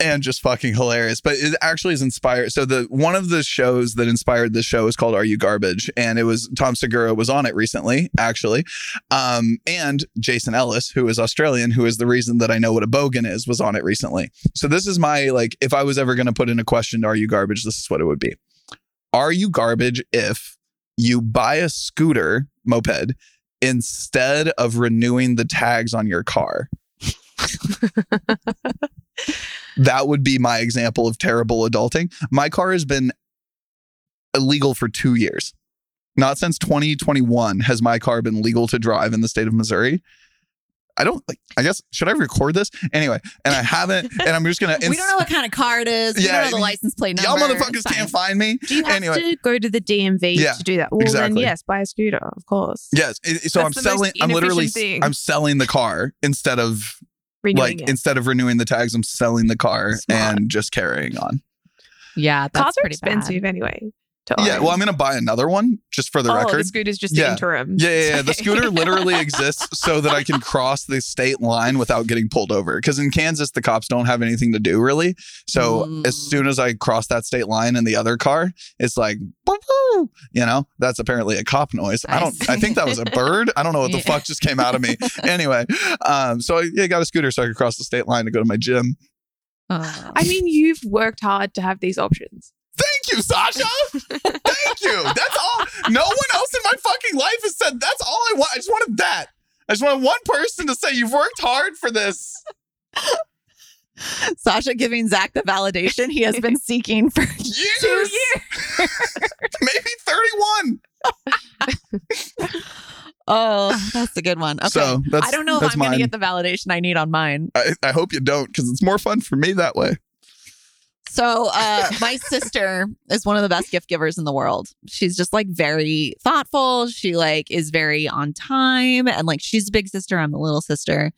[SPEAKER 1] and just fucking hilarious, but it actually is inspired. So the one of the shows that inspired this show is called Are You Garbage? And it was Tom Segura was on it recently, actually. Um, and Jason Ellis, who is Australian, who is the reason that I know what a bogan is, was on it recently. So this is my like, if I was ever going to put in a question, to Are You Garbage? This is what it would be. Are you garbage if you buy a scooter moped instead of renewing the tags on your car. that would be my example of terrible adulting. My car has been illegal for two years. Not since 2021 has my car been legal to drive in the state of Missouri. I don't like, I guess, should I record this? Anyway, and I haven't, and I'm just going to.
[SPEAKER 2] we don't know what kind of car it is. We
[SPEAKER 1] Yeah,
[SPEAKER 2] don't know the license plate number.
[SPEAKER 1] Y'all
[SPEAKER 2] It's
[SPEAKER 1] motherfuckers
[SPEAKER 2] fine.
[SPEAKER 1] can't find me.
[SPEAKER 3] do you have
[SPEAKER 1] Anyway.
[SPEAKER 3] to go to the DMV
[SPEAKER 1] Yeah,
[SPEAKER 3] to do that? Well,
[SPEAKER 1] exactly.
[SPEAKER 3] then yes, buy a scooter, of course.
[SPEAKER 1] Yes. it- so
[SPEAKER 3] That's
[SPEAKER 1] I'm
[SPEAKER 3] the most
[SPEAKER 1] selling, I'm literally,
[SPEAKER 3] inefficient thing.
[SPEAKER 1] I'm selling the car instead of
[SPEAKER 3] Renewing
[SPEAKER 1] like
[SPEAKER 3] it.
[SPEAKER 1] instead of renewing the tags, I'm selling the car
[SPEAKER 3] Smart.
[SPEAKER 1] and just carrying on.
[SPEAKER 2] Yeah, that's
[SPEAKER 3] Cars are
[SPEAKER 2] pretty bad.
[SPEAKER 3] expensive anyway. To
[SPEAKER 1] Yeah,
[SPEAKER 3] own.
[SPEAKER 1] well, I'm gonna buy another one just for the
[SPEAKER 3] oh,
[SPEAKER 1] record.
[SPEAKER 3] the scooter's just
[SPEAKER 1] Yeah.
[SPEAKER 3] the interim.
[SPEAKER 1] yeah, yeah, yeah. The
[SPEAKER 3] Sorry.
[SPEAKER 1] scooter literally exists so that I can cross the state line without getting pulled over. Because in Kansas, the cops don't have anything to do really. So
[SPEAKER 2] Mm.
[SPEAKER 1] as soon as I cross that state line in the other car, it's like, "Boo-boo," you know, that's apparently a cop noise. I
[SPEAKER 2] I
[SPEAKER 1] don't. I
[SPEAKER 2] see.
[SPEAKER 1] think that was a bird. I don't know what the
[SPEAKER 2] Yeah.
[SPEAKER 1] fuck just came out of me. Anyway, um, so I yeah, got a scooter so I could cross the state line to go to my gym.
[SPEAKER 2] Oh.
[SPEAKER 3] I mean, you've worked hard to have these options.
[SPEAKER 1] Thank you, Sasha. Thank you. That's all. No one else in my fucking life has said that's all I want. I just wanted that. I just wanted one person to say you've worked hard for this.
[SPEAKER 2] Sasha giving Zach the validation he has been seeking for
[SPEAKER 1] Years.
[SPEAKER 2] two years.
[SPEAKER 1] Maybe 31.
[SPEAKER 2] Oh, that's a good one. Okay.
[SPEAKER 1] So that's
[SPEAKER 2] I don't know if
[SPEAKER 1] that's
[SPEAKER 2] I'm going to
[SPEAKER 1] mine.
[SPEAKER 2] get the validation I need on mine.
[SPEAKER 1] I, I hope you don't, because it's more fun for me that way.
[SPEAKER 2] So, uh, my sister is one of the best gift givers in the world. She's just like very thoughtful. She like is very on time, and like she's a big sister. I'm the little sister,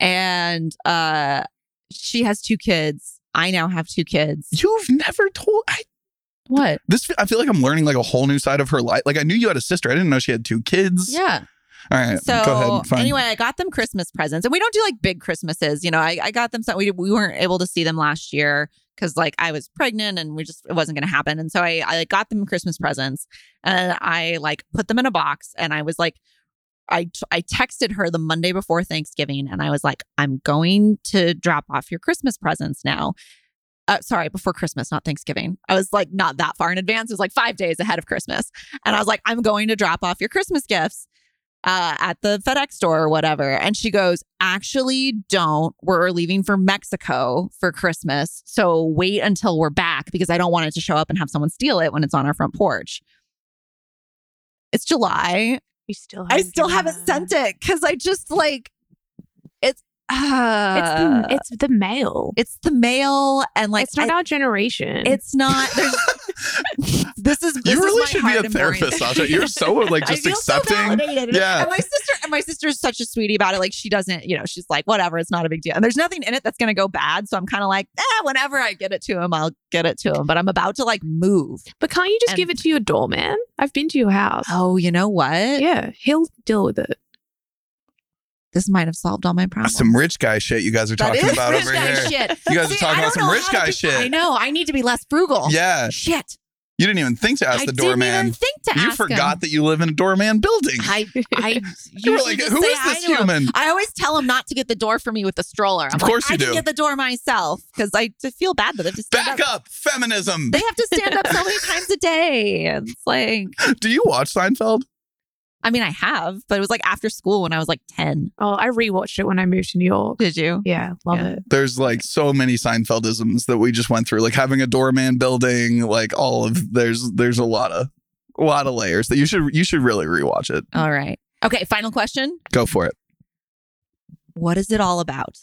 [SPEAKER 2] and uh, she has two kids. I now have two kids.
[SPEAKER 1] You've never told I
[SPEAKER 2] What?
[SPEAKER 1] This I feel like I'm learning like a whole new side of her life. Like I knew you had a sister. I didn't know she had two kids.
[SPEAKER 2] Yeah.
[SPEAKER 1] All right.
[SPEAKER 2] So
[SPEAKER 1] go ahead. Fine.
[SPEAKER 2] anyway, I got them Christmas presents, and we don't do like big Christmases. You know, I, I got them some. We we weren't able to see them last year because like I was pregnant, and we just it wasn't going to happen. And so I I like, got them Christmas presents, and I like put them in a box, and I was like. I, t- I texted her the Monday before Thanksgiving and I was like, I'm going to drop off your Christmas presents now. Uh, sorry, before Christmas, not Thanksgiving. I was like, not that far in advance. It was like five days ahead of Christmas. And I was like, I'm going to drop off your Christmas gifts uh, at the FedEx store or whatever. And she goes, Actually, don't. We're leaving for Mexico for Christmas. So wait until we're back because I don't want it to show up and have someone steal it when it's on our front porch. It's July.
[SPEAKER 3] You still
[SPEAKER 2] I still haven't sent it because I just like it's. Uh, it's, the,
[SPEAKER 3] it's the it's the mail.
[SPEAKER 2] it's the mail and like
[SPEAKER 3] it's not
[SPEAKER 2] I-
[SPEAKER 3] our generation.
[SPEAKER 2] it's not. There's, this is this
[SPEAKER 1] you really
[SPEAKER 2] is my
[SPEAKER 1] should be
[SPEAKER 2] hard
[SPEAKER 1] a
[SPEAKER 2] and boring
[SPEAKER 1] therapist, Sasha. You're so like
[SPEAKER 2] I
[SPEAKER 1] just
[SPEAKER 2] feel so
[SPEAKER 1] accepting.
[SPEAKER 2] validated.
[SPEAKER 1] Yeah.
[SPEAKER 2] And my sister and my sister's such a sweetie about it. Like she doesn't, you know, she's like, whatever, it's not a big deal. And there's nothing in it that's gonna go bad. So I'm kind of like, eh, whenever I get it to him, I'll get it to him. But I'm about to like move.
[SPEAKER 3] but can't you just
[SPEAKER 2] and-
[SPEAKER 3] give it to your doorman? I've been to your house.
[SPEAKER 2] Oh, you know what?
[SPEAKER 3] Yeah, he'll deal with it.
[SPEAKER 2] This might have solved all my
[SPEAKER 1] That's
[SPEAKER 2] problems.
[SPEAKER 1] Some rich guy shit you guys are
[SPEAKER 2] That
[SPEAKER 1] talking
[SPEAKER 2] is
[SPEAKER 1] about
[SPEAKER 2] rich
[SPEAKER 1] over
[SPEAKER 2] guy
[SPEAKER 1] here.
[SPEAKER 2] shit.
[SPEAKER 1] You guys are
[SPEAKER 2] See,
[SPEAKER 1] talking about
[SPEAKER 2] I don't
[SPEAKER 1] some
[SPEAKER 2] know
[SPEAKER 1] rich
[SPEAKER 2] how to
[SPEAKER 1] guy
[SPEAKER 2] be-
[SPEAKER 1] shit.
[SPEAKER 2] I know. I need to be less frugal.
[SPEAKER 1] Yeah,
[SPEAKER 2] Shit.
[SPEAKER 1] you didn't even think to ask
[SPEAKER 2] I
[SPEAKER 1] the
[SPEAKER 2] didn't
[SPEAKER 1] doorman.
[SPEAKER 2] even think to
[SPEAKER 1] You
[SPEAKER 2] ask him.
[SPEAKER 1] forgot that you live in a doorman building.
[SPEAKER 2] I I
[SPEAKER 1] you were
[SPEAKER 2] usually
[SPEAKER 1] like,
[SPEAKER 2] just
[SPEAKER 1] who
[SPEAKER 2] say
[SPEAKER 1] is
[SPEAKER 2] hi
[SPEAKER 1] this
[SPEAKER 2] to him.
[SPEAKER 1] human?
[SPEAKER 2] I always tell him not to get the door for me with the stroller. I'm
[SPEAKER 1] Of course
[SPEAKER 2] like,
[SPEAKER 1] you
[SPEAKER 2] I
[SPEAKER 1] do.
[SPEAKER 2] can get the door myself because I t- feel bad that they have to stand
[SPEAKER 1] Back
[SPEAKER 2] up.
[SPEAKER 1] up, feminism.
[SPEAKER 2] They have to stand up so many times a day. It's like,
[SPEAKER 1] Do you watch Seinfeld?
[SPEAKER 2] I mean, I have, but it was like after school when I was like 10.
[SPEAKER 3] Oh, I rewatched it when I moved to New York.
[SPEAKER 2] Did you?
[SPEAKER 3] Yeah, love
[SPEAKER 2] Yeah.
[SPEAKER 3] it.
[SPEAKER 1] There's like so many Seinfeldisms that we just went through, like having a doorman building, like all of there's there's a lot of a lot of layers that you should you should really rewatch it.
[SPEAKER 2] All right. Okay. Final question.
[SPEAKER 1] Go for it.
[SPEAKER 2] What is it all about?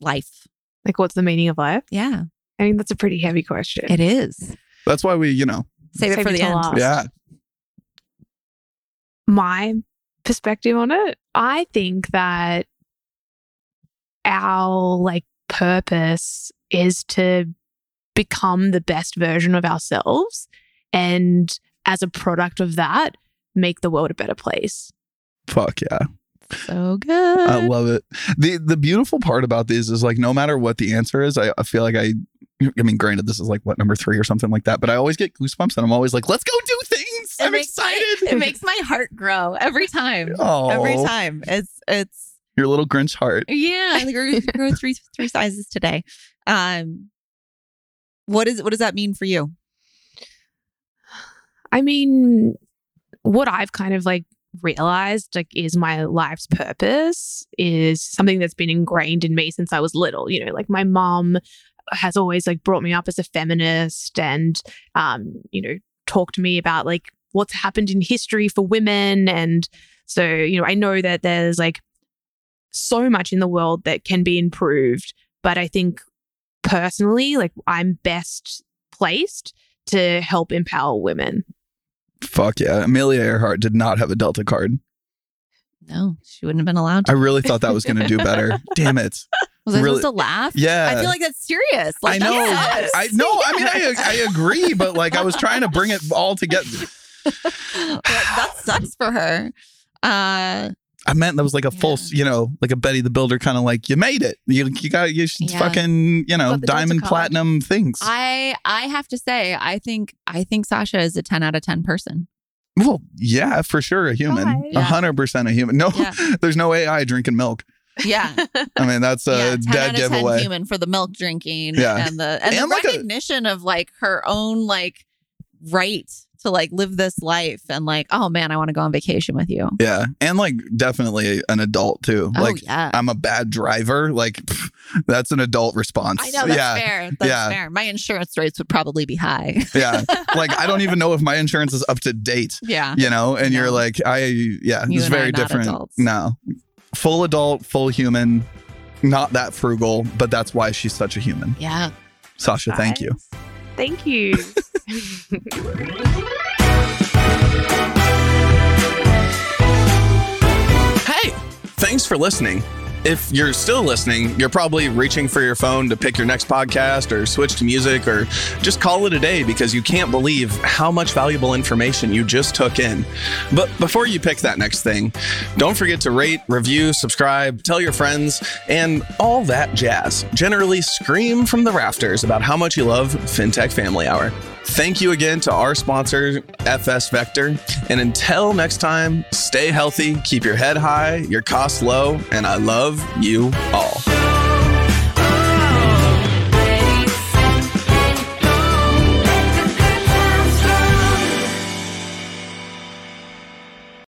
[SPEAKER 2] Life.
[SPEAKER 3] Like, what's the meaning of life?
[SPEAKER 2] Yeah,
[SPEAKER 3] I mean, that's a pretty heavy question.
[SPEAKER 2] it is.
[SPEAKER 1] That's why we, you know,
[SPEAKER 2] Save, it
[SPEAKER 3] Save
[SPEAKER 2] for
[SPEAKER 3] it
[SPEAKER 2] the
[SPEAKER 3] till
[SPEAKER 2] end.
[SPEAKER 3] last.
[SPEAKER 1] yeah.
[SPEAKER 3] my perspective on it, I think that our like purpose is to become the best version of ourselves and as a product of that make the world a better place.
[SPEAKER 1] Fuck yeah. Uh,
[SPEAKER 2] So good.
[SPEAKER 1] I love it. the The beautiful part about these is like, no matter what the answer is, I, I feel like I, I mean, granted, this is like what number three or something like that, but I always get goosebumps, and I'm always like, let's go do things.
[SPEAKER 2] It
[SPEAKER 1] I'm
[SPEAKER 2] makes my-
[SPEAKER 1] excited.
[SPEAKER 2] it makes my heart grow every time.
[SPEAKER 1] Oh,
[SPEAKER 2] Every time. It's, it's,
[SPEAKER 1] your little Grinch heart.
[SPEAKER 2] Yeah, I grew, grew three three sizes today. Um, what is what does that mean for you?
[SPEAKER 3] I mean, what I've kind of like realized like is my life's purpose is something that's been ingrained in me since I was little. You know, like my mom has always like brought me up as a feminist and um, you know, talked to me about like what's happened in history for women and so, you know, I know that there's like so much in the world that can be improved, but I think personally like I'm best placed to help empower women.
[SPEAKER 1] Fuck yeah. Amelia Earhart did not have a Delta card.
[SPEAKER 2] No, she wouldn't have been allowed
[SPEAKER 1] I really thought that was going to do better. Damn it.
[SPEAKER 2] Was I
[SPEAKER 1] really-
[SPEAKER 2] supposed to laugh?
[SPEAKER 1] Yeah.
[SPEAKER 2] I feel like that's serious. Like,
[SPEAKER 1] I know.
[SPEAKER 2] that sucks.
[SPEAKER 1] I no, I mean I, I agree, but like I was trying to bring it all together.
[SPEAKER 2] Like, that sucks for her. Uh,
[SPEAKER 1] I meant that was like a full, s you know, like a Betty the Builder kind of like you made it. You you got you should
[SPEAKER 2] Yeah.
[SPEAKER 1] fucking you know
[SPEAKER 3] Got the Delta
[SPEAKER 1] diamond
[SPEAKER 3] card.
[SPEAKER 1] platinum things.
[SPEAKER 2] I I have to say, I think I think Sasha is a ten out of ten person.
[SPEAKER 1] well, yeah, for sure, a human,
[SPEAKER 3] Right.
[SPEAKER 1] a hundred percent a human. No,
[SPEAKER 2] Yeah.
[SPEAKER 1] there's no AI drinking milk.
[SPEAKER 2] Yeah,
[SPEAKER 1] I mean that's
[SPEAKER 2] yeah,
[SPEAKER 1] a
[SPEAKER 2] 10 out
[SPEAKER 1] dead
[SPEAKER 2] of 10
[SPEAKER 1] giveaway.
[SPEAKER 2] human for the milk drinking
[SPEAKER 1] Yeah.
[SPEAKER 2] and the and,
[SPEAKER 1] And
[SPEAKER 2] the
[SPEAKER 1] like a-
[SPEAKER 2] recognition of like her own like right to like live this life and like oh man I want to go on vacation with you.
[SPEAKER 1] Yeah, and like definitely an adult too. like uh,
[SPEAKER 2] oh yeah.
[SPEAKER 1] I'm a bad driver. Like pff, that's an adult response.
[SPEAKER 2] I know that's
[SPEAKER 1] yeah,
[SPEAKER 2] fair. That's
[SPEAKER 1] yeah.
[SPEAKER 2] fair. My insurance rates would probably be high.
[SPEAKER 1] yeah. Like I don't even know if my insurance is up to date.
[SPEAKER 2] Yeah.
[SPEAKER 1] You know, and you're
[SPEAKER 2] No.
[SPEAKER 1] like, I yeah,
[SPEAKER 2] You
[SPEAKER 1] it's
[SPEAKER 2] and I
[SPEAKER 1] very
[SPEAKER 2] are not
[SPEAKER 1] different.
[SPEAKER 2] adults.
[SPEAKER 1] No, full adult, full human, not that frugal, but that's why she's such a human.
[SPEAKER 2] Yeah.
[SPEAKER 1] Sasha, thank you.
[SPEAKER 3] Thank you.
[SPEAKER 4] Hey, thanks for listening.
[SPEAKER 1] If you're still listening, you're probably reaching for your phone to pick your next podcast or switch to music or just call it a day because you can't believe how much valuable information you just took in. But before you pick that next thing, don't forget to rate, review, subscribe, tell your friends, and all that jazz. Generally, scream from the rafters about how much you love FinTech Family Hour. Thank you again to our sponsor, FS Vector. And until next time, stay healthy, keep your head high, your costs low, and I love you all.